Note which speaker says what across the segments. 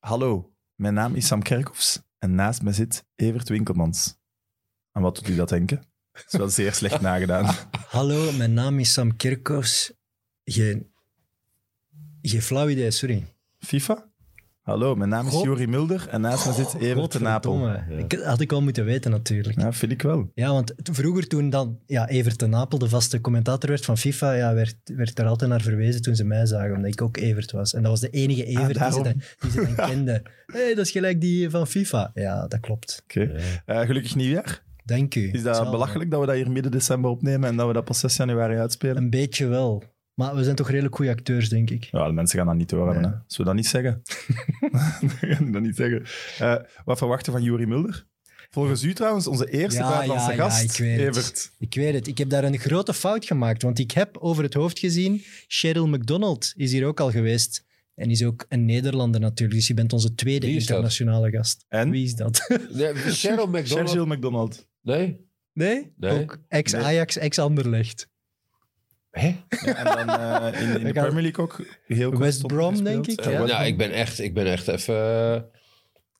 Speaker 1: Hallo, mijn naam is Sam Kerkhoffs en naast me zit Evert Winkelmans. En wat doet u dat denken? Dat is wel zeer slecht nagedaan.
Speaker 2: Hallo, mijn naam is Sam Kerkhoffs. Geen, geen flauw idee, sorry.
Speaker 1: FIFA? Hallo, mijn naam is
Speaker 2: God-
Speaker 1: Juri Mulder en naast me zit Evert de Napel.
Speaker 2: Godverdomme. Ik, had ik al moeten weten natuurlijk.
Speaker 1: Ja, vind ik wel.
Speaker 2: Ja, want t- vroeger toen dan, ja, Evert de Napel de vaste commentator werd van FIFA, ja, werd, werd er altijd naar verwezen toen ze mij zagen, omdat ik ook Evert was. En dat was de enige Evert die, ze
Speaker 1: daarom.
Speaker 2: dan, die ze dan kenden. Hé, hey, dat is gelijk die van FIFA. Ja, dat klopt.
Speaker 1: Oké. Eh, gelukkig nieuwjaar.
Speaker 2: Dank u.
Speaker 1: Is dat
Speaker 2: Hetzelfde.
Speaker 1: belachelijk dat we dat hier midden december opnemen en dat we dat pas 6 januari uitspelen?
Speaker 2: Een beetje wel. Maar we zijn toch redelijk goede acteurs, denk ik.
Speaker 1: Ja, de mensen gaan dat niet horen. Hè.
Speaker 2: Nee.
Speaker 1: Zullen we dat niet zeggen? Dan gaan we dat niet zeggen. Eh, wat verwachten we van Juri Mulder? Volgens u trouwens onze eerste
Speaker 2: Ja,
Speaker 1: buitenlandse
Speaker 2: ja, ja,
Speaker 1: gast,
Speaker 2: ik weet het.
Speaker 1: Evert.
Speaker 2: Ik weet het, ik heb daar een grote fout gemaakt, want ik heb over het hoofd gezien, Cheryl McDonald is hier ook al geweest. En is ook een Nederlander natuurlijk, dus je bent onze tweede
Speaker 3: Wie is dat?
Speaker 2: internationale gast.
Speaker 1: En?
Speaker 2: Wie is dat?
Speaker 3: Nee, Cheryl McDonald.
Speaker 1: Sergio McDonald.
Speaker 3: Nee?
Speaker 2: Nee?
Speaker 3: Nee.
Speaker 2: Ook ex-Ajax, ex-Anderlecht.
Speaker 3: Hè?
Speaker 1: En dan eh, in, in de
Speaker 2: Ik had-
Speaker 1: Premier League ook heel kort
Speaker 2: West
Speaker 1: stond
Speaker 2: Brom,
Speaker 1: gespeeld.
Speaker 2: denk ik,
Speaker 1: Eh,
Speaker 2: ja.
Speaker 1: West
Speaker 3: Nou,
Speaker 1: Brom.
Speaker 3: ik ben echt, ik ben echt even... eh,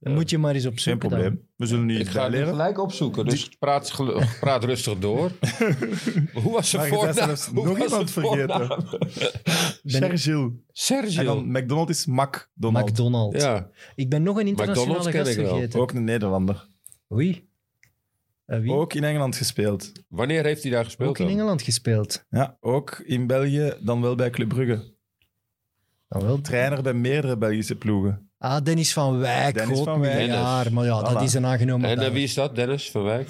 Speaker 2: Dan Moet je maar eens op
Speaker 1: Geen
Speaker 2: zoek dan.
Speaker 1: probleem. We zullen nu
Speaker 3: ik
Speaker 1: iets
Speaker 3: ga het nu
Speaker 1: bijleren.
Speaker 3: gelijk opzoeken, dus praat, gelu- praat rustig door. Hoe was
Speaker 1: Maar
Speaker 3: zijn
Speaker 1: je bent
Speaker 3: voornaam?
Speaker 1: zelfs
Speaker 3: Hoe
Speaker 1: nog
Speaker 3: was
Speaker 1: iemand
Speaker 3: zijn
Speaker 1: vergeten.
Speaker 3: voornaam?
Speaker 1: Sergio. En
Speaker 3: Sergio.
Speaker 1: dan McDonald is McDonald.
Speaker 2: McDonald.
Speaker 3: Ja,
Speaker 2: Ik ben nog een
Speaker 3: McDonald's
Speaker 2: internationale
Speaker 3: ken
Speaker 2: gast
Speaker 3: ik wel.
Speaker 2: vergeten.
Speaker 1: Ook een Nederlander.
Speaker 2: Oei. Eh, wie?
Speaker 1: Ook in Engeland gespeeld.
Speaker 3: wanneer heeft hij daar gespeeld
Speaker 2: Ook in
Speaker 3: dan?
Speaker 2: Engeland gespeeld.
Speaker 1: Ja, ook in België, dan wel bij Club Brugge.
Speaker 2: Nou wel.
Speaker 1: Trainer bij meerdere Belgische ploegen.
Speaker 2: Ah, Dennis van Wijk.
Speaker 1: Dennis
Speaker 2: ook
Speaker 1: van Wijk.
Speaker 2: miljardair, Maar ja, dat
Speaker 1: Voilà.
Speaker 2: is een aangenomen
Speaker 3: En eh,
Speaker 2: baan.
Speaker 3: wie is dat? Dennis van Wijk?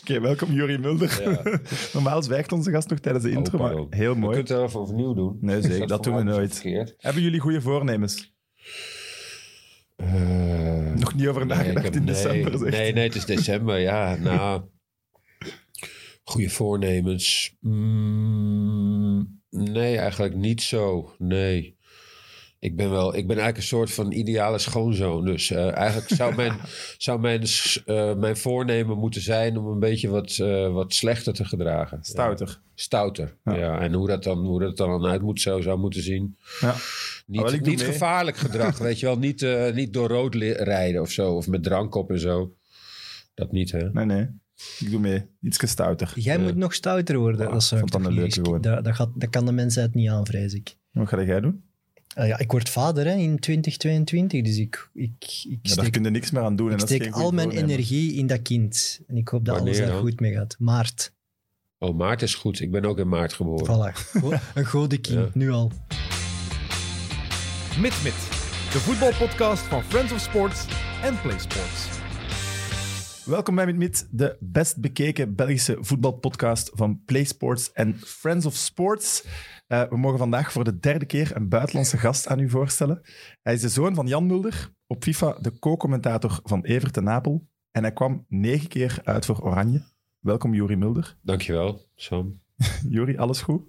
Speaker 1: Oké, welkom Jurie Mulder. Normaal zwijgt onze gast nog tijdens de intro,
Speaker 3: Oh,
Speaker 1: maar
Speaker 3: pardon.
Speaker 1: heel
Speaker 3: Je
Speaker 1: mooi.
Speaker 3: kunt het even opnieuw doen.
Speaker 1: Nee, zeker, dat doen we nooit.
Speaker 3: Verkeerd.
Speaker 1: Hebben jullie goede voornemens?
Speaker 3: Eh,
Speaker 1: Nog niet over
Speaker 3: Nee, ik
Speaker 1: nagedacht
Speaker 3: heb-
Speaker 1: Ah, in
Speaker 3: nee,
Speaker 1: december, zegt
Speaker 3: Nee, nee, het is december, ja. Nou, goede voornemens. Mm, nee, eigenlijk niet zo. Nee. Ik ben, wel, ik ben eigenlijk een soort van ideale schoonzoon. Dus eh, eigenlijk zou, mijn, zou mijn, s- eh, mijn voornemen moeten zijn om een beetje wat, eh, wat slechter te gedragen.
Speaker 1: Stouter.
Speaker 3: Ja. Stouter, ja. En hoe dat, dan, hoe dat dan uit moet, zou, zou moeten zien.
Speaker 1: Ja.
Speaker 3: Niet,
Speaker 1: Ah, wel, ik doe
Speaker 3: niet
Speaker 1: mee.
Speaker 3: gevaarlijk gedrag, weet je wel. Niet, eh, niet door rood li- rijden of zo. Of met drank op en zo. Dat niet, hè?
Speaker 1: Nee, nee. Ik doe mee. Iets stouter.
Speaker 2: Jij moet nog stouter worden.
Speaker 1: Ja,
Speaker 2: dat zou ik
Speaker 1: vond dat
Speaker 2: toch
Speaker 1: een
Speaker 2: niet
Speaker 1: leuke
Speaker 2: eens-
Speaker 1: gewoon.
Speaker 2: Dat, dat, gaat, dat kan de mensheid niet aan, vrees ik.
Speaker 1: Wat ga jij doen?
Speaker 2: Ah ja, ik word vader hè, in 2022, dus ik, ik, ik
Speaker 1: Ja, daar
Speaker 2: steek,
Speaker 1: kun je niks meer aan doen. en
Speaker 2: ik
Speaker 1: dat is
Speaker 2: steek
Speaker 1: geen
Speaker 2: al
Speaker 1: goed
Speaker 2: mijn
Speaker 1: voornemen.
Speaker 2: energie in dat kind. En ik hoop dat
Speaker 3: Wanneer
Speaker 2: alles daar
Speaker 3: dan?
Speaker 2: goed mee gaat. Maart,
Speaker 3: Oh, maart is goed. Ik ben ook in maart
Speaker 1: Oh.
Speaker 3: geboren.
Speaker 2: voilà. Go- Een gode kind,
Speaker 3: Ja.
Speaker 2: nu al.
Speaker 4: Mit Mit, de voetbalpodcast van Friends of Sports en Play Sports.
Speaker 1: Welkom bij Mit Mit, de best bekeken Belgische voetbalpodcast van PlaySports en Friends of Sports. Eh, we mogen vandaag voor de derde keer een buitenlandse gast aan u voorstellen. Hij is de zoon van Jan Mulder, op FIFA de co-commentator van Evert en Napel. En hij kwam negen keer uit voor Oranje. Welkom, Juri Mulder.
Speaker 3: Dankjewel, Sam.
Speaker 1: Juri, alles goed?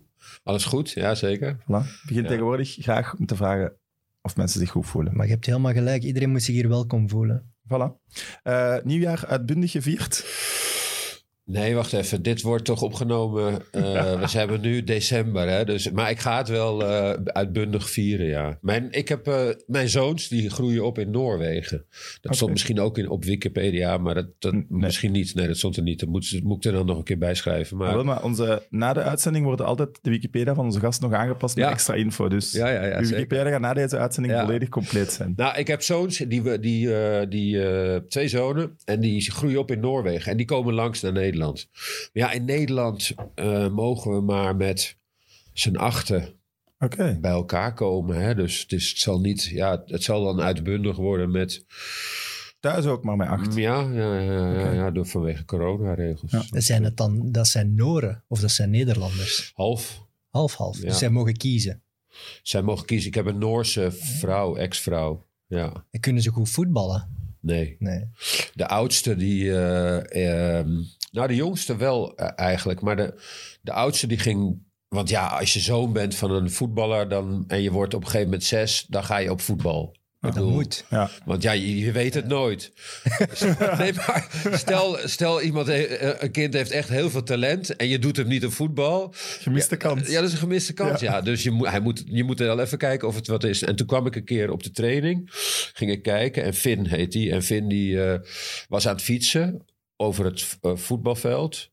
Speaker 3: Alles goed? Ja, zeker.
Speaker 1: Voilà. Ik begin
Speaker 3: Ja.
Speaker 1: tegenwoordig graag om te vragen of mensen zich goed voelen.
Speaker 2: Maar je hebt helemaal gelijk, iedereen moet zich hier welkom voelen.
Speaker 1: Voilà. Eh, nieuwjaar uitbundig gevierd.
Speaker 3: Nee, wacht even. Dit wordt toch opgenomen... eh, we hebben nu december, hè. Dus, maar ik ga het wel eh, uitbundig vieren, ja. Mijn, ik heb, eh, mijn zoons, die groeien op in Noorwegen. Dat stond misschien ook in, op Wikipedia, maar dat, dat
Speaker 1: Nee.
Speaker 3: misschien niet. Nee, dat stond er niet. Dat moet, dat moet ik er dan nog een keer bij schrijven. Maar,
Speaker 1: Maar, Ah, wel, maar onze, na de uitzending worden altijd de Wikipedia van onze gast nog aangepast met
Speaker 3: Ja.
Speaker 1: extra info. Dus
Speaker 3: Ja, ja, ja,
Speaker 1: uw
Speaker 3: zeker.
Speaker 1: Wikipedia gaat na deze uitzending
Speaker 3: Ja.
Speaker 1: volledig compleet zijn.
Speaker 3: Nou, ik heb zoons, die, we- die, eh, die eh, twee zonen, en die groeien op in Noorwegen. En die komen langs naar Nederland. Maar ja, in Nederland eh, mogen we maar met z'n achten
Speaker 1: Oké.
Speaker 3: bij elkaar komen. Hè? Dus het, is, het zal niet, ja, het zal dan uitbundig worden met,
Speaker 1: Thuis ook maar met acht.
Speaker 3: ja, ja, ja, ja, ja, door vanwege coronaregels.
Speaker 2: Dat zijn het dan, dat zijn Noren of dat zijn Nederlanders.
Speaker 3: Half.
Speaker 2: Half-half,
Speaker 3: Ja.
Speaker 2: dus zij mogen kiezen.
Speaker 3: Zij mogen kiezen. Ik heb een Noorse vrouw, ex-vrouw. Ja,
Speaker 2: En kunnen ze goed voetballen?
Speaker 3: nee.
Speaker 2: Nee.
Speaker 3: De oudste die. eh, ehm, nou, de jongste wel eh, eigenlijk. Maar de, de oudste die ging. Want ja, als je zoon bent van een voetballer dan, en je wordt op een gegeven moment zes, dan ga je op voetbal.
Speaker 2: Dat
Speaker 3: bedoel-
Speaker 2: moet.
Speaker 1: Ja.
Speaker 3: Want ja, je, je weet het nooit. nee, maar stel, stel iemand, he- eh, een kind heeft echt heel veel talent en je doet hem niet op voetbal.
Speaker 1: Gemiste kans.
Speaker 3: Ja, dat is een gemiste kans. Ja. Dus je moet, hij moet, je moet er wel even kijken of het wat is. En toen kwam ik een keer op de training. Ging ik kijken. En Finn heet die. En Finn die, eh, was aan het fietsen over het eh, voetbalveld.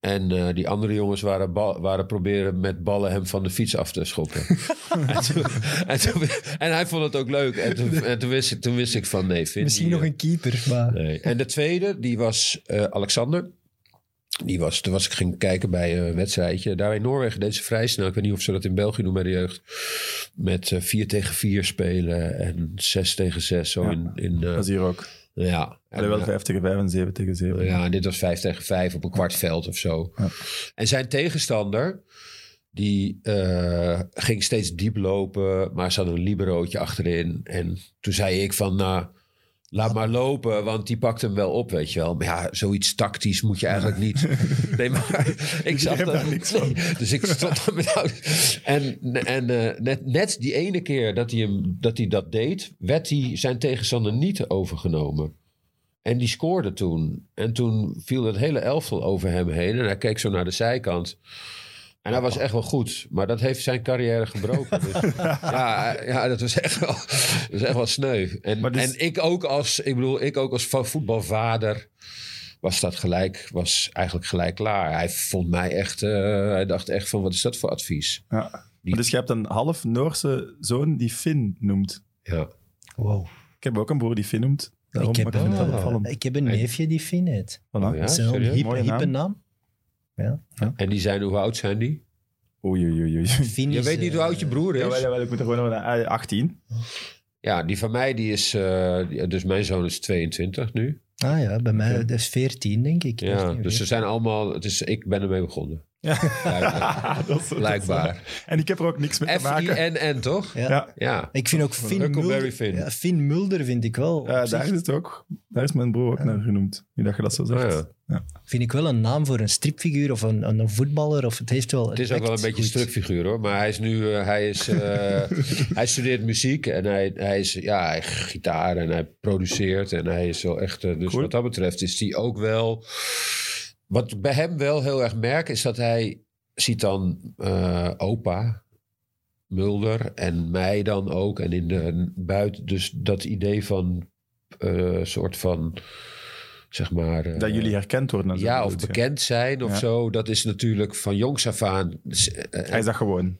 Speaker 3: En eh, die andere jongens waren, bal- waren proberen met ballen hem van de fiets af te schoppen. en, toen, en, toen- en hij vond het ook leuk. En toen, en toen, wist, ik, toen wist ik van nee, Finn.
Speaker 2: Misschien
Speaker 3: die,
Speaker 2: nog
Speaker 3: eh,
Speaker 2: een keeper, maar...
Speaker 3: Nee. En de tweede, die was eh, Alexander. Die was, toen was ik ging kijken bij een wedstrijdje. Daar in Noorwegen deed ze vrij snel. Ik weet niet of ze dat in België doen bij de jeugd. Met eh, vier tegen vier spelen en zes tegen zes. Zo
Speaker 1: Ja.
Speaker 3: in, in, eh,
Speaker 1: Dat is hier ook.
Speaker 3: ja. En,
Speaker 1: Alhoewel
Speaker 3: eh,
Speaker 1: 5 tegen 5 en 7 tegen 7.
Speaker 3: ja, en dit was 5 tegen 5 op een kwart veld of zo.
Speaker 1: Ja.
Speaker 3: En zijn tegenstander, die eh, ging steeds diep lopen, maar ze hadden een liberootje achterin. En toen zei ik van, nou, laat maar lopen, want die pakt hem wel op, weet je wel. Maar ja, zoiets tactisch moet je eigenlijk niet. Nee, maar ik zag
Speaker 1: hebt
Speaker 3: dat.
Speaker 1: daar niks van.
Speaker 3: Nee, dus ik stond daar met oud- En, en eh, net, net die ene keer dat hij, hem, dat hij dat deed, werd hij zijn tegenstander niet overgenomen. En die scoorde toen. En toen viel het hele elftal over hem heen. En hij keek zo naar de zijkant. En hij was echt wel goed. Maar dat heeft zijn carrière gebroken. Dus, ja, ja, dat was echt wel, dat was echt wel sneu. En,
Speaker 1: Maar dus-
Speaker 3: en ik ook als, ik bedoel, ik ook als va- voetbalvader was dat gelijk, was eigenlijk gelijk klaar. Hij vond mij echt, eh, hij dacht echt van, wat is dat voor advies?
Speaker 1: Ja. Maar Dus je hebt een half Noorse zoon die Finn noemt.
Speaker 3: Ja.
Speaker 2: Wow.
Speaker 1: Ik heb ook een broer die Finn noemt. Daarom
Speaker 2: Ik
Speaker 1: mag
Speaker 2: heb,
Speaker 1: ik het wel
Speaker 2: een,
Speaker 1: opvallen.
Speaker 2: ik heb een neefje die Finn heet.
Speaker 1: Voilà.
Speaker 3: Oh, ja?
Speaker 2: dat is een heel
Speaker 3: serieus?
Speaker 2: hippe,
Speaker 1: Mooie naam.
Speaker 2: hippe naam. Ja.
Speaker 3: En die zijn, hoe oud zijn die?
Speaker 1: Oei, oei, oei, oei.
Speaker 2: Finn
Speaker 3: Je
Speaker 2: is,
Speaker 3: weet niet
Speaker 2: eh,
Speaker 3: hoe oud je broer is.
Speaker 1: Jawel, jawel, ik moet er gewoon naar ah, 18.
Speaker 3: Ja, die van mij die is, eh, die- dus mijn zoon is 22 nu.
Speaker 2: Ah ja, bij mij dat is 14, denk ik.
Speaker 3: Ja, dus ze zijn allemaal, het is, ik ben ermee begonnen.
Speaker 1: Ja.
Speaker 3: Blijkbaar.
Speaker 1: Ah, dat is- dat is-
Speaker 3: Blijkbaar.
Speaker 1: En ik heb er ook niks mee te maken.
Speaker 3: F-I-N-N, toch?
Speaker 2: Ja.
Speaker 1: Ja,
Speaker 3: Ja.
Speaker 2: Ik vind ook Finn
Speaker 3: Huckleberry
Speaker 2: Mulder,
Speaker 3: Finn.
Speaker 2: Ja, Finn Mulder vind ik wel. op
Speaker 1: eh,
Speaker 2: zich-
Speaker 1: daar is het ook. Daar is mijn broer ook naar genoemd. Nu dat je dat zo zegt.
Speaker 3: Ah,
Speaker 2: Vind ik wel een naam voor een stripfiguur of een, een, een voetballer. Of het heeft wel
Speaker 3: Het is ook wel een beetje een stripfiguur hoor. Maar hij is nu, eh, hij is, eh, hij studeert muziek en hij, hij is, ja, hij gitaar en hij produceert en hij is wel echt, eh, dus
Speaker 1: Cool.
Speaker 3: wat dat betreft is hij ook wel, wat ik bij hem wel heel erg merk is dat hij ziet dan eh, opa, Mulder en mij dan ook en in de buiten, dus dat idee van eh soort van, zeg maar. eh,
Speaker 1: Dat jullie herkend worden. als
Speaker 3: ja,
Speaker 1: dat
Speaker 3: of
Speaker 1: bedoelt je.
Speaker 3: bekend zijn of
Speaker 1: Ja.
Speaker 3: zo. Dat is natuurlijk van jongs af aan. Dus, eh,
Speaker 1: Hij is dat gewoon.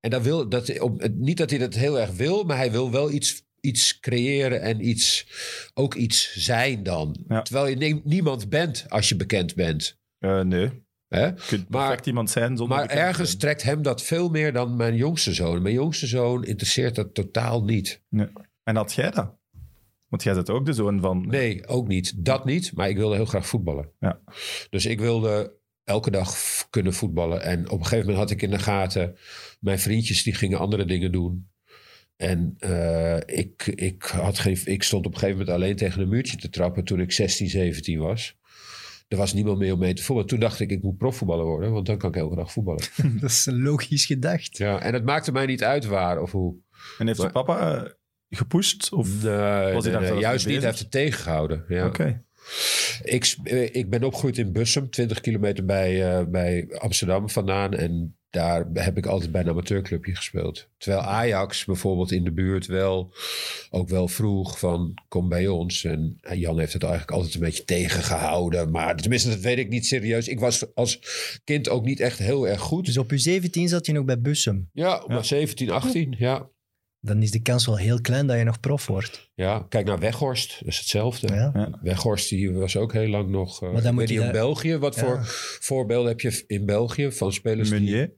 Speaker 3: En dat wil, dat, op, niet dat hij dat heel erg wil, maar hij wil wel iets, iets creëren en iets, ook iets zijn dan.
Speaker 1: Ja.
Speaker 3: Terwijl je neem- niemand bent als je bekend bent.
Speaker 1: Eh, nee, je
Speaker 3: Hè?
Speaker 1: kunt
Speaker 3: Maar-
Speaker 1: perfect iemand zijn zonder
Speaker 3: Maar
Speaker 1: bekend te
Speaker 3: ergens
Speaker 1: zijn.
Speaker 3: trekt hem dat veel meer dan mijn jongste zoon. Mijn jongste zoon interesseert dat totaal niet.
Speaker 1: En had jij dat? Want jij bent ook de zoon van...
Speaker 3: Nee, ook niet. Dat niet, maar ik wilde heel graag voetballen.
Speaker 1: Ja.
Speaker 3: Dus ik wilde elke dag f- kunnen voetballen. En op een gegeven moment had ik in de gaten... mijn vriendjes die gingen andere dingen doen. En eh, ik, ik, had geen, ik stond op een gegeven moment alleen tegen een muurtje te trappen... toen ik 16, 17 was. Er was niemand meer om mee te voetballen. Toen dacht ik, ik moet profvoetballer worden... want dan kan ik elke dag voetballen.
Speaker 2: Dat is een logisch gedacht.
Speaker 3: Ja. En het maakte mij niet uit waar of hoe.
Speaker 1: En heeft je
Speaker 3: Maar-
Speaker 1: papa eh, gepusht? Of...
Speaker 3: Nee, nee,
Speaker 1: daar
Speaker 3: nee,
Speaker 1: zelf mee
Speaker 3: juist niet,
Speaker 1: bezig?
Speaker 3: hij heeft het tegengehouden. Ja.
Speaker 1: Oké.
Speaker 3: Ik, s- eh, ik ben opgegroeid in Bussum, 20 kilometer bij, eh, bij Amsterdam vandaan. En daar heb ik altijd bij een amateurclubje gespeeld. Terwijl Ajax bijvoorbeeld in de buurt wel ook wel vroeg van kom bij ons. En eh, Jan heeft het eigenlijk altijd een beetje tegengehouden. Maar tenminste, dat weet ik niet serieus. Ik was als kind ook niet echt heel erg goed.
Speaker 2: Dus op je 17 zat je nog bij Bussum.
Speaker 3: Ja, maar
Speaker 1: Ja.
Speaker 3: 17, 18, ja.
Speaker 2: Dan is de kans wel heel klein dat je nog prof wordt.
Speaker 3: Ja, kijk naar Weghorst, dat is hetzelfde.
Speaker 2: Ja.
Speaker 3: Weghorst die was ook heel lang nog. eh,
Speaker 2: dan
Speaker 3: ik
Speaker 2: moet
Speaker 3: weet
Speaker 2: je
Speaker 3: niet, in
Speaker 2: daar-
Speaker 3: België. Wat
Speaker 2: Ja.
Speaker 3: voor voorbeelden heb je in België van spelers die.
Speaker 1: Meunier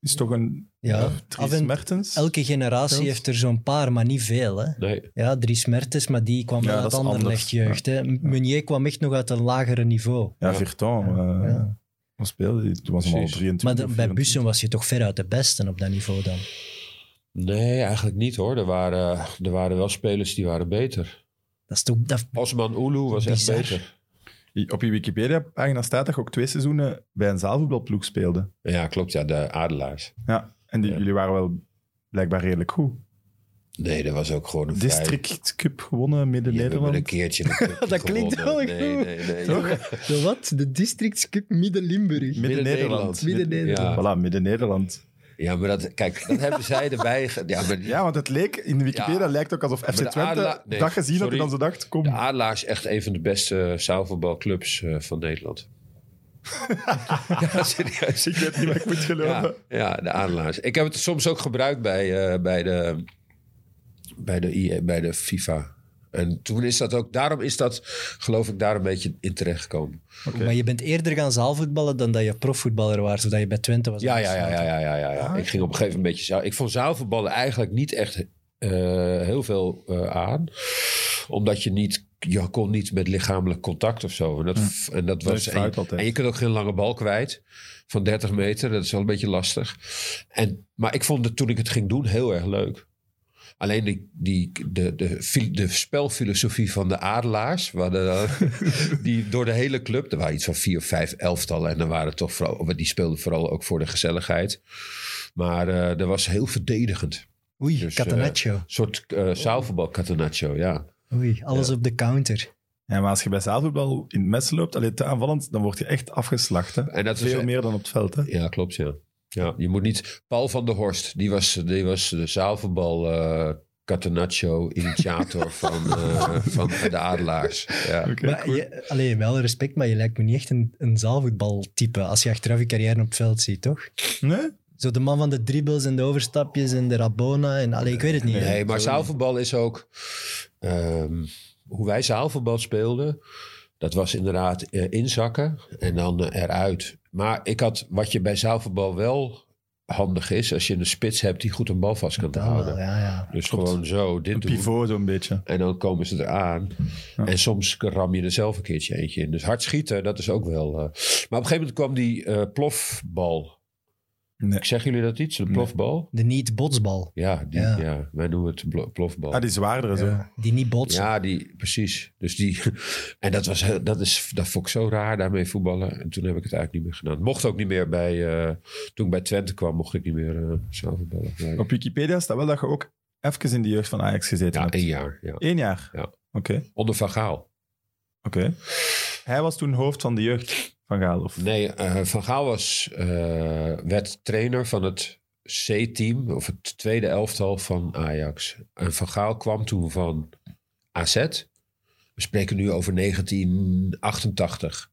Speaker 1: is toch een...
Speaker 2: Ja.
Speaker 1: Dries
Speaker 2: Af en-
Speaker 1: Mertens?
Speaker 2: Elke generatie
Speaker 1: Zelfs?
Speaker 2: heeft er zo'n paar, maar niet veel. Hè?
Speaker 3: Nee,
Speaker 2: Ja, Dries Mertens, maar die kwam
Speaker 1: Ja,
Speaker 2: wel
Speaker 1: dat
Speaker 2: uit
Speaker 1: is anders.
Speaker 2: Anderlecht jeugd. Hè? Meunier kwam echt nog uit een lagere niveau.
Speaker 1: Ja,
Speaker 3: Ja.
Speaker 1: Virton. eh
Speaker 2: Ja.
Speaker 1: Wat speelde hij? Toen was hij al
Speaker 3: Precies.
Speaker 1: 23.
Speaker 2: Maar de-
Speaker 1: of
Speaker 2: bij
Speaker 1: 24.
Speaker 2: Bussum was je toch veruit de beste op dat niveau dan.
Speaker 3: nee, eigenlijk niet hoor. Er waren, er waren wel spelers die waren beter.
Speaker 2: Dat is toch... Dat,
Speaker 3: Osman Ulu was echt
Speaker 2: Bizar.
Speaker 3: beter.
Speaker 1: Op je Wikipedia-pagina staat dat je ook twee seizoenen bij een zaalvoetbalploeg speelde.
Speaker 3: Ja, klopt. Ja, de Adelaars.
Speaker 1: Ja. En die,
Speaker 3: Ja.
Speaker 1: jullie waren wel blijkbaar redelijk goed.
Speaker 3: Nee, dat was ook gewoon een
Speaker 1: District Cup gewonnen,
Speaker 3: vijf. Je hebt
Speaker 1: Midden-Nederland.
Speaker 3: maar een keertje een cupje
Speaker 2: Dat klinkt
Speaker 3: gewonnen.
Speaker 2: wel
Speaker 3: Nee,
Speaker 2: goed.
Speaker 3: nee, nee.
Speaker 2: De wat? De District Cup Midden-Limburg.
Speaker 1: Midden-Nederland.
Speaker 2: Midden-Nederland.
Speaker 1: Voilà, Midden-Nederland.
Speaker 3: Ja, maar dat, kijk, dat hebben zij erbij. ge- Ja, maar die-
Speaker 1: Ja, want het leek in de Wikipedia
Speaker 3: Ja.
Speaker 1: lijkt ook alsof FC
Speaker 3: Maar de
Speaker 1: Twente
Speaker 3: Adela- nee,
Speaker 1: dat gezien had
Speaker 3: sorry.
Speaker 1: en dan ze dacht, kom.
Speaker 3: de Adelaar is echt een van de beste eh, zaalvoetbalclubs eh, van Nederland. ja, serieus.
Speaker 1: Ik weet niet waar ik moet geloven.
Speaker 3: Ja, ja, de Adelaars. Ik heb het soms ook gebruikt bij, eh, bij, de, bij, de, IE bij de FIFA. En toen is dat ook, daarom is dat, geloof ik, daar een beetje in terechtgekomen.
Speaker 1: Oké.
Speaker 2: Maar je bent eerder gaan zaalvoetballen dan dat je profvoetballer was, of dat je bij Twente was.
Speaker 3: Ja, ja, ja, ja, ja, ja, ja. Ik ging op een gegeven moment een beetje zaal. Ik vond zaalvoetballen eigenlijk niet echt eh, heel veel eh, aan. Omdat je niet, je kon niet met lichamelijk contact of zo. En dat, en
Speaker 1: Dat
Speaker 3: dat was.
Speaker 1: is
Speaker 3: En,
Speaker 1: fout altijd.
Speaker 3: en je kunt ook geen lange bal kwijt van 30 meter. Dat is wel een beetje lastig. En, maar ik vond het toen ik het ging doen heel erg leuk. Alleen die, die, de, de, fil- de spelfilosofie van de adelaars, waar de- die door de hele club, er waren iets van vier, vijf elftallen en dan waren toch vooral, want die speelden vooral ook voor de gezelligheid. Maar eh dat was heel verdedigend.
Speaker 2: Oei,
Speaker 3: Dus,
Speaker 2: Catenaccio.
Speaker 3: Een soort eh zaalvoetbal, Catenaccio, ja.
Speaker 2: Oei, alles op de counter.
Speaker 1: Ja, maar als je bij zaalvoetbal in het mes loopt, alleen te aanvallend, dan word je echt afgeslacht. Hè?
Speaker 3: En dat is-
Speaker 1: Veel meer dan op het veld. Hè?
Speaker 3: Ja, klopt, ja. ja. Je moet niet... Paul van der Horst, die was, die was de zaalvoetbal... eh Catenaccio, initiator van, eh, van de Adelaars. Ja.
Speaker 1: Oké,
Speaker 2: maar
Speaker 1: goed.
Speaker 2: je, allee, wel respect, maar je lijkt me niet echt een, een zaalvoetbaltype als je achteraf je carrière op het veld ziet, toch?
Speaker 1: Nee?
Speaker 2: Zo de man van de dribbles en de overstapjes en de Rabona en allee, ik weet het niet.
Speaker 1: Nee.
Speaker 3: Nee, maar zaalvoetbal is ook. ehm, hoe wij zaalvoetbal speelden, dat was inderdaad eh, inzakken en dan eh, eruit. Maar ik had wat je bij zaalvoetbal wel handig is, als je een spits hebt die goed een bal vast kan
Speaker 2: Dat
Speaker 3: houden.
Speaker 2: wel, ja, ja.
Speaker 3: Dus gewoon zo, dit
Speaker 1: Een
Speaker 3: doen.
Speaker 1: pivot zo'n beetje.
Speaker 3: En dan komen ze eraan. En soms ram je er zelf een keertje eentje in. Dus hard schieten, dat is ook wel. eh. Maar op een gegeven moment kwam die eh, plofbal.
Speaker 1: Nee.
Speaker 3: Ik zeg jullie dat iets? De plofbal?
Speaker 2: De niet-botsbal.
Speaker 3: Ja, die,
Speaker 2: Ja.
Speaker 3: ja. wij noemen het blo- plofbal.
Speaker 1: Ah, die zwaardere zo.
Speaker 2: Die niet botsen.
Speaker 3: Ja, die, precies. Dus die, en dat, was, heel- dat, is, dat vond ik zo raar, daarmee voetballen. En toen heb ik het eigenlijk niet meer gedaan. Mocht ook niet meer bij... eh, toen ik bij Twente kwam, mocht ik niet meer eh, zelf voetballen. Nee.
Speaker 1: Op Wikipedia staat wel dat je ook even in de jeugd van Ajax gezeten
Speaker 3: Ja,
Speaker 1: hebt.
Speaker 3: één jaar. Ja.
Speaker 1: Eén jaar?
Speaker 3: Ja.
Speaker 1: Oké,
Speaker 3: Onder Van Gaal.
Speaker 1: oké. Hij was toen hoofd van de jeugd van Gaal, of?
Speaker 3: Nee, eh, Van Gaal was, eh, werd trainer van het C-team, of het tweede elftal van Ajax. En Van Gaal kwam toen van AZ. We spreken nu over 1988.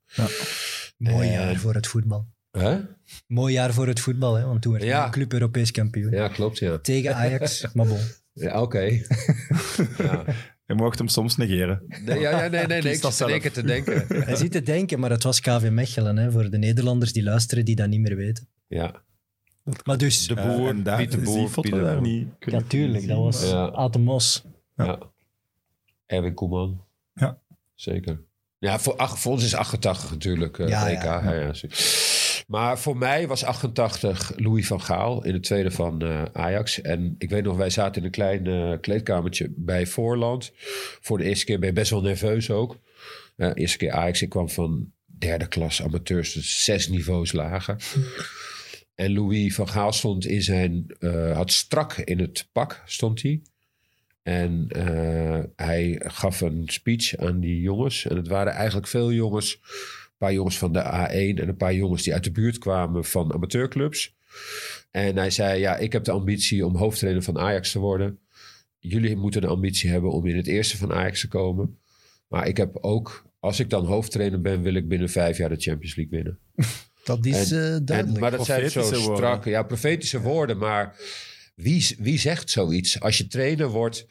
Speaker 2: Mooi
Speaker 3: Eh,
Speaker 2: jaar voor het voetbal.
Speaker 3: Hè?
Speaker 2: Mooi jaar voor het voetbal, hè, want toen werd
Speaker 3: Ja.
Speaker 2: de club Europees kampioen.
Speaker 3: Ja, klopt, ja.
Speaker 2: Tegen Ajax, maar bon.
Speaker 3: Ja, oké. ja.
Speaker 1: Je mocht hem soms negeren.
Speaker 3: Nee, ja, ja, nee, nee, nee.
Speaker 1: Kies dat
Speaker 3: Ik zat in
Speaker 1: zelf.
Speaker 3: één keer te denken.
Speaker 2: Hij zit te denken, maar het was KV Mechelen, hè, voor de Nederlanders die luisteren, die dat niet meer weten.
Speaker 3: Ja,
Speaker 2: Maar dus,
Speaker 3: De Boer,
Speaker 1: en daar,
Speaker 3: Piet de Boer,
Speaker 1: zie je foto
Speaker 3: Piet de
Speaker 1: daar
Speaker 3: Boer.
Speaker 1: niet. Kun je
Speaker 2: ja, tuurlijk,
Speaker 1: niet
Speaker 2: dat
Speaker 1: zien,
Speaker 2: was
Speaker 1: maar-
Speaker 3: Ja.
Speaker 2: Atemos.
Speaker 1: Ja.
Speaker 3: ja. Erwin Koeman.
Speaker 1: Ja.
Speaker 3: Zeker. Ja, voor, ach- voor ons is 88 natuurlijk. eh,
Speaker 2: Ja,
Speaker 3: EK.
Speaker 2: ja.
Speaker 3: Ja, ja, zeker. maar voor mij was 88 Louis van Gaal in het tweede van eh, Ajax. En ik weet nog, wij zaten in een klein eh, kleedkamertje bij Voorland. Voor de eerste keer ben je best wel nerveus ook. Eh, eerste keer Ajax, ik kwam van derde klas amateurs, dus zes niveaus lager. En Louis van Gaal stond in zijn, eh, had strak in het pak, stond hij. En eh, hij gaf een speech aan die jongens. En het waren eigenlijk veel jongens, een paar jongens van de A1 en een paar jongens die uit de buurt kwamen van amateurclubs. En hij zei, ja, ik heb de ambitie om hoofdtrainer van Ajax te worden. Jullie moeten de ambitie hebben om in het eerste van Ajax te komen. Maar ik heb ook, als ik dan hoofdtrainer ben, wil ik binnen vijf jaar de Champions League winnen.
Speaker 2: Dat is eh, duidelijk.
Speaker 3: En- maar dat zijn zo
Speaker 1: Profetische woorden.
Speaker 3: strakke, ja, profetische woorden. Maar wie, wie zegt zoiets? Als je trainer wordt,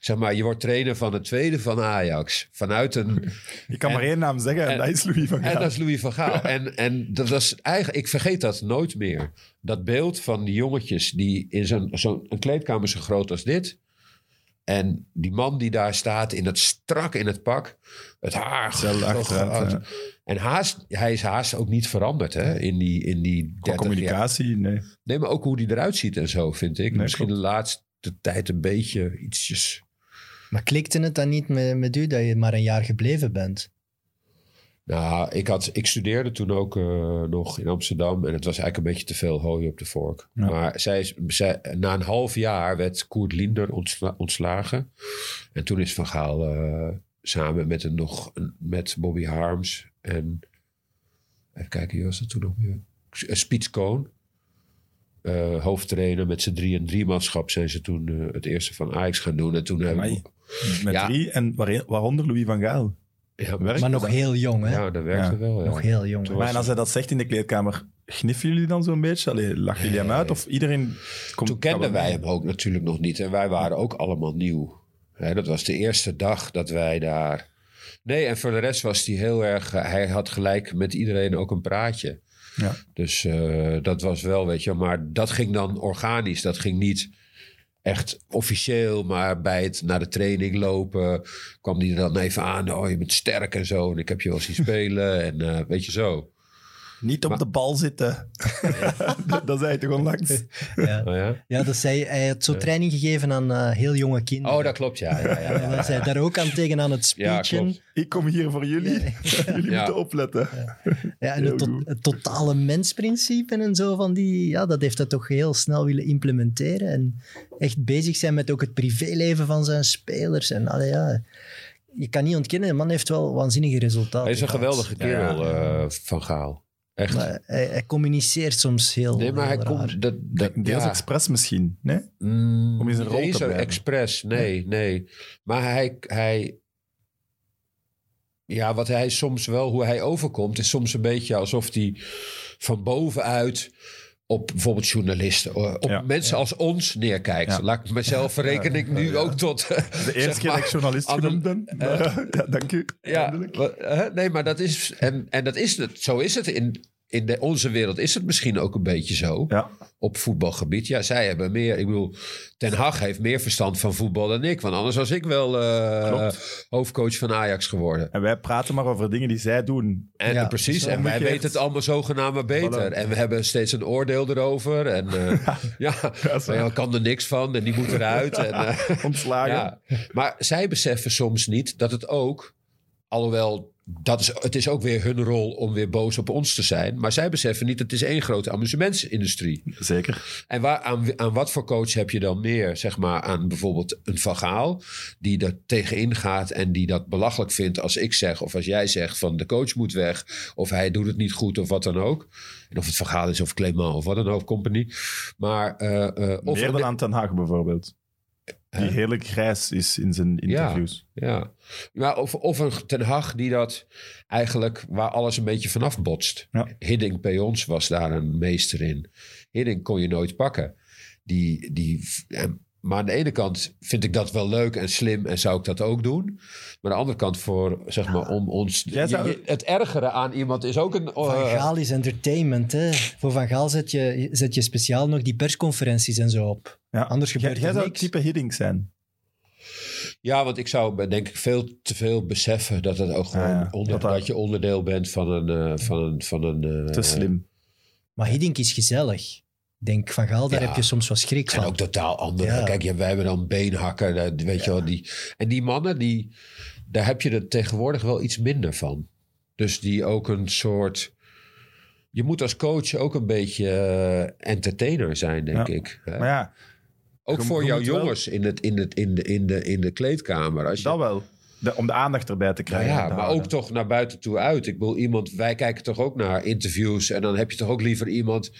Speaker 3: zeg maar, je wordt trainer van het tweede van Ajax. Vanuit een.
Speaker 1: Ik kan
Speaker 3: En-
Speaker 1: maar één naam zeggen en,
Speaker 3: en-
Speaker 1: dat is Louis van
Speaker 3: En
Speaker 1: Gaal.
Speaker 3: dat is Louis van Gaal. En, en dat was eigenlijk, ik vergeet dat nooit meer. Dat beeld van die jongetjes die in zo'n zo'n een kleedkamer zo groot als dit. En die man die daar staat in dat strak in het pak. Het haar.
Speaker 1: Zelfde
Speaker 3: zo
Speaker 1: achteruit,
Speaker 3: groot.
Speaker 1: ja.
Speaker 3: En haast, hij is haast ook niet veranderd hè? In, die, in die
Speaker 1: Qua
Speaker 3: 30 jaar.
Speaker 1: communicatie, nee.
Speaker 3: Nee, maar ook hoe die eruit ziet en zo, vind ik.
Speaker 1: Nee,
Speaker 3: Misschien
Speaker 1: klopt.
Speaker 3: de laatste tijd een beetje ietsjes.
Speaker 2: Maar klikte het dan niet met, met u dat je maar een jaar gebleven bent?
Speaker 3: Nou, ik, had, ik studeerde toen ook eh, nog in Amsterdam. En het was eigenlijk een beetje te veel hooi op de vork.
Speaker 1: Ja.
Speaker 3: Maar zij, is- zij, na een half jaar werd Koert Linder ontsla- ontslagen. En toen is Van Gaal eh, samen met, een, nog, een- met Bobby Harms en... Even kijken, wie was dat toen nog weer? Eh, Spiets Koon. eh, hoofdtrainer met z'n drie en drie manschap zijn ze toen eh, het eerste van Ajax gaan doen. En toen hebben
Speaker 1: Amai. Met
Speaker 3: Ja.
Speaker 1: drie en waar- waaronder Louis van Gaal.
Speaker 3: ja,
Speaker 1: Werkt
Speaker 2: Maar nog
Speaker 1: dat?
Speaker 2: heel jong, hè?
Speaker 3: ja, dat werkte
Speaker 1: Ja,
Speaker 3: wel. Ja.
Speaker 2: Nog heel jong.
Speaker 3: Toen
Speaker 1: Maar
Speaker 3: was-
Speaker 1: en als hij dat zegt in de kleedkamer, gniffen jullie dan zo'n beetje? Allee, lachen jullie hem uit? Of iedereen komt...
Speaker 3: Toen kenden wij hem ook natuurlijk nog niet. En wij waren ook allemaal nieuw. Hè, dat was de eerste dag dat wij daar. Nee, en voor de rest was hij heel erg. eh, Hij had gelijk met iedereen ook een praatje.
Speaker 1: Ja.
Speaker 3: Dus eh, dat was wel, weet je. wel, Maar dat ging dan organisch. Dat ging niet echt officieel, maar bij het naar de training lopen kwam hij er dan even aan. Oh, je bent sterk en zo. En ik heb je wel zien spelen. En eh, weet je zo.
Speaker 1: Niet op de bal zitten. dat dat zei hij toch onlangs?
Speaker 2: Ja.
Speaker 3: Oh, ja?
Speaker 2: Ja, dat zei, hij had zo training gegeven aan eh, heel jonge kinderen.
Speaker 3: oh dat klopt. Ja, ja, ja, ja.
Speaker 2: En hij zei daar ook aan tegen aan het
Speaker 3: Ja,
Speaker 2: speechen.
Speaker 3: klopt.
Speaker 2: Ja,
Speaker 1: Ik kom hier voor jullie. jullie
Speaker 3: Ja.
Speaker 1: moeten opletten.
Speaker 2: en
Speaker 1: Heel
Speaker 2: het, tot-
Speaker 1: goed.
Speaker 2: het totale mensprincipe en zo van die... Ja, dat heeft hij toch heel snel willen implementeren. En echt bezig zijn met ook het privéleven van zijn spelers. En allee, ja, je kan niet ontkennen, de man heeft wel waanzinnige resultaten.
Speaker 3: Hij is een
Speaker 2: gehad.
Speaker 3: geweldige
Speaker 1: Ja, ja.
Speaker 3: kerel, eh, Van Gaal. Echt.
Speaker 2: Maar hij, hij communiceert soms heel
Speaker 3: nee, maar hij
Speaker 2: heel raar.
Speaker 3: komt... Dat, dat,
Speaker 1: Deels
Speaker 3: ja.
Speaker 1: expres misschien. Nee?
Speaker 3: Mm,
Speaker 1: om in zijn
Speaker 3: niet
Speaker 1: rol
Speaker 3: eens
Speaker 1: te
Speaker 3: zo
Speaker 1: blijven.
Speaker 3: expres, nee, nee. Maar hij, hij... Ja, wat hij soms wel... Hoe hij overkomt is soms een beetje alsof hij van bovenuit... Op bijvoorbeeld journalisten, eh, op
Speaker 1: Ja.
Speaker 3: mensen als ons neerkijkt.
Speaker 1: Ja.
Speaker 3: Laat ik mezelf verreken ik nu ook tot.
Speaker 1: De eerste keer dat ik journalist
Speaker 3: ander-
Speaker 1: genoemd ben. Maar, ja, dank u.
Speaker 3: eh, Ja,
Speaker 1: Eindelijk.
Speaker 3: wa- hè? nee, maar dat is. En, en dat is het. Zo is het in, in de, onze wereld. Is het misschien ook een beetje zo.
Speaker 1: Ja.
Speaker 3: Op voetbalgebied. Ja, zij hebben meer. Ik bedoel, Ten Hag heeft meer verstand van voetbal dan ik. Want anders was ik wel eh, hoofdcoach van Ajax geworden.
Speaker 1: En wij praten maar over dingen die zij doen.
Speaker 3: En
Speaker 2: Ja,
Speaker 3: precies.
Speaker 1: zo
Speaker 3: En wij
Speaker 1: omgekeerd.
Speaker 3: weten het allemaal zogenaamd maar beter.
Speaker 1: Voilà.
Speaker 3: En we hebben steeds een oordeel erover. En eh, ja,
Speaker 1: is
Speaker 3: maar ja,
Speaker 1: waar.
Speaker 3: kan er niks van. En die moet eruit. En, eh,
Speaker 1: Ontslagen.
Speaker 3: ja. Maar zij beseffen soms niet dat het ook, alhoewel dat is, het is ook weer hun rol om weer boos op ons te zijn. Maar zij beseffen niet, het is één grote amusementsindustrie.
Speaker 1: Zeker.
Speaker 3: En waar, aan, aan wat voor coach heb je dan meer? Zeg maar aan bijvoorbeeld een Van Gaal die er tegenin gaat en die dat belachelijk vindt als ik zeg of als jij zegt van de coach moet weg of hij doet het niet goed of wat dan ook. En of het Van Gaal is of Clément of wat dan ook, company. Maar eh, eh, of
Speaker 1: Meer dan aan Ten Haag bijvoorbeeld. Die heerlijk grijs is in zijn interviews.
Speaker 3: Ja, maar of, of een Ten Hag die dat eigenlijk waar alles een beetje vanaf botst.
Speaker 1: Ja.
Speaker 3: Hiddink bij ons was daar een meester in. Hiddink kon je nooit pakken. Die, die, en- maar aan de ene kant vind ik dat wel leuk en slim en zou ik dat ook doen. Maar aan de andere kant voor, zeg maar, om ons...
Speaker 1: Jij zou-
Speaker 3: je- je- het ergere aan iemand is ook een...
Speaker 2: Van
Speaker 3: eh,
Speaker 2: Gaal is entertainment, hè. Voor Van Gaal zet je, zet je speciaal nog die persconferenties en zo op.
Speaker 1: Ja.
Speaker 2: Anders
Speaker 1: Jij-
Speaker 2: gebeurt
Speaker 1: Jij
Speaker 2: er
Speaker 1: zou
Speaker 2: niks.
Speaker 1: type Hiddink zijn.
Speaker 3: Ja, want ik zou eh, denk ik veel te veel beseffen dat het ook gewoon...
Speaker 1: Ah, ja.
Speaker 3: onder,
Speaker 1: Dat
Speaker 3: dat,
Speaker 1: dat-
Speaker 3: je onderdeel bent van een... eh, van een, van een eh,
Speaker 1: Te slim.
Speaker 2: Maar Hiddink is gezellig. Ik denk, Van Gaal, daar
Speaker 3: Ja.
Speaker 2: heb je soms wat schrik
Speaker 3: Het zijn
Speaker 2: van.
Speaker 3: ook totaal andere.
Speaker 2: Ja.
Speaker 3: Kijk, ja, wij hebben dan beenhakken, eh, weet je wel. Die, en die mannen, die, daar heb je er tegenwoordig wel iets minder van. Dus die ook een soort... Je moet als coach ook een beetje eh, entertainer zijn, denk
Speaker 1: Ja.
Speaker 3: ik. hè.
Speaker 1: Maar ja,
Speaker 3: ook
Speaker 1: je
Speaker 3: voor
Speaker 1: moet
Speaker 3: jouw
Speaker 1: wel-
Speaker 3: jongens in, het, in, het, in, de, in, de, in de kleedkamer. Als je,
Speaker 1: dat wel. De- om de aandacht erbij te
Speaker 3: nou
Speaker 1: krijgen.
Speaker 3: ja,
Speaker 1: te
Speaker 3: maar
Speaker 1: houden.
Speaker 3: ook toch naar buiten toe uit. Ik bedoel, iemand, wij kijken toch ook naar interviews. En dan heb je toch ook liever iemand
Speaker 1: Dat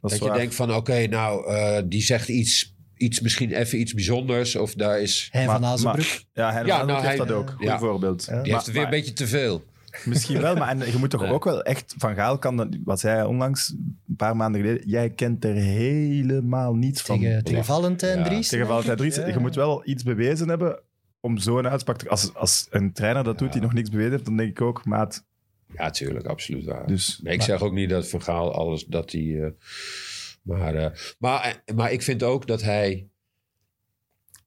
Speaker 3: dat
Speaker 1: is
Speaker 3: je
Speaker 1: waar.
Speaker 3: denkt van, oké, nou, eh, die zegt iets, iets, misschien even iets bijzonders. Of daar is...
Speaker 2: Hein
Speaker 1: Maar-
Speaker 2: van Azenbroek.
Speaker 1: Ja, hij
Speaker 3: Ja,
Speaker 1: heeft
Speaker 3: nou,
Speaker 1: heeft
Speaker 3: hij-
Speaker 1: dat ook. Goed
Speaker 3: ja.
Speaker 1: voorbeeld.
Speaker 2: Die heeft
Speaker 3: Die heeft er weer
Speaker 1: maar-
Speaker 3: een beetje te veel.
Speaker 1: Misschien wel, maar en je moet toch ook wel echt... Van Gaal kan, dat- wat zei hij onlangs, een paar maanden geleden, jij kent er helemaal niets van.
Speaker 2: tegen, tegen Valentijn
Speaker 3: Ja,
Speaker 2: Dries.
Speaker 1: Tegen Valentijn Dries, je moet wel iets bewezen hebben om zo'n uitspraak te... Als, als een trainer dat doet die nog niks bewezen heeft, dan denk ik ook, maat,
Speaker 3: Ja, tuurlijk, absoluut waar.
Speaker 1: dus...
Speaker 3: Nee, ik zeg ook niet dat Van Gaal alles dat hij. eh, maar, eh, maar, eh, maar ik vind ook dat hij.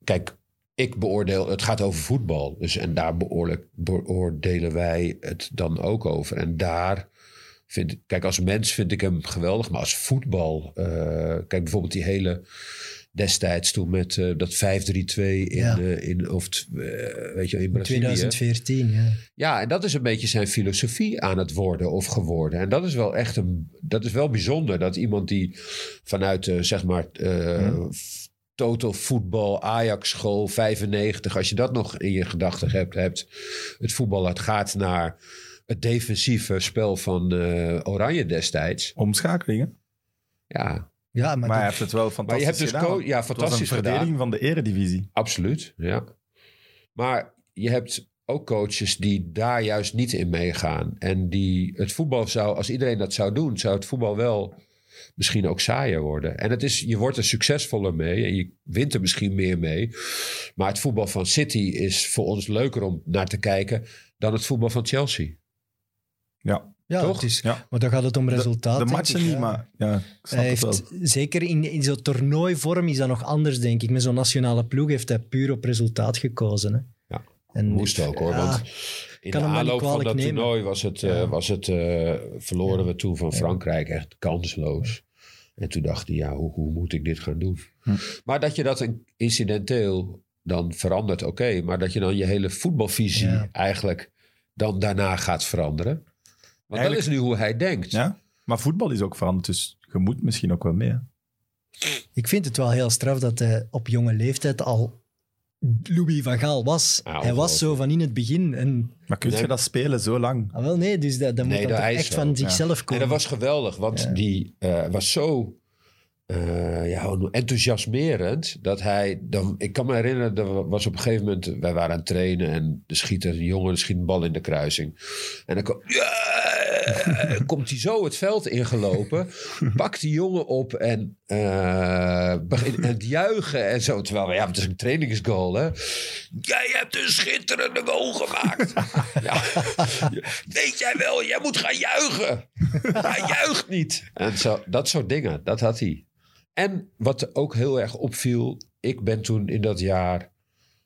Speaker 3: Kijk, ik beoordeel. Het gaat over voetbal. Dus, en daar beoorlijk- beoordelen wij het dan ook over. En daar. Vind, ik- kijk, als mens vind ik hem geweldig. Maar als voetbal. eh, kijk, bijvoorbeeld die hele. destijds toen met eh, dat 5-3-2 in,
Speaker 2: Ja.
Speaker 3: eh, in, of, t- eh, weet je, wel, in Brazilië.
Speaker 2: 2014, ja.
Speaker 3: Ja, en dat is een beetje zijn filosofie aan het worden of geworden. En dat is wel echt een, dat is wel bijzonder dat iemand die vanuit, eh, zeg maar, eh,
Speaker 1: Mhm.
Speaker 3: f- total voetbal, Ajax school, 95, als je dat nog in je gedachten hebt, hebt, het voetbal het gaat naar het defensieve spel van eh, Oranje destijds.
Speaker 1: Omschakelingen.
Speaker 3: Ja,
Speaker 2: Ja,
Speaker 1: Maar,
Speaker 2: maar,
Speaker 1: hij
Speaker 2: dat-
Speaker 1: heeft het wel fantastisch
Speaker 3: maar je hebt dus
Speaker 1: gedaan.
Speaker 3: co- ja,
Speaker 1: het was een
Speaker 3: fantastisch gedaan.
Speaker 1: verdediging van de eredivisie.
Speaker 3: Absoluut, ja. Maar je hebt ook coaches die daar juist niet in meegaan. En die het voetbal zou, als iedereen dat zou doen, zou het voetbal wel misschien ook saaier worden. En het is, je wordt er succesvoller mee en je wint er misschien meer mee. Maar het voetbal van City is voor ons leuker om naar te kijken dan het voetbal van Chelsea.
Speaker 1: Ja,
Speaker 2: ja,
Speaker 3: toch?
Speaker 2: het is,
Speaker 1: ja.
Speaker 2: maar dan gaat het om
Speaker 1: De,
Speaker 2: resultaat.
Speaker 1: de
Speaker 2: denk
Speaker 1: matchen
Speaker 2: ik,
Speaker 1: niet,
Speaker 2: ja.
Speaker 1: maar ja, ik snap
Speaker 2: Hij
Speaker 1: het wel.
Speaker 2: heeft, zeker in, in zo'n toernooivorm is dat nog anders, denk ik. Met zo'n nationale ploeg heeft hij puur op resultaat gekozen. Hè.
Speaker 3: Ja,
Speaker 2: En
Speaker 3: Moest ook hoor,
Speaker 2: ja,
Speaker 3: want in de
Speaker 2: hem maar niet
Speaker 3: aanloop van
Speaker 2: kwalijk
Speaker 3: dat
Speaker 2: nemen.
Speaker 3: toernooi was het, eh,
Speaker 2: Ja.
Speaker 3: was het, eh, verloren we toen van Frankrijk echt kansloos. En toen dacht hij, ja, hoe, hoe moet ik dit gaan doen? Maar dat je dat een- incidenteel dan verandert, oké. maar dat je dan je hele voetbalvisie
Speaker 2: Ja.
Speaker 3: eigenlijk dan daarna gaat veranderen. Want
Speaker 1: Eigenlijk-
Speaker 3: dat is nu hoe hij denkt.
Speaker 1: Ja? Maar voetbal is ook veranderd, dus je moet misschien ook wel mee. hè.
Speaker 2: Ik vind het wel heel straf dat hij op jonge leeftijd al Louis van Gaal was.
Speaker 3: Ah,
Speaker 2: hij was zo van in het begin. En,
Speaker 1: Maar kun
Speaker 3: Nee.
Speaker 1: je dat spelen zo lang?
Speaker 2: ah, wel nee, dus dat, dat
Speaker 3: Nee,
Speaker 2: moet
Speaker 3: dat
Speaker 2: dan toch
Speaker 3: hij
Speaker 2: echt
Speaker 3: zo,
Speaker 2: van
Speaker 1: ja.
Speaker 2: zichzelf
Speaker 3: En
Speaker 2: komen.
Speaker 3: dat was geweldig, want
Speaker 2: Ja.
Speaker 3: die eh, was zo eh, ja, hoe noem- enthousiasmerend dat hij. Dan, ik kan me herinneren, er was op een gegeven moment. Wij waren aan het trainen en de schieter, een jongen, schiet een bal in de kruising. En dan ko- Ja! komt hij zo het veld ingelopen, pakt die jongen op en eh, begint het juichen en zo. Terwijl, ja, het is een trainingsgoal, hè? Jij hebt een schitterende goal gemaakt. ja. Weet jij wel, jij moet gaan juichen. Hij juicht niet. En zo, dat soort dingen, dat had hij. En wat ook heel erg opviel, ik ben toen in dat jaar,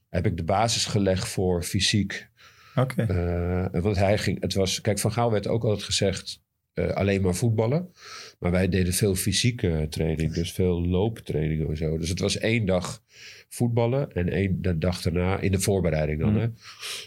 Speaker 3: heb ik de basis gelegd voor fysiek.
Speaker 1: Oké.
Speaker 3: Eh, want hij ging, het was, kijk, Van Gaal werd ook altijd gezegd, eh, alleen maar voetballen. Maar wij deden veel fysieke training, dus veel looptrainingen en zo. Dus het was één dag voetballen en één de dag daarna, in de voorbereiding dan,
Speaker 1: Mhm.
Speaker 3: hè,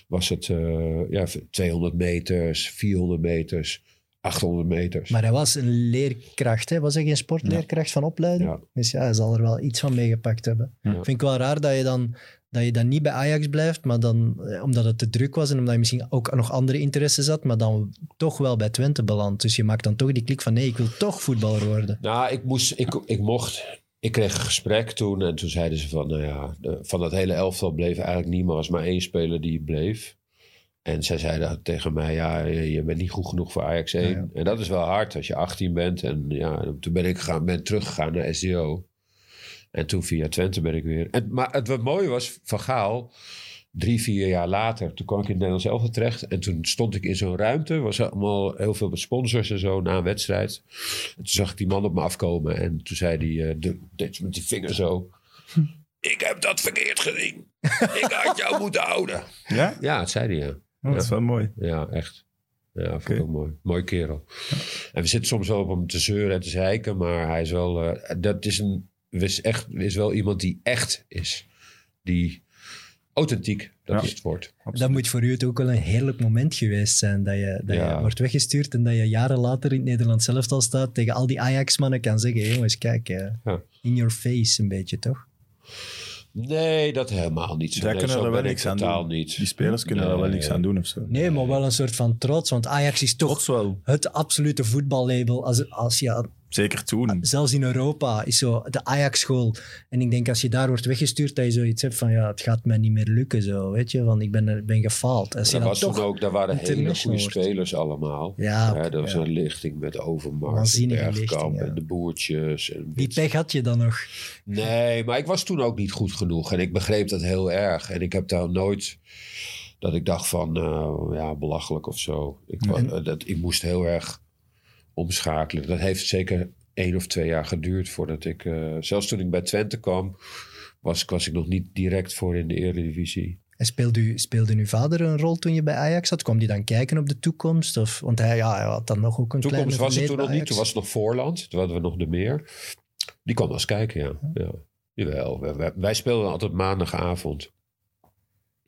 Speaker 3: was het eh, ja, 200 meters, 400 meters, 800 meters.
Speaker 2: Maar hij was een leerkracht, hè? was hij geen sportleerkracht van opleiding?
Speaker 3: Ja.
Speaker 2: Dus ja, hij zal er wel iets van meegepakt hebben.
Speaker 1: Ja.
Speaker 2: Vind ik wel raar dat je, dan, dat je dan niet bij Ajax blijft, maar dan, eh, omdat het te druk was en omdat je misschien ook nog andere interesses had, maar dan toch wel bij Twente belandt. Dus je maakt dan toch die klik van nee, ik wil toch voetballer worden.
Speaker 3: Nou, ik moest, ik, ik mocht. Ik kreeg een gesprek toen en toen zeiden ze van, nou ja, de- van dat hele elftal bleef eigenlijk niemand, was maar één speler die bleef. En zij zeiden tegen mij, ja, je je bent niet goed genoeg voor Ajax 1. En dat is wel hard als je 18 bent. En ja, toen ben ik gaan, ben teruggegaan naar SDO. En toen via Twente ben ik weer. En, maar het wat mooi was, Van Gaal, drie, vier jaar later, toen kwam ik in het Nederlands elftal terecht. En toen stond ik in zo'n ruimte, was er allemaal heel veel sponsors en zo na een wedstrijd. En toen zag ik die man op me afkomen en toen zei hij, eh, de- deed ze met die vinger zo. Ik heb dat verkeerd gezien. Ik had jou moeten houden.
Speaker 1: Ja?
Speaker 3: Ja, dat zei hij ja.
Speaker 1: Oh, dat is wel mooi.
Speaker 3: Ja, echt. Ja, vond
Speaker 1: Oké.
Speaker 3: ik ook mooi. Mooi kerel. En we zitten soms wel op hem te zeuren en te zeiken, maar hij is wel... eh, dat is, een, is, echt, is wel iemand die echt is. Die authentiek, dat
Speaker 1: Ja.
Speaker 3: is het woord.
Speaker 2: Dat moet voor u het ook wel een heerlijk moment geweest zijn, dat je, dat
Speaker 3: Ja.
Speaker 2: je wordt weggestuurd en dat je jaren later in het Nederlands zelf al staat, tegen al die Ajax-mannen kan zeggen, "Hé, jongens, kijk, eh,
Speaker 3: Ja.
Speaker 2: in your face een beetje, toch?
Speaker 3: Nee, dat helemaal niet. zo.
Speaker 1: Zij
Speaker 3: Nee,
Speaker 1: kunnen
Speaker 3: zo
Speaker 1: er wel
Speaker 3: ben ik
Speaker 1: niks aan
Speaker 3: totaal
Speaker 1: doen.
Speaker 3: Niet.
Speaker 1: Die spelers kunnen daar wel
Speaker 3: Nee.
Speaker 1: niks aan doen of zo.
Speaker 2: Nee, maar wel een soort van trots, want Ajax is toch
Speaker 1: Trots wel.
Speaker 2: het absolute voetballabel. Als, als je,
Speaker 1: Zeker toen.
Speaker 2: zelfs in Europa is zo de Ajax-school. En ik denk als je daar wordt weggestuurd, dat je zoiets hebt van ja, het gaat mij niet meer lukken. Zo, weet je, van ik ben, ben gefaald. Als je
Speaker 3: Dat
Speaker 2: dan
Speaker 3: was
Speaker 2: toch,
Speaker 3: toen ook, daar waren hele goede
Speaker 2: international wordt.
Speaker 3: spelers allemaal.
Speaker 2: Ja,
Speaker 3: dat was
Speaker 2: ja.
Speaker 3: een lichting met Overmars,
Speaker 2: Waanzinnige
Speaker 3: Bergkamp
Speaker 2: lichting, ja.
Speaker 3: en de Boertjes. En
Speaker 2: die pech had je dan nog.
Speaker 3: Nee, maar ik was toen ook niet goed genoeg. En ik begreep dat heel erg. En ik heb daar nooit dat ik dacht van, eh, ja, belachelijk of zo. Ik, wa- eh, dat, ik moest heel erg omschakelen. Dat heeft zeker één of twee jaar geduurd voordat ik... eh, zelfs toen ik bij Twente kwam, was, was ik nog niet direct voor in de Eredivisie.
Speaker 2: En speelde, u, speelde uw vader een rol toen je bij Ajax zat? Kwam die dan kijken op de toekomst? Of, want hij, ja, hij had dan nog ook een
Speaker 3: Toekomst
Speaker 2: kleine
Speaker 3: was het
Speaker 2: verleden
Speaker 3: toen nog
Speaker 2: bij
Speaker 3: niet.
Speaker 2: Ajax.
Speaker 3: Toen was het nog Voorland. Toen hadden we nog de meer. Die kwam wel eens kijken, ja. ja. Jawel, wij- wij, wij speelden altijd maandagavond.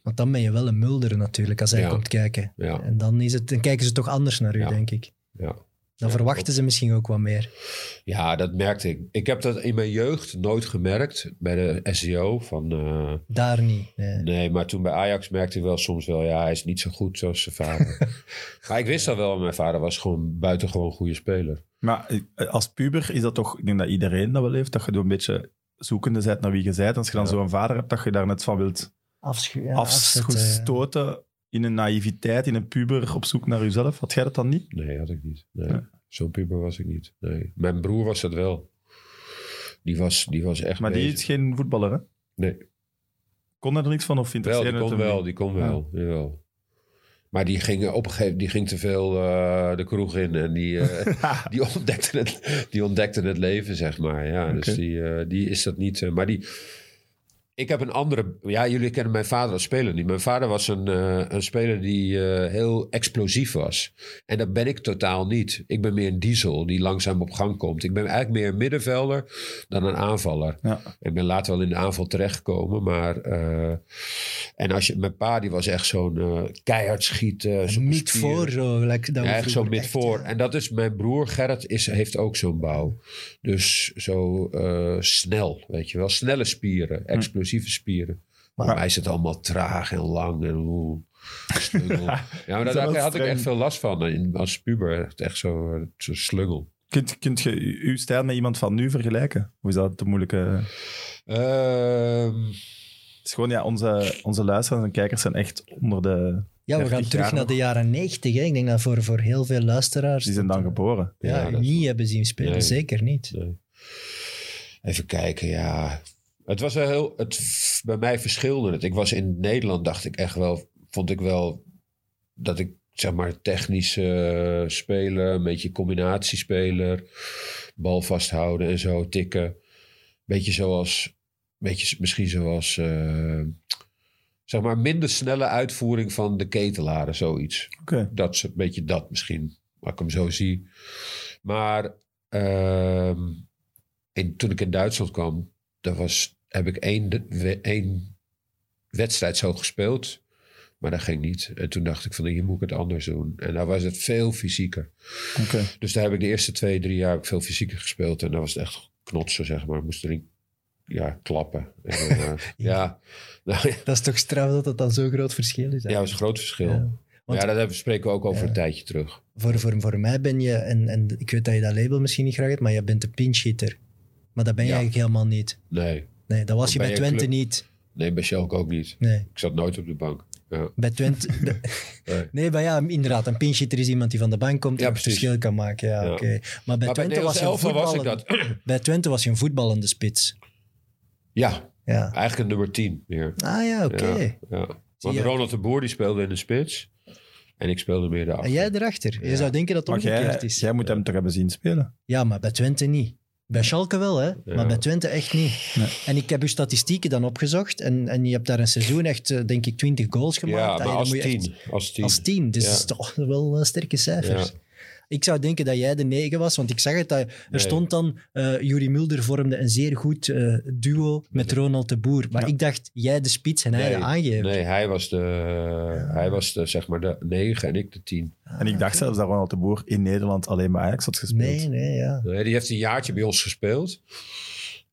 Speaker 2: Want dan ben je wel een mulder natuurlijk als hij
Speaker 3: Ja.
Speaker 2: komt kijken.
Speaker 3: Ja,
Speaker 2: En dan, is het, dan kijken ze toch anders naar u,
Speaker 3: Ja.
Speaker 2: denk ik.
Speaker 3: ja.
Speaker 2: Dan
Speaker 3: Ja,
Speaker 2: verwachten ze misschien ook wat meer.
Speaker 3: ja, dat merkte ik. Ik heb dat in mijn jeugd nooit gemerkt bij de SEO. Van, eh,
Speaker 2: Daar niet. Eh, nee.
Speaker 3: nee, maar toen bij Ajax merkte ik wel soms wel, ja, hij is niet zo goed zoals zijn vader. maar ik wist dat wel, mijn vader was gewoon buitengewoon goede speler.
Speaker 1: Maar eh, als puber is dat toch, ik denk dat iedereen dat wel heeft, dat je door een beetje zoekende bent naar wie je bent. Als je dan
Speaker 3: Ja.
Speaker 1: zo'n vader hebt, dat je daar net van wilt
Speaker 2: Afschu- ja, afzetten, ja.
Speaker 1: afstoten in een naïviteit, in een puber op zoek naar jezelf. Had jij dat dan niet?
Speaker 3: Nee, had ik niet. Nee.
Speaker 1: Ja.
Speaker 3: Zo'n puber was ik niet. Nee. Mijn broer was dat wel. Die was, die was echt
Speaker 1: Maar die
Speaker 3: bezig.
Speaker 1: is geen voetballer, hè?
Speaker 3: Nee.
Speaker 1: Kon er niks van of
Speaker 3: Wel,
Speaker 1: interesseerde
Speaker 3: die
Speaker 1: het
Speaker 3: kon
Speaker 1: hem
Speaker 3: wel,
Speaker 1: niet?
Speaker 3: die kon
Speaker 1: Ja.
Speaker 3: wel. jawel. Maar die ging op een gegeven die ging te veel eh, de kroeg in. En die, eh, die, ontdekte het, die ontdekte het leven, zeg maar. Ja,
Speaker 1: Oké.
Speaker 3: Dus die, eh, die is dat niet. eh, maar die... Ik heb een andere... Ja, jullie kennen mijn vader als speler niet. Mijn vader was een, eh, een speler die eh, heel explosief was. En dat ben ik totaal niet. Ik ben meer een diesel die langzaam op gang komt. Ik ben eigenlijk meer een middenvelder dan een aanvaller.
Speaker 1: Ja.
Speaker 3: Ik ben later wel in de aanval terechtgekomen, maar... eh, en als je... Mijn pa, die was echt zo'n eh, keihard schieten. zo'n
Speaker 2: Niet
Speaker 3: spier.
Speaker 2: voor zo. gelijk dat we
Speaker 3: Ja, echt zo
Speaker 2: vroeger
Speaker 3: mid
Speaker 2: echt, eh,
Speaker 3: voor.
Speaker 2: ja.
Speaker 3: En dat is mijn broer Gerrit, is, heeft ook zo'n bouw. Dus zo eh, snel, weet je wel. Snelle spieren, explosieve spieren. Maar
Speaker 1: Maar-
Speaker 3: mij is het allemaal traag en lang en oeh, slungel. ja, maar
Speaker 1: is
Speaker 3: daar
Speaker 1: wel
Speaker 3: had, ik
Speaker 1: streng.
Speaker 3: echt veel last van. In- Als puber, echt zo, eh, zo'n slungel.
Speaker 1: Kunt, kunt je u- uw stijl met iemand van nu vergelijken? Hoe is dat te moeilijke...
Speaker 3: Ehm,
Speaker 1: Het is gewoon, ja, onze, onze luisteraars en kijkers zijn echt onder de...
Speaker 2: Ja, we
Speaker 1: 30
Speaker 2: gaan terug
Speaker 1: jaar
Speaker 2: naar de jaren 90. Hè. Ik denk dat voor, voor heel veel luisteraars...
Speaker 1: Die zijn dan geboren.
Speaker 2: Ja,
Speaker 3: ja, dat is-
Speaker 2: niet hebben zien spelen.
Speaker 3: Nee.
Speaker 2: Zeker niet.
Speaker 3: Nee. Even kijken, ja. Het was wel heel. Het, bij mij verschilde het. Ik was in Nederland, dacht ik echt wel. Vond ik wel dat ik zeg maar technisch eh, speler, een beetje combinatiespeler, bal vasthouden en zo tikken. Beetje zoals, beetje misschien zoals, eh, zeg maar minder snelle uitvoering van de ketelaren, zoiets
Speaker 1: Oké.
Speaker 3: dat is een beetje dat misschien, als ik hem zo zie. Maar ehm, in, toen ik in Duitsland kwam, daar was, heb ik één, de- we- één wedstrijd zo gespeeld. Maar dat ging niet. En toen dacht ik van hier moet ik het anders doen. En daar was het veel fysieker.
Speaker 1: oké.
Speaker 3: Dus daar heb ik de eerste twee, drie jaar heb ik veel fysieker gespeeld. En daar was het echt knotsen, zeg maar. Ik moest erin ja, klappen. En, dan, eh, ja. Nou, ja,
Speaker 2: Dat is toch straf dat dat dan zo'n groot verschil is.
Speaker 3: dat was een groot verschil.
Speaker 2: Ja. Want-
Speaker 3: ja, dat hebben, spreken we ook over
Speaker 2: Ja.
Speaker 3: een tijdje terug.
Speaker 2: Voor, voor, voor mij ben je, en, en ik weet dat je dat label misschien niet graag hebt, maar je bent de pinch hitter. Maar dat ben je
Speaker 3: Ja.
Speaker 2: eigenlijk helemaal niet.
Speaker 3: Nee,
Speaker 2: Nee, dat was je
Speaker 3: Bij
Speaker 2: bij
Speaker 3: een
Speaker 2: Twente
Speaker 3: club.
Speaker 2: niet.
Speaker 3: nee bij Schalke ook niet.
Speaker 2: Nee,
Speaker 3: Ik zat nooit op de bank. Ja,
Speaker 2: bij Twente... bij-
Speaker 3: nee.
Speaker 2: nee, maar ja, inderdaad, een pinch hitter is iemand die van de bank komt
Speaker 3: Ja,
Speaker 2: en het
Speaker 3: precies.
Speaker 2: verschil kan maken. Ja,
Speaker 3: Ja.
Speaker 2: oké. Maar bij
Speaker 3: maar bij
Speaker 2: Twente was
Speaker 3: Nederlands
Speaker 2: je een
Speaker 3: elftal was ik
Speaker 2: voetballende-
Speaker 3: dat.
Speaker 2: Bij Twente was je een voetballende spits.
Speaker 3: ja,
Speaker 2: Ja.
Speaker 3: eigenlijk een nummer 10 meer.
Speaker 2: Ah ja, oké.
Speaker 3: Ja, ja. Want
Speaker 2: je.
Speaker 3: Ronald de Boer die speelde in de spits. En ik speelde meer daarachter.
Speaker 2: En jij erachter. Je
Speaker 3: Ja.
Speaker 2: zou denken dat het
Speaker 1: Maar jij,
Speaker 2: omgekeerd is.
Speaker 1: jij moet hem toch hebben zien spelen?
Speaker 2: Ja, maar bij Twente niet. Bij Schalke wel, hè? maar bij Twente echt niet.
Speaker 1: Nee.
Speaker 2: En ik heb uw statistieken dan opgezocht. En, en je hebt daar een seizoen echt, eh, denk ik, 20 goals gemaakt.
Speaker 3: ja,
Speaker 2: Allee,
Speaker 3: maar
Speaker 2: dan
Speaker 3: als
Speaker 2: moet je echt-
Speaker 3: 10. Als 10.
Speaker 2: Als tien, dus
Speaker 3: Ja.
Speaker 2: dat is toch wel eh, sterke cijfers.
Speaker 3: Ja.
Speaker 2: Ik zou denken dat jij de negen was, want ik zag het. Dat, er
Speaker 3: Nee.
Speaker 2: stond dan, eh Juri Mulder vormde een zeer goed eh, duo met Ronald de Boer. Maar
Speaker 1: Ja.
Speaker 2: ik dacht, jij de spits en hij de aangever.
Speaker 3: Nee, hij was de, hij was de, zeg maar de 9 en ik de 10.
Speaker 1: En ik dacht zelfs dat Ronald de Boer in Nederland alleen maar Ajax had gespeeld.
Speaker 2: nee, nee, ja.
Speaker 3: Nee, die heeft een jaartje bij ons gespeeld.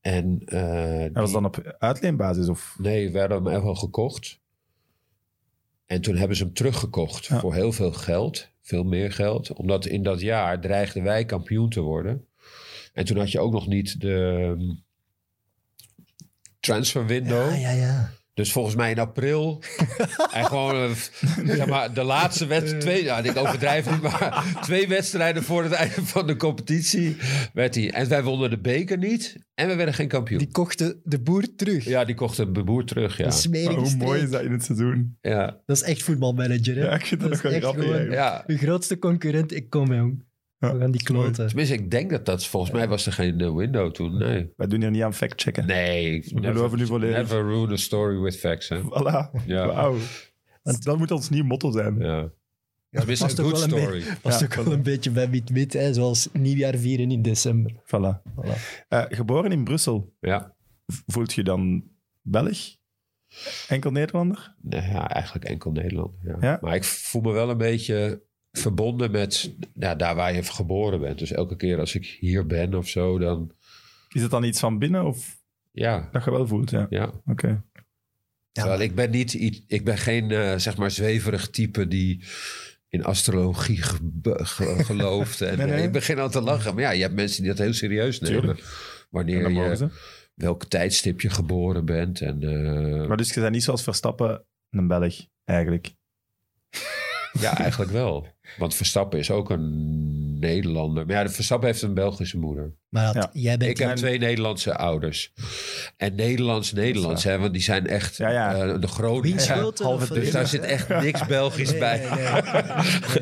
Speaker 3: En eh,
Speaker 1: Hij was
Speaker 3: die-
Speaker 1: dan op uitleenbasis of...
Speaker 3: Nee, we hadden hem echt wel gekocht. En toen hebben ze hem teruggekocht
Speaker 1: Ja.
Speaker 3: voor heel veel geld. Veel meer geld. Omdat in dat jaar dreigden wij kampioen te worden. En toen had je ook nog niet de ehm, transfer window.
Speaker 2: Ah, ja, ja.
Speaker 3: Dus volgens mij in april. en gewoon eh, zeg maar, de laatste wedstrijd. Twee, nou, ik overdrijf niet, maar twee wedstrijden voor het einde van de competitie werd hij. En wij wonnen de beker niet. En we werden geen kampioen.
Speaker 2: Die kochten de boer terug.
Speaker 3: Ja, die kocht een boer terug. Ja.
Speaker 2: Een smerige
Speaker 1: Maar hoe
Speaker 2: streek.
Speaker 1: mooi is dat in het seizoen?
Speaker 3: ja.
Speaker 2: Dat is echt voetbalmanager, hè?
Speaker 1: Ja, ik vind dat,
Speaker 2: Dat
Speaker 1: nog
Speaker 2: is
Speaker 1: wel
Speaker 2: echt
Speaker 1: grappig.
Speaker 2: gewoon-
Speaker 1: eigenlijk.
Speaker 3: Ja,
Speaker 2: Uw grootste concurrent, ik kom, jong.
Speaker 1: Ja,
Speaker 2: We gaan die
Speaker 1: mooi.
Speaker 2: kloten.
Speaker 3: tenminste, ik denk dat dat... Volgens mij was er geen eh, window toen, nee.
Speaker 1: Wij doen hier niet aan fact-checken.
Speaker 3: Nee, ik-
Speaker 1: We geloven nu volledig.
Speaker 3: Never ruin a story with facts, hè.
Speaker 1: Voilà.
Speaker 3: Ja.
Speaker 1: Wauw. Dat moet ons nieuw motto zijn.
Speaker 3: Ja. Tenminste,
Speaker 2: past
Speaker 3: een
Speaker 2: ook
Speaker 3: good
Speaker 2: wel een
Speaker 3: story.
Speaker 2: Past
Speaker 1: Ja,
Speaker 2: ook wel een beetje bij Wit Wit, hè? zoals nieuwjaar vieren in december.
Speaker 1: Voilà.
Speaker 2: Voilà.
Speaker 1: Eh, geboren in Brussel.
Speaker 3: Ja,
Speaker 1: voelt je dan Belg? Enkel Nederlander?
Speaker 3: Nee, ja, eigenlijk enkel Nederland. Ja.
Speaker 1: Ja?
Speaker 3: Maar ik voel me wel een beetje verbonden met ja, daar waar je geboren bent. Dus elke keer als ik hier ben of zo, dan
Speaker 1: Is het dan iets van binnen of
Speaker 3: ja.
Speaker 1: dat je wel voelt? Ja, oké.
Speaker 3: ja. Terwijl ik ben niet, i- ik ben geen eh, zeg maar zweverig type die in astrologie ge- be- ge- gelooft. En, eh,
Speaker 1: Nee, nee.
Speaker 3: Ik begin al te lachen. Maar ja, je hebt mensen die dat heel serieus nemen.
Speaker 1: En
Speaker 3: Wanneer
Speaker 1: dan mogen
Speaker 3: je,
Speaker 1: ze.
Speaker 3: welk tijdstip je geboren bent. En, eh,
Speaker 1: Maar dus je bent niet zoals Verstappen een Belg, eigenlijk.
Speaker 3: Ja, eigenlijk wel. Want Verstappen is ook een Nederlander. Maar ja, de Verstappen heeft een Belgische moeder.
Speaker 2: Maar had-
Speaker 1: Ja.
Speaker 2: jij bent
Speaker 3: Ik heb
Speaker 1: en-
Speaker 3: twee Nederlandse ouders. En Nederlands-Nederlands, hè, want die zijn echt
Speaker 1: Ja, ja.
Speaker 3: eh, de Groningen.
Speaker 2: Wiens
Speaker 1: Ja,
Speaker 2: grote
Speaker 1: halve
Speaker 2: of-
Speaker 1: dus
Speaker 3: Dus daar zit echt niks Belgisch
Speaker 2: Nee,
Speaker 3: bij.
Speaker 2: nee,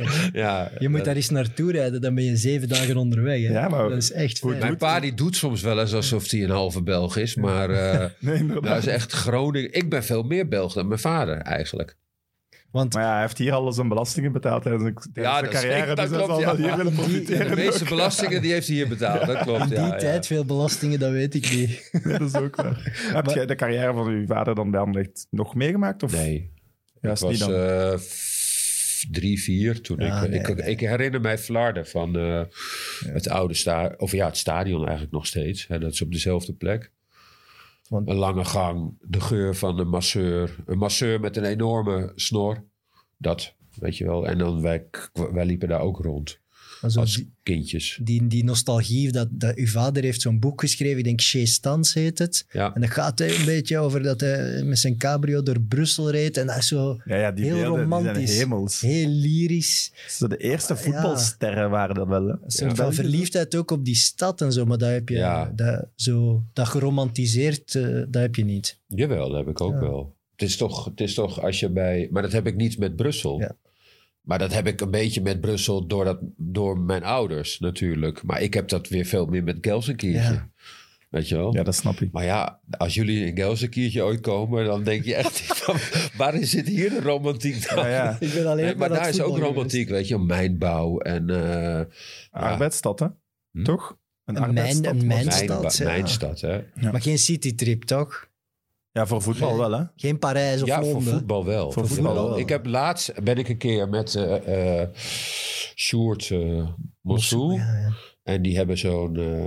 Speaker 2: nee. Nee.
Speaker 3: Ja,
Speaker 2: Je moet
Speaker 3: dat-
Speaker 2: daar eens naartoe rijden, dan ben je zeven dagen onderweg. Hè.
Speaker 1: Ja, maar-
Speaker 2: dat is echt
Speaker 1: Goed,
Speaker 2: fijn.
Speaker 1: maar-
Speaker 3: Mijn pa die doet soms wel eens alsof hij een halve Belg is. Maar eh
Speaker 1: Nee, inderdaad.
Speaker 3: nou is echt Groningen. Ik ben veel meer Belg dan mijn vader eigenlijk.
Speaker 2: Want
Speaker 1: Maar ja, hij heeft hier al zijn belastingen betaald tijdens zijn tijdens
Speaker 3: Ja,
Speaker 1: zijn
Speaker 3: dat is-
Speaker 1: carrière.
Speaker 3: dat
Speaker 1: Dus hij
Speaker 3: klopt,
Speaker 1: zal
Speaker 3: ja.
Speaker 1: wel hier willen
Speaker 3: De
Speaker 1: profiteren.
Speaker 3: meeste belastingen die heeft hij hier betaald. Dat klopt.
Speaker 2: in die
Speaker 3: ja, ja.
Speaker 2: tijd veel belastingen, dat weet ik niet.
Speaker 1: Nee, dat is ook waar. Heb jij de carrière van uw vader dan bij Anderlecht nog meegemaakt? Of?
Speaker 3: Nee,
Speaker 1: Juist
Speaker 3: ik was
Speaker 1: niet dan.
Speaker 3: eh, f- drie, vier toen
Speaker 2: Ja,
Speaker 3: ik,
Speaker 2: nee,
Speaker 3: ik, ik herinner mij Vlaarden van eh, het oude stadion, of ja, het stadion eigenlijk nog steeds. Hè, dat is op dezelfde plek.
Speaker 2: Want-
Speaker 3: Een lange gang, de geur van de masseur. Een masseur met een enorme snor. Dat, weet je wel. En dan wij, k- wij liepen daar ook rond
Speaker 2: Maar zo
Speaker 3: als
Speaker 2: die,
Speaker 3: kindjes.
Speaker 2: die, die nostalgie, dat, dat uw vader heeft zo'n boek geschreven, ik denk Chez Stans heet het.
Speaker 3: Ja,
Speaker 2: En dat gaat eh, een beetje over dat hij met zijn cabrio door Brussel reed. En dat is zo
Speaker 1: Ja, ja, die
Speaker 2: Heel
Speaker 1: beelden Die
Speaker 2: romantisch.
Speaker 1: zijn hemels.
Speaker 2: heel lyrisch.
Speaker 1: Zo de eerste
Speaker 2: ja.
Speaker 1: voetbalsterren waren dat wel. hè?
Speaker 2: Een soort
Speaker 1: Ja.
Speaker 2: van verliefdheid ook op die stad en zo. Maar dat heb je,
Speaker 3: Ja.
Speaker 2: dat, zo, dat geromantiseerd, eh, dat heb je niet.
Speaker 3: jawel, dat heb ik ook
Speaker 2: Ja.
Speaker 3: wel. Het is, toch, het is toch als je bij... Maar dat heb ik niet met Brussel.
Speaker 2: Ja.
Speaker 3: Maar dat heb ik een beetje met Brussel door, dat, door mijn ouders natuurlijk. Maar ik heb dat weer veel meer met Gelsenkirchen.
Speaker 2: Ja.
Speaker 3: Weet je wel?
Speaker 1: Ja, dat snap ik.
Speaker 3: Maar ja, als jullie in Gelsenkirchen ooit komen, dan denk je echt van... Waar zit hier de romantiek dan?
Speaker 1: Nou Ja, ja.
Speaker 2: Ik ben alleen
Speaker 3: Nee, maar
Speaker 2: naar
Speaker 3: daar
Speaker 2: het
Speaker 3: is ook
Speaker 2: voetbal
Speaker 3: romantiek, weet je. Mijnbouw en... eh,
Speaker 1: Arbeidsstad, hè?
Speaker 3: Hm?
Speaker 1: Toch? Een,
Speaker 2: Een
Speaker 1: arbeidsstad.
Speaker 2: mijn- een
Speaker 1: was het.
Speaker 2: mijn-
Speaker 3: Mijnba-
Speaker 2: ja.
Speaker 3: Mijnstad, hè.
Speaker 2: Maar geen citytrip, toch?
Speaker 1: Ja, voor voetbal wel, hè?
Speaker 2: Geen Parijs of
Speaker 3: Ja, voor
Speaker 2: Londen.
Speaker 3: voetbal wel.
Speaker 1: Voor voetbal wel.
Speaker 3: Ik heb laatst ben ik een keer met eh eh Sjoerd eh Monsou.
Speaker 2: Ja, ja.
Speaker 3: En die hebben zo'n. eh,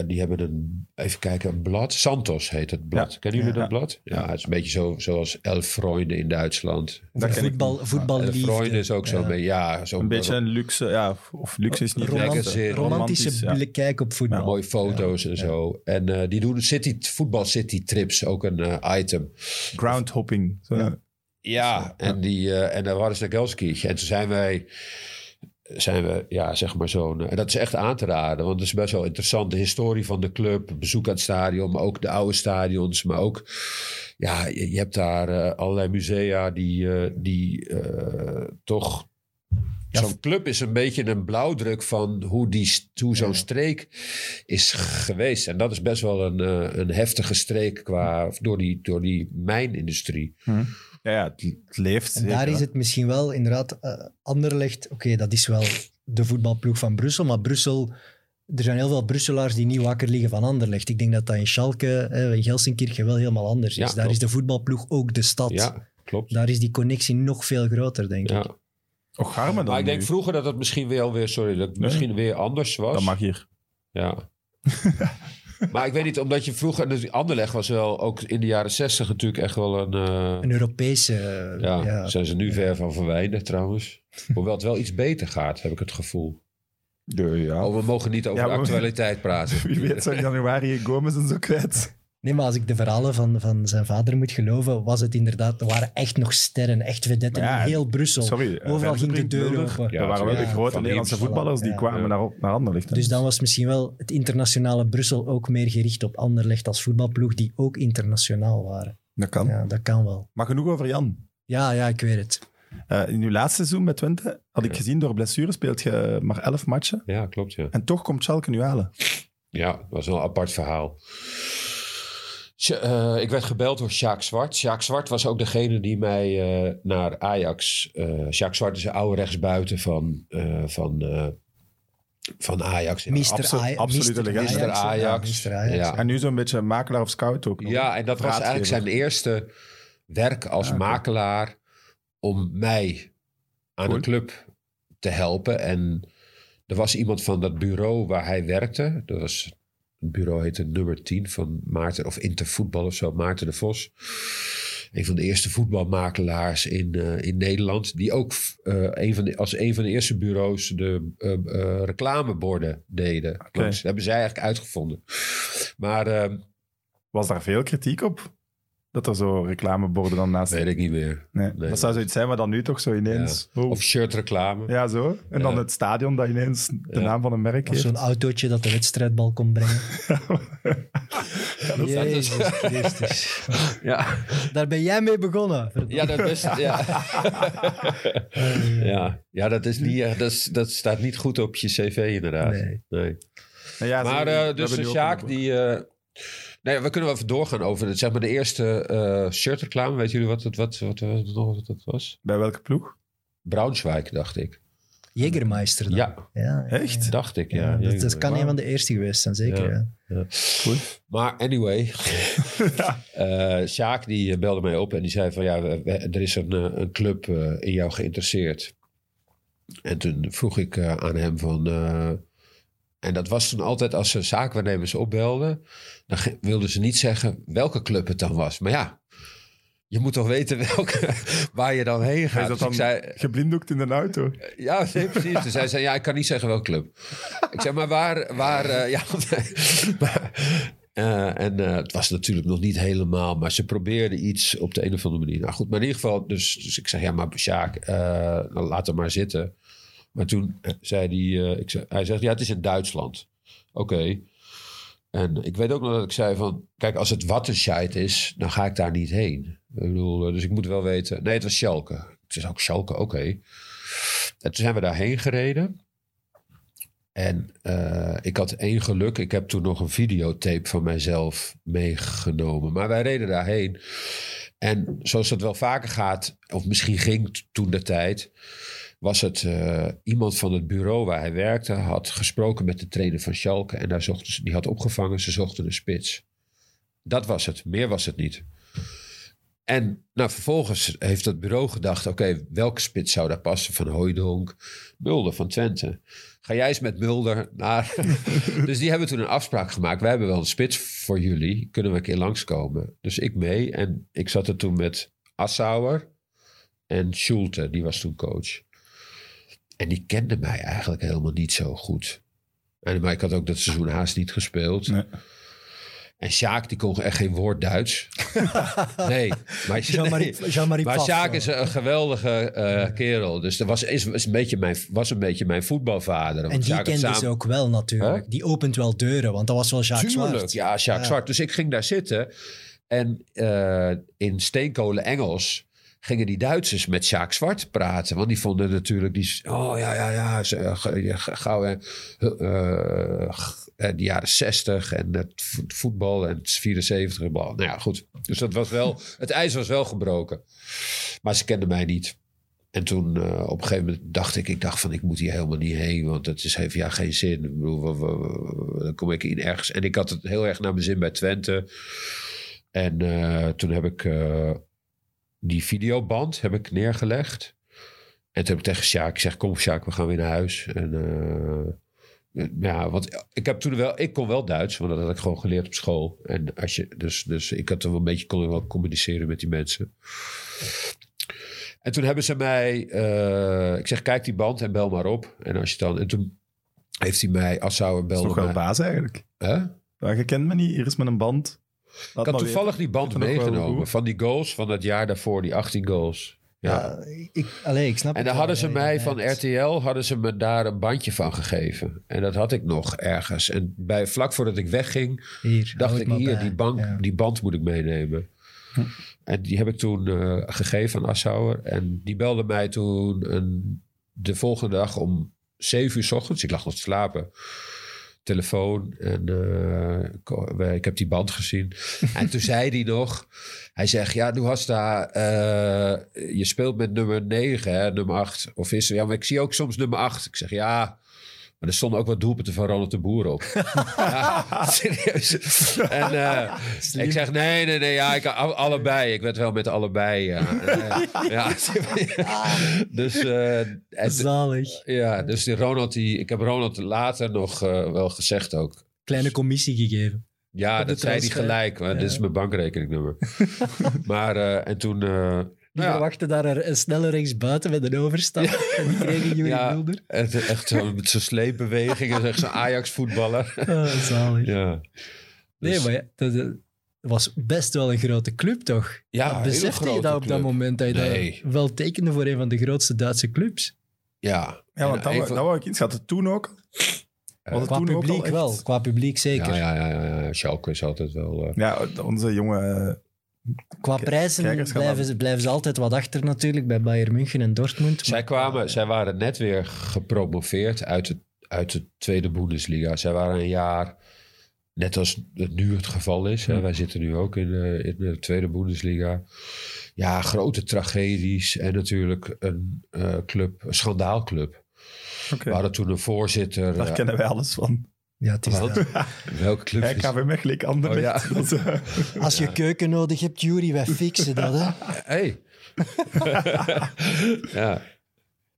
Speaker 3: en die hebben een. Even kijken, een blad. Santos heet het blad.
Speaker 1: Ja.
Speaker 3: Kennen jullie
Speaker 1: Ja.
Speaker 3: dat blad? Ja, het is een beetje zo, zoals Elf Freunde in Duitsland.
Speaker 1: Dat ken ik
Speaker 2: Voetbal,
Speaker 3: Elf
Speaker 2: voetballiefde.
Speaker 3: Freunde is ook zo'n. be- Ja, zo'n
Speaker 1: Een beetje een luxe, ja, of luxe is niet
Speaker 2: Romant-
Speaker 1: lekker.
Speaker 3: Magazine.
Speaker 2: romantische
Speaker 1: ja.
Speaker 2: blik kijk op voetbal.
Speaker 3: Mooie foto's en zo. En eh, die doen city, voetbal city trips, ook een eh, item.
Speaker 1: Groundhopping. Zo, ja.
Speaker 3: Ja, en, die, eh, en daar waren ze naar Gelsenkirchen. En toen zijn wij, zijn we, ja, zeg maar zo'n... eh, En dat is echt aan te raden, want het is best wel interessant. De historie van de club, bezoek aan het stadion, maar ook de oude stadions. Maar ook, ja, je, je hebt daar eh, allerlei musea die, eh, die eh, toch... Zo'n club is een beetje een blauwdruk van hoe, die, st- hoe zo'n streek is g- geweest. En dat is best wel een, eh, een heftige streek qua, door, die, door die mijnindustrie.
Speaker 1: Ja, ja, het, het leeft.
Speaker 2: En daar
Speaker 1: zeker.
Speaker 2: is het misschien wel inderdaad eh Anderlecht. Oké, dat is wel de voetbalploeg van Brussel. Maar Brussel, er zijn heel veel Brusselaars die niet wakker liggen van Anderlecht. Ik denk dat dat in Schalke, eh, in Gelsenkirchen wel helemaal anders
Speaker 3: Ja,
Speaker 2: is. Daar
Speaker 3: klopt.
Speaker 2: is de voetbalploeg ook de stad.
Speaker 3: Ja, klopt.
Speaker 2: Daar is die connectie nog veel groter, denk ik.
Speaker 3: Ja.
Speaker 1: Och, garme dan
Speaker 3: Maar ik denk
Speaker 1: nu.
Speaker 3: vroeger dat het misschien wel weer, sorry, dat het misschien weer anders was.
Speaker 1: Dat mag hier.
Speaker 3: Ja. maar ik weet niet, omdat je vroeger, dus Anderleg was wel ook in de jaren zestig natuurlijk echt wel een. eh,
Speaker 2: Een Europese... eh,
Speaker 3: ja,
Speaker 2: ja.
Speaker 3: zijn ze nu ver van verwijderd trouwens. Hoewel het wel iets beter gaat, heb ik het gevoel.
Speaker 1: ja.
Speaker 3: Oh, we mogen niet over
Speaker 1: Ja,
Speaker 3: de
Speaker 1: maar-
Speaker 3: actualiteit praten.
Speaker 1: Wie weet zijn januari Gomez en zo kwijt.
Speaker 2: Nee, maar als ik de verhalen van, van zijn vader moet geloven, was het inderdaad... Er waren echt nog sterren, echt vedetten
Speaker 1: Maar ja,
Speaker 2: in heel Brussel.
Speaker 1: Sorry. eh,
Speaker 2: Overal ging de
Speaker 1: Vendebrink,
Speaker 2: deur
Speaker 1: Mulder.
Speaker 2: open.
Speaker 3: Ja,
Speaker 1: dat waren wel
Speaker 3: sorry.
Speaker 1: de grote
Speaker 3: Van
Speaker 1: Nederlandse
Speaker 2: Liems.
Speaker 1: voetballers die
Speaker 2: Ja.
Speaker 1: kwamen
Speaker 3: Ja.
Speaker 1: naar, op- naar Anderlecht. hè.
Speaker 2: Dus dan was misschien wel het internationale Brussel ook meer gericht op Anderlecht als voetbalploeg die ook internationaal waren.
Speaker 1: Dat kan.
Speaker 2: Ja, dat kan wel.
Speaker 1: Maar genoeg over Jan.
Speaker 2: Ja, ja, ik weet het.
Speaker 1: Eh, in uw laatste seizoen met Twente had ik
Speaker 3: Ja.
Speaker 1: gezien, door blessure speelt je maar elf matchen.
Speaker 3: Ja, klopt ja.
Speaker 1: En toch komt Schalke nu halen.
Speaker 3: Ja, dat was wel een apart verhaal. Sja- eh, ik werd gebeld door Sjaak Zwart. Sjaak Zwart was ook degene die mij eh, naar Ajax... eh Sjaak Zwart is een oude rechtsbuiten van, eh, van eh, van Ajax. Ja,
Speaker 2: Mister
Speaker 1: absolu-
Speaker 2: Aj-
Speaker 1: absolute
Speaker 2: Mister
Speaker 1: legende.
Speaker 3: Mister
Speaker 2: ja,
Speaker 3: Ajax.
Speaker 2: Mister Ajax.
Speaker 3: Ja.
Speaker 1: En nu zo'n beetje makelaar of scout ook. nog.
Speaker 3: Ja, en dat was
Speaker 1: Raadgever.
Speaker 3: eigenlijk zijn eerste werk als makelaar om mij aan
Speaker 1: Cool.
Speaker 3: de club te helpen. En er was iemand van dat bureau waar hij werkte. Dat was, het bureau heette nummer 10 van Maarten, of Intervoetbal of zo, Maarten de Vos. Een van de eerste voetbalmakelaars in, eh, in Nederland. Die ook eh, een van de, als een van de eerste bureaus de eh, eh, reclameborden deden. Dat hebben zij eigenlijk uitgevonden. Maar eh,
Speaker 1: Was daar veel kritiek op? Dat er zo reclameborden dan naast...
Speaker 3: weet ik niet meer.
Speaker 1: Nee.
Speaker 3: nee.
Speaker 1: Dat zou zoiets zijn, maar dan nu toch zo ineens... oh.
Speaker 3: Of shirtreclame.
Speaker 1: Ja, zo. En dan
Speaker 3: Ja.
Speaker 1: het stadion dat ineens de
Speaker 3: Ja.
Speaker 1: naam van een merk
Speaker 2: Of
Speaker 1: heeft.
Speaker 2: zo'n autootje dat de wedstrijdbal kon brengen. Jezus Christus.
Speaker 3: Ja,
Speaker 2: Daar ben jij mee begonnen.
Speaker 3: ja dat is... Ja. ja. ja, dat is niet... eh, Dat, is- dat staat niet goed op je cv inderdaad.
Speaker 2: Nee.
Speaker 3: Nee.
Speaker 1: Nou ja,
Speaker 3: Maar
Speaker 1: ze-
Speaker 3: eh,
Speaker 1: we
Speaker 3: dus
Speaker 1: hebben nu ook
Speaker 3: Sjaak
Speaker 1: een-
Speaker 3: die... eh, nee, we kunnen wel even doorgaan over het, zeg maar de eerste eh shirtreclame. Weet jullie wat dat wat, wat, wat, wat dat was?
Speaker 1: Bij welke ploeg?
Speaker 3: Braunschweig, dacht ik.
Speaker 2: Jägermeister dan.
Speaker 3: Ja,
Speaker 2: ja.
Speaker 1: Echt?
Speaker 3: dacht ik. Ja,
Speaker 2: Ja, dat, dat kan
Speaker 3: Wauw.
Speaker 2: een van de eerste geweest zijn, zeker.
Speaker 3: Ja.
Speaker 2: ja.
Speaker 3: Maar anyway, eh Sjaak die eh, belde mij op en die zei van ja, we- we- er is een, eh, een club eh, in jou geïnteresseerd. En toen vroeg ik eh, aan hem van, eh, en dat was toen altijd als ze zaakwaarnemers opbelden, dan ge- wilden ze niet zeggen welke club het dan was. Maar ja, je moet toch weten welke, waar je dan heen
Speaker 1: Hij
Speaker 3: gaat.
Speaker 1: is dat
Speaker 3: Dus ik
Speaker 1: dan
Speaker 3: zei,
Speaker 1: geblinddoekt in de auto.
Speaker 3: ja, nee, precies. Dus hij zei, ja, ik kan niet zeggen welke club. Ik zeg, maar waar... waar eh, ja, maar, eh, en eh, het was natuurlijk nog niet helemaal... maar ze probeerden iets op de een of andere manier. Nou goed, maar in ieder geval... Dus, dus ik zeg, ja, maar Sjaak, eh, nou, laat hem maar zitten. Maar toen eh, zei hij... eh, ik zei, hij zegt, ja, het is in Duitsland. Oké. En ik weet ook nog dat ik zei van... Kijk, als het Wattenscheid is, dan ga ik daar niet heen. Ik bedoel, eh, dus ik moet wel weten... Nee, het was Schalke. Ik zei, ook Schalke, oké. En toen zijn we daarheen gereden. En eh, ik had één geluk. Ik heb toen nog een videotape van mijzelf meegenomen. Maar wij reden daarheen. En zoals dat wel vaker gaat, of misschien ging t- toen de tijd, was het eh, iemand van het bureau waar hij werkte, had gesproken met de trainer van Schalke. En daar zochten ze, die had opgevangen, ze zochten een spits. Dat was het, meer was het niet. En nou, vervolgens heeft dat bureau gedacht: oké, welke spits zou daar passen? Van Hooijdonk, Mulder van Twente. Ga jij eens met Mulder naar. dus die hebben toen een afspraak gemaakt. Wij hebben wel een spits voor jullie. Kunnen we een keer langskomen? Dus ik mee. En ik zat er toen met Assauer en Schulte, die was toen coach. En die kende mij eigenlijk helemaal niet zo goed. En, maar ik had ook dat seizoen haast niet gespeeld.
Speaker 1: Nee.
Speaker 3: En Sjaak, die kon echt geen woord Duits. nee, maar,
Speaker 2: Jean-Marie,
Speaker 3: nee.
Speaker 2: Jean-Marie
Speaker 3: Maar
Speaker 2: Pfaff,
Speaker 3: Sjaak
Speaker 2: ja.
Speaker 3: is een geweldige eh, kerel. Dus dat was, is, is een beetje mijn, was een beetje mijn voetbalvader.
Speaker 2: En
Speaker 3: Want
Speaker 2: die
Speaker 3: Sjaak had
Speaker 2: kende ze
Speaker 3: samen-
Speaker 2: ook wel natuurlijk.
Speaker 3: Hè?
Speaker 2: Die opent wel deuren, want dat was wel Jacques
Speaker 3: Tuurlijk,
Speaker 2: Zwart.
Speaker 3: ja, Sjaak
Speaker 2: Ja.
Speaker 3: Zwart. Dus ik ging daar zitten. En eh, in steenkolen Engels gingen die Duitsers met Sjaak Zwart praten. Want die vonden natuurlijk... Die, oh ja, ja, ja. ze- eh, ge- ja, ge- Gauw en... en eh, de jaren 60 en het vo- voetbal en het 74 en bal. Nou ja, goed. Dus dat was wel... Het ijs was wel gebroken. Maar ze kenden mij niet. En toen eh, op een gegeven moment dacht ik, ik dacht van ik moet hier helemaal niet heen, want dat is, heeft ja geen zin. Ik bedoel, wa- wa- wa- dan kom ik in ergens. En ik had het heel erg naar mijn zin bij Twente. En eh, toen heb ik eh, die videoband heb ik neergelegd. En toen heb ik tegen Sjaak gezegd, kom Sjaak, we gaan weer naar huis. En eh, ja, want ik heb toen wel, ik kon wel Duits, want dat had ik gewoon geleerd op school. En als je, dus, dus ik had er wel een beetje, kon wel communiceren met die mensen. En toen hebben ze mij, eh, ik zeg, kijk die band en bel maar op. En als je dan, en toen heeft hij mij, Assauer
Speaker 1: Dat is
Speaker 3: belde
Speaker 1: toch wel
Speaker 3: mij.
Speaker 1: baas eigenlijk.
Speaker 3: Hè?
Speaker 1: Ja, je kent me niet, hier is met een band. Laat
Speaker 3: Ik had
Speaker 1: maar
Speaker 3: toevallig die band
Speaker 1: Dat vind ik wel
Speaker 3: meegenomen
Speaker 1: goed.
Speaker 3: van die goals van dat jaar daarvoor, die 18 goals. Ja.
Speaker 2: Ja, ik, allee, ik snap
Speaker 3: En
Speaker 2: het
Speaker 3: dan
Speaker 2: wel,
Speaker 3: hadden ze
Speaker 2: ja,
Speaker 3: mij
Speaker 2: inderdaad.
Speaker 3: van RTL, hadden ze me daar een bandje van gegeven. En dat had ik nog ergens. En bij, vlak voordat ik wegging,
Speaker 2: Hier,
Speaker 3: dacht
Speaker 2: hou het
Speaker 3: ik
Speaker 2: maar
Speaker 3: hier,
Speaker 2: bij.
Speaker 3: die, bank,
Speaker 2: Ja.
Speaker 3: die band moet ik meenemen. En die heb ik toen eh, gegeven aan Assauer. En die belde mij toen een, de volgende dag om 7 uur 's ochtends. Ik lag nog te slapen. Telefoon. En eh, ko- wij- ik heb die band gezien. en toen zei hij nog. Hij zegt, ja, nu was daar... eh, je speelt met nummer 9, hè, nummer 8. Of is er... Ja, maar ik zie ook soms nummer 8. Ik zeg, ja... maar er stonden ook wat doelpunten van Ronald de Boer op. ja, serieus. En eh, ik zeg, nee, nee, nee, ja, ik, a- allebei. Ik werd wel met allebei. Ja. Eh, ja. dus, eh, het-
Speaker 2: Zalig.
Speaker 3: ja, dus die Ronald, die, ik heb Ronald later nog eh, wel gezegd ook.
Speaker 2: Kleine commissie gegeven.
Speaker 3: Ja,
Speaker 2: Op de
Speaker 3: dat zei hij
Speaker 2: transfer.
Speaker 3: gelijk. maar Dit is mijn bankrekeningnummer. maar, eh, en toen... eh,
Speaker 2: Die
Speaker 3: nou ja,
Speaker 2: verwachten daar een, een snelle rechtsbuiten met een overstap. En die kregen jullie
Speaker 3: Ja.
Speaker 2: Mulder.
Speaker 3: het- echt zo met zijn sleepbeweging en zo'n Ajax-voetballer.
Speaker 2: Ah, zalig.
Speaker 3: ja.
Speaker 2: Nee,
Speaker 3: Dus-
Speaker 2: maar ja, dat eh, was best wel een grote club, toch?
Speaker 3: Ja, een hele
Speaker 2: Besefte je
Speaker 3: grote
Speaker 2: dat op dat
Speaker 3: club.
Speaker 2: moment dat je
Speaker 3: Nee.
Speaker 2: dat wel tekende voor een van de grootste Duitse clubs?
Speaker 3: Ja.
Speaker 1: Ja, want
Speaker 3: En
Speaker 1: dat, wou-
Speaker 3: even-
Speaker 1: dat wou ik iets. Had het toen ook? Was het
Speaker 2: Qua
Speaker 1: toen ook al
Speaker 2: publiek
Speaker 1: echt-
Speaker 2: wel, qua publiek zeker.
Speaker 3: Ja, ja, ja, ja, ja. Schalke is altijd wel... eh,
Speaker 1: Ja, onze jonge... eh,
Speaker 2: Qua prijzen
Speaker 1: kijkers gaan
Speaker 2: blijven
Speaker 1: dan-
Speaker 2: ze, blijven ze altijd wat achter natuurlijk bij Bayern München en Dortmund.
Speaker 3: Zij kwamen, zij waren net weer gepromoveerd uit de, uit de tweede Bundesliga. Zij waren een jaar, net als het nu het geval is. Hè, wij zitten nu ook in, eh, in de tweede Bundesliga. Ja, grote tragedies en natuurlijk een eh, club, een schandaalclub.
Speaker 1: oké,
Speaker 3: We hadden toen een voorzitter.
Speaker 1: Daar
Speaker 3: eh,
Speaker 1: kennen wij alles van.
Speaker 2: Ja, het is
Speaker 3: wat?
Speaker 2: dat.
Speaker 3: welke club?
Speaker 1: Hij
Speaker 3: is-
Speaker 1: KV Mechelen, Anderlecht.
Speaker 3: Oh, ja.
Speaker 1: Dat is, eh,
Speaker 2: Als je keuken nodig hebt, Jury, wij fixen dat. Hè?
Speaker 3: Hey. ja,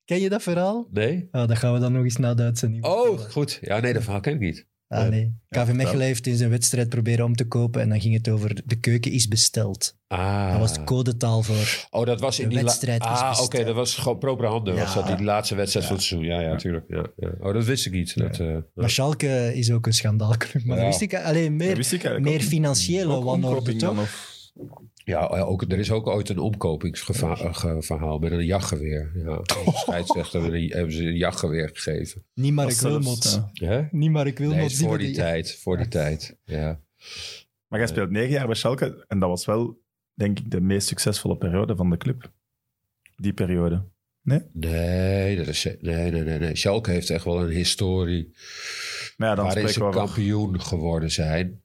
Speaker 2: Ken je dat verhaal?
Speaker 3: nee.
Speaker 2: Ah, dat gaan we dan nog eens na de uitzending.
Speaker 3: Oh, goed. Ja, nee, dat verhaal ken ik niet.
Speaker 2: Ah, nee. KV Mechelen heeft in zijn wedstrijd proberen om te kopen en dan ging het over de keuken is besteld.
Speaker 3: Ah.
Speaker 2: Daar was de codetaal voor.
Speaker 3: Oh, dat was in
Speaker 2: De
Speaker 3: die la-
Speaker 2: wedstrijd is
Speaker 3: Ah, oké,
Speaker 2: besteld.
Speaker 3: dat was gewoon propere handen. Was
Speaker 2: Ja.
Speaker 3: dat die laatste wedstrijd van het seizoen? Ja, ja, natuurlijk. Ja, ja. Oh, dat wist ik niet. Dat, eh,
Speaker 2: Maar Schalke is ook een schandaalclub. Maar
Speaker 3: Ja.
Speaker 2: dat wist ik alleen
Speaker 1: dat
Speaker 2: meer,
Speaker 1: wist ik eigenlijk
Speaker 2: meer
Speaker 1: ook.
Speaker 2: financiële
Speaker 1: Ook
Speaker 2: wanorde,
Speaker 1: omkoping dan,
Speaker 2: toch?
Speaker 1: of-
Speaker 3: ja, ja, ook, er is ook ooit een omkopingsverhaal met een jachtgeweer. Ja, de scheidsrechter hebben een- hebben ze een jachtgeweer gegeven.
Speaker 2: Niet
Speaker 1: dat
Speaker 2: Mark
Speaker 1: zelfs,
Speaker 2: Wilmot.
Speaker 1: eh,
Speaker 3: Hè?
Speaker 2: Niet Mark Wilmot.
Speaker 3: Nee, het is
Speaker 2: die
Speaker 3: voor
Speaker 2: met
Speaker 3: die
Speaker 2: die-
Speaker 3: tijd. Voor die tijd, ja.
Speaker 1: Maar
Speaker 2: Eh.
Speaker 1: jij speelt negen jaar bij Schalke en dat was wel, denk ik, de meest succesvolle periode van de club. Die periode.
Speaker 3: Nee, dat is, nee, nee, nee, nee. Schalke heeft echt wel een historie.
Speaker 1: Maar ja, dan
Speaker 3: waarin
Speaker 1: spreken
Speaker 3: ze
Speaker 1: we wel.
Speaker 3: kampioen geworden zijn.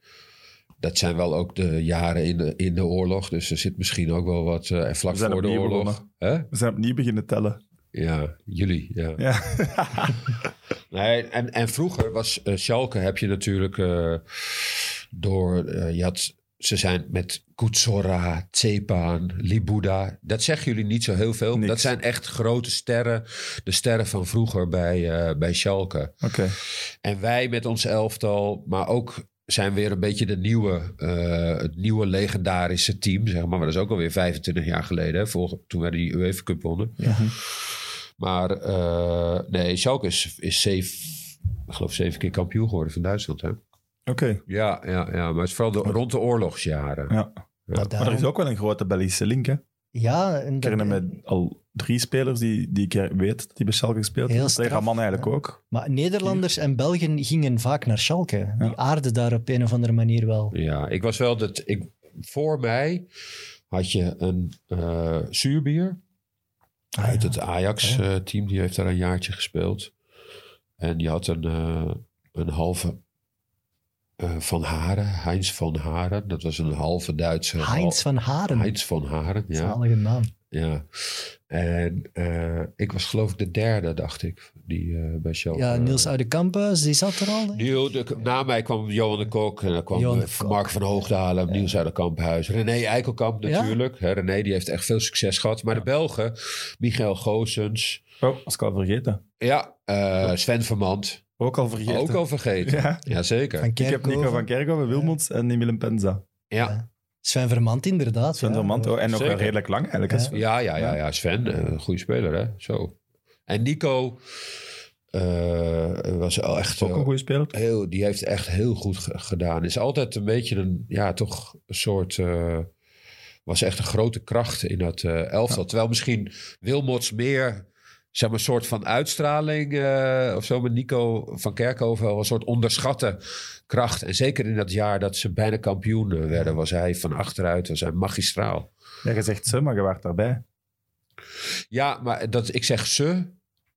Speaker 3: Dat zijn wel ook de jaren in de, in de oorlog. Dus er zit misschien ook wel wat... eh, en vlak
Speaker 1: We zijn
Speaker 3: voor de
Speaker 1: opnieuw
Speaker 3: oorlog.
Speaker 1: begonnen.
Speaker 3: Hè?
Speaker 1: We zijn opnieuw beginnen tellen.
Speaker 3: Ja, jullie, ja.
Speaker 1: Ja.
Speaker 3: Nee, en, en vroeger was eh, Schalke, heb je natuurlijk eh, door, eh, je had, ze zijn met Kutsora, Tsepan, Libuda. Dat zeggen jullie niet zo heel veel.
Speaker 1: Niks.
Speaker 3: Dat zijn echt grote sterren, de sterren van vroeger bij, eh, bij Schalke.
Speaker 1: Oké.
Speaker 3: En wij met ons elftal, maar ook zijn weer een beetje de nieuwe, eh, het nieuwe legendarische team, zeg maar. Maar dat is ook alweer 25 jaar geleden, hè, voor, toen wij die UEFA Cup wonnen. Maar eh, nee, Schalke is, is zeven, ik geloof zeven keer kampioen geworden van Duitsland. Hè?
Speaker 1: Oké.
Speaker 3: Ja, ja, ja, maar het is vooral de, rond de oorlogsjaren.
Speaker 1: Ja.
Speaker 2: Maar
Speaker 1: Maar er
Speaker 2: daarom-
Speaker 1: is ook wel een grote Belgische link, hè?
Speaker 2: Ja, en
Speaker 1: Ik
Speaker 2: dat-
Speaker 1: herinner me al drie spelers die, die ik weet dat die bij Schalke gespeeld
Speaker 2: Heel
Speaker 1: hebben. Tegen
Speaker 2: straf,
Speaker 1: Raman eigenlijk
Speaker 2: ja.
Speaker 1: ook.
Speaker 2: maar Nederlanders en Belgen gingen vaak naar Schalke. Die aarden daar op een of andere manier wel.
Speaker 3: Ja, ik was wel dat. Ik, voor mij had je een eh, zuurbier
Speaker 2: Ah,
Speaker 3: uit het
Speaker 2: Oh
Speaker 3: Ajax-team. die heeft daar een jaartje gespeeld. En die had een, eh, een halve eh, Van Haren, Heinz van Haren. Dat was een halve Duitse.
Speaker 2: Heinz van Haren.
Speaker 3: Heinz van Haren, ja.
Speaker 2: Zalige naam.
Speaker 3: ja. En eh, ik was geloof ik de derde, dacht ik, die eh, bij Schalke.
Speaker 2: Ja, Niels Oudekampen, die zat er al. denk ik.
Speaker 3: Niel, de- na mij kwam Johan de Kok. En dan kwam
Speaker 2: Johan de
Speaker 3: eh,
Speaker 2: Kok.
Speaker 3: Mark van Hoogdalen, Niels uit de Kamphuis. René Eikelkamp
Speaker 2: Ja?
Speaker 3: natuurlijk. Hè, René die heeft echt veel succes gehad. Maar de Belgen, Michael Goosens.
Speaker 1: Oh, was ik al vergeten.
Speaker 3: Ja, eh, Sven Vermand.
Speaker 1: Ook al vergeten.
Speaker 3: Ook al vergeten.
Speaker 1: Ja.
Speaker 3: Jazeker.
Speaker 2: Van
Speaker 1: Ik heb Nico
Speaker 2: Kerkhoven.
Speaker 1: van Kerkhoven, Wilmots en Emilien Penza.
Speaker 3: ja.
Speaker 2: Sven Vermand, inderdaad.
Speaker 1: Sven
Speaker 2: ja.
Speaker 1: van Manto. En nog wel
Speaker 3: Zeker.
Speaker 1: redelijk lang eigenlijk. hè,
Speaker 2: Ja.
Speaker 1: Sven.
Speaker 3: ja, ja, ja, ja. Sven, eh, een goede speler hè. Zo. En Nico eh, was al echt...
Speaker 1: Ook
Speaker 3: eh,
Speaker 1: een goede speler.
Speaker 3: heel, die heeft echt heel goed ge- gedaan. Is altijd een beetje een, ja, toch een soort. eh, was echt een grote kracht in dat eh, elftal. Terwijl misschien Wilmots meer. Zeg maar een soort van uitstraling eh, of zo. Maar Nico van Kerkhoven wel een soort onderschatte kracht. En zeker in dat jaar dat ze bijna kampioen eh, werden, was hij van achteruit, was hij magistraal.
Speaker 1: Ja, je zegt ze, maar je waart daarbij.
Speaker 3: Ja, maar dat, ik zeg ze.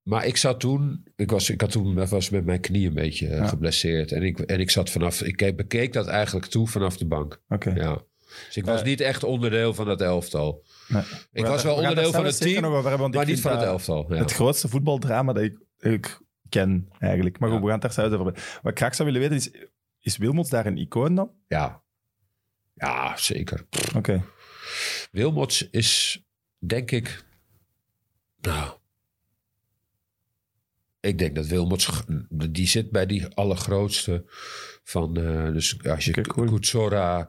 Speaker 3: Maar ik zat toen, ik was, ik had toen, was met mijn knie een beetje eh,
Speaker 1: Ja.
Speaker 3: geblesseerd. En ik, en ik zat vanaf, ik bekeek dat eigenlijk toe vanaf de bank.
Speaker 1: Oké.
Speaker 3: Ja. Dus ik was
Speaker 1: Eh.
Speaker 3: niet echt onderdeel van dat elftal.
Speaker 1: Nee.
Speaker 3: Ik was wel onderdeel van het team,
Speaker 1: maar eh,
Speaker 3: maar niet van het elftal. Ja.
Speaker 1: Het grootste voetbaldrama dat ik, ik ken, eigenlijk. Maar goed,
Speaker 3: Ja.
Speaker 1: we gaan het daar zelfs over hebben. Wat ik graag zou willen weten is, is Wilmots daar een icoon dan?
Speaker 3: Ja. Ja, zeker.
Speaker 1: Oké.
Speaker 3: Wilmots is, denk ik. Nou. Ik denk dat Wilmots. g- Die zit bij die allergrootste. Van. eh, dus als je.
Speaker 1: Oké,
Speaker 3: Kutsora,
Speaker 1: cool.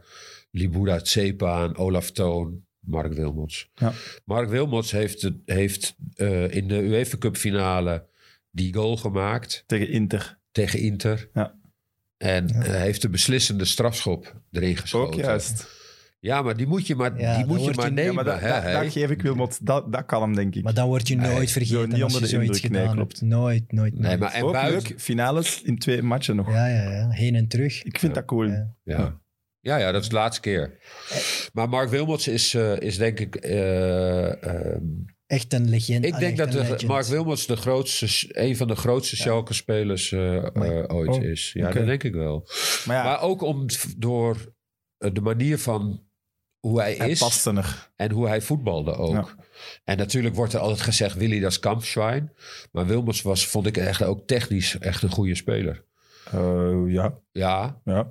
Speaker 3: Libura Tsepaan, Olaf Toon. Mark Wilmots.
Speaker 1: Ja.
Speaker 3: Mark Wilmots heeft, het- heeft eh, in de UEFA Cup finale die goal gemaakt
Speaker 1: Tegen Inter.
Speaker 3: tegen Inter.
Speaker 1: Ja.
Speaker 3: En eh, heeft de beslissende strafschop erin geschoten.
Speaker 1: Ook juist.
Speaker 3: Ja, maar die moet je maar,
Speaker 2: Ja,
Speaker 3: die
Speaker 2: dan
Speaker 3: moet je
Speaker 2: word je-
Speaker 3: maar nemen.
Speaker 1: ja, maar dat,
Speaker 3: hè,
Speaker 1: dat-
Speaker 3: hè?
Speaker 1: dat geef ik Wilmots. Dat, dat kan hem, denk ik.
Speaker 2: Maar dan word je nooit
Speaker 3: Nee,
Speaker 1: zo
Speaker 2: vergeten
Speaker 1: niet
Speaker 2: als
Speaker 1: onder
Speaker 2: je
Speaker 1: de
Speaker 2: zoiets
Speaker 1: indruk, nee,
Speaker 2: gedaan
Speaker 1: klopt.
Speaker 2: hebt. Nooit, nooit.
Speaker 3: Nee,
Speaker 2: nooit.
Speaker 3: maar en
Speaker 1: Ook
Speaker 3: buik.
Speaker 1: leuk, finales in twee matchen nog.
Speaker 2: Ja, ja, ja. Heen en terug.
Speaker 1: Ik vind
Speaker 3: Ja.
Speaker 1: dat cool.
Speaker 2: Ja.
Speaker 3: Ja. ja, ja, dat is de laatste keer. Maar Mark Wilmots is, eh, is denk ik. eh, ehm,
Speaker 2: Echt een legende.
Speaker 3: ik denk dat de- Mark Wilmots de grootste, een van de grootste Schalke-spelers eh, eh, ooit
Speaker 1: Oh,
Speaker 3: is. Ja,
Speaker 1: oké.
Speaker 3: dat denk ik wel.
Speaker 1: Maar ja,
Speaker 3: Maar ook om, door eh, de manier van hoe hij,
Speaker 1: hij
Speaker 3: is.
Speaker 1: paste er.
Speaker 3: En hoe hij voetbalde ook. En natuurlijk wordt er altijd gezegd, Willy dat is kampschwein. Maar Wilmots was, vond ik echt ook technisch echt een goede speler.
Speaker 1: Eh, ja,
Speaker 3: Ja,
Speaker 1: ja.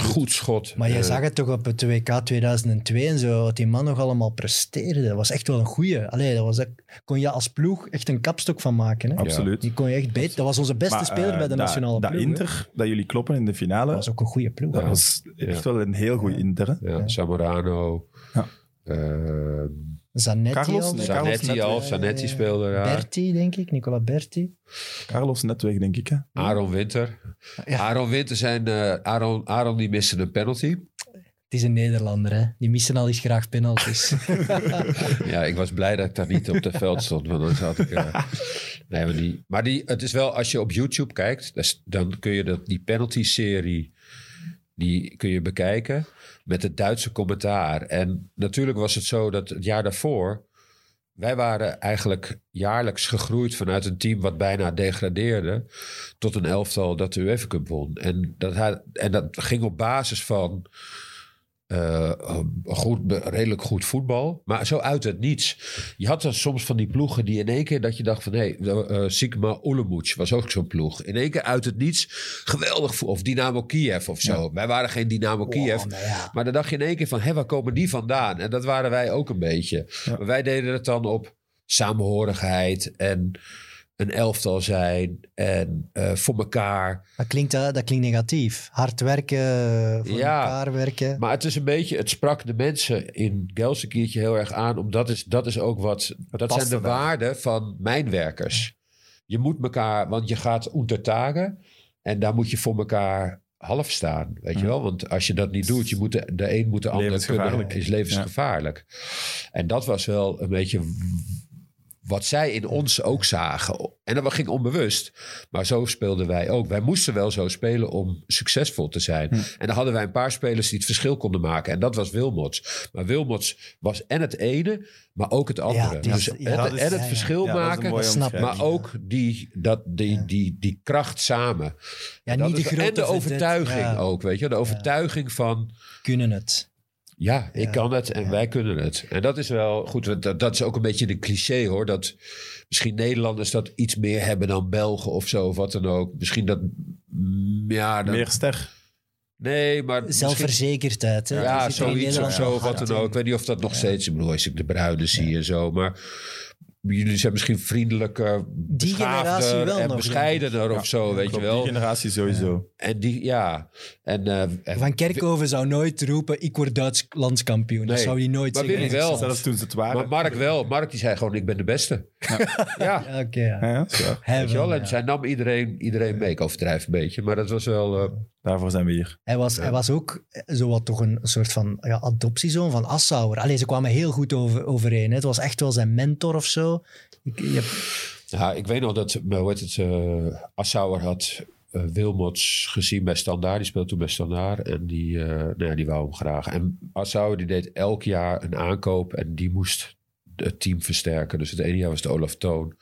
Speaker 3: goed schot.
Speaker 2: Maar jij
Speaker 3: Eh,
Speaker 2: zag het toch op het WK 2002 en zo, wat die man nog allemaal presteerde. Dat was echt wel een goeie. Allee, dat was, dat kon je als ploeg echt een kapstok van maken. Hè?
Speaker 1: absoluut.
Speaker 2: Die kon je echt beter. Dat was onze beste
Speaker 1: Maar,
Speaker 2: speler
Speaker 1: eh,
Speaker 2: bij de
Speaker 1: dat-
Speaker 2: nationale
Speaker 1: dat,
Speaker 2: ploeg. hè.
Speaker 1: Inter, dat jullie kloppen in de finale,
Speaker 2: Dat was ook een goede ploeg.
Speaker 1: dat
Speaker 3: Ja.
Speaker 1: was echt wel een heel goed Inter. hè.
Speaker 3: Ja, Zamorano.
Speaker 1: Ja.
Speaker 3: eh,
Speaker 2: Zanetti
Speaker 1: Carlos,
Speaker 2: al. eh,
Speaker 1: nee. Carlos
Speaker 3: Zanetti
Speaker 1: net
Speaker 3: al.
Speaker 1: weer.
Speaker 3: Zanetti speelde daar.
Speaker 2: Berti, denk ik. Nicola Berti.
Speaker 1: Carlos Netweg, denk ik. Hè?
Speaker 3: Aaron Winter. Aaron Winter zijn... eh, Aaron, Aaron die miste een penalty.
Speaker 2: Het is een Nederlander, hè. Die missen al eens graag penalties.
Speaker 3: Ja, ik was blij dat ik daar niet op het veld stond. Want dan zat ik... eh, nee, maar die, maar die, het is wel... Als je op YouTube kijkt, dus dan kun je dat, die penalty-serie... Die kun je bekijken met het Duitse commentaar. En natuurlijk was het zo dat het jaar daarvoor... Wij waren eigenlijk jaarlijks gegroeid vanuit een team wat bijna degradeerde. tot een elftal dat de UEFA Cup won. En dat, had- en dat ging op basis van. eh, goed, be- redelijk goed voetbal, maar zo uit het niets. Je had dan soms van die ploegen die in één keer dat je dacht van hé, hey, eh, Sigma Olemuc was ook zo'n ploeg. In één keer uit het niets, geweldig voetbal. Of Dynamo Kiev of zo. Wij waren geen Dynamo Kiev,
Speaker 2: Wow, nou ja.
Speaker 3: maar dan dacht je in één keer van, hé, waar komen die vandaan? En dat waren wij ook een beetje. Maar wij deden het dan op samenhorigheid en een elftal zijn en eh, voor elkaar.
Speaker 2: Dat klinkt, eh, dat klinkt negatief. Hard werken, voor
Speaker 3: Ja.
Speaker 2: elkaar werken.
Speaker 3: Maar het is een beetje, het sprak de mensen in Gelsenkirchen heel erg aan, omdat is, dat is ook wat, dat
Speaker 1: paste
Speaker 3: zijn de
Speaker 1: daar.
Speaker 3: waarden van mijnwerkers. Je moet elkaar, want je gaat ondertagen en daar moet je voor elkaar half staan, weet je wel? Want als je dat niet doet, je moet de, de een moet de ander kunnen,
Speaker 1: Levensgevaarlijk.
Speaker 3: is levensgevaarlijk. En dat was wel een beetje wat zij in ons ook zagen. En dat ging onbewust. Maar zo speelden wij ook. Wij moesten wel zo spelen om succesvol te zijn.
Speaker 2: Hm.
Speaker 3: En dan hadden wij een paar spelers die het verschil konden maken. En dat was Wilmots. Maar Wilmots was en het ene, maar ook het andere.
Speaker 2: die-
Speaker 3: dus
Speaker 2: ja,
Speaker 3: en,
Speaker 2: dat
Speaker 3: en
Speaker 2: is-
Speaker 3: het
Speaker 2: ja, ja.
Speaker 3: verschil
Speaker 1: Ja, dat is een
Speaker 3: maken.
Speaker 1: mooie
Speaker 2: snap ik.
Speaker 1: omschrijving.
Speaker 3: maar ook die, dat, die, die, die, kracht samen.
Speaker 2: Ja,
Speaker 3: Dat
Speaker 2: niet de
Speaker 3: is-
Speaker 2: grote
Speaker 3: en de
Speaker 2: vedette.
Speaker 3: overtuiging
Speaker 2: Ja.
Speaker 3: ook, weet je. De overtuiging van...
Speaker 2: Kunnen het.
Speaker 3: Ja, ik
Speaker 2: Ja.
Speaker 3: kan het en wij kunnen het. En dat is wel goed. want Dat, dat is ook een beetje een cliché hoor. Dat misschien Nederlanders dat iets meer hebben dan Belgen of zo, of wat dan ook. Misschien dat. mm, Ja, dat-
Speaker 1: Meer ster.
Speaker 3: Nee, maar. misschien-
Speaker 2: Zelfverzekerdheid. Hè?
Speaker 3: ja,
Speaker 2: Dat zit er in
Speaker 3: zoiets of
Speaker 2: Nederland
Speaker 3: zo,
Speaker 2: wel
Speaker 3: of wat
Speaker 2: hard
Speaker 3: dan
Speaker 2: in.
Speaker 3: ook. Ik weet niet of dat nog steeds... Ik bedoel, als ik de bruiden zie en zo, maar... Jullie zijn misschien vriendelijker,
Speaker 2: generatie
Speaker 3: beschaafder
Speaker 2: wel
Speaker 3: en
Speaker 2: nog,
Speaker 3: bescheidener of zo, weet je
Speaker 1: Klopt,
Speaker 3: wel.
Speaker 1: Die generatie sowieso.
Speaker 3: En die, ja. En, eh, en-
Speaker 2: Van Kerkhoven zou nooit roepen, ik word Duits landskampioen. Dat
Speaker 3: Nee.
Speaker 2: zou hij nooit
Speaker 3: Maar
Speaker 2: zeggen.
Speaker 3: Willy wel.
Speaker 1: Zelfs toen ze het
Speaker 3: maar
Speaker 1: waren.
Speaker 3: Mark wel. Mark die zei gewoon, ik ben de beste. ja.
Speaker 2: Ja, Oké, ja.
Speaker 1: Ja, dat is waar.
Speaker 2: Hij
Speaker 3: Weet je
Speaker 2: wel,
Speaker 3: wel? En
Speaker 2: ja.
Speaker 3: zij nam iedereen, iedereen mee. Ik overdrijf een beetje, maar dat was wel... eh,
Speaker 1: Daarvoor zijn we hier.
Speaker 2: Hij was, hij was ook eh, zowat toch een soort van ja, adoptiezoon van Assauer. Alleen ze kwamen heel goed over, overeen. Hè. Het was echt wel zijn mentor of zo. Ik, je hebt-
Speaker 3: ja, ik weet nog dat, eh, hoe heet het, eh, Assauer had eh, Wilmots gezien bij Standaard. Die speelde toen bij Standaard en die, eh nou ja, die wou hem graag. En Assauer die deed elk jaar een aankoop en die moest het team versterken. Dus het ene jaar was het Olaf Toon.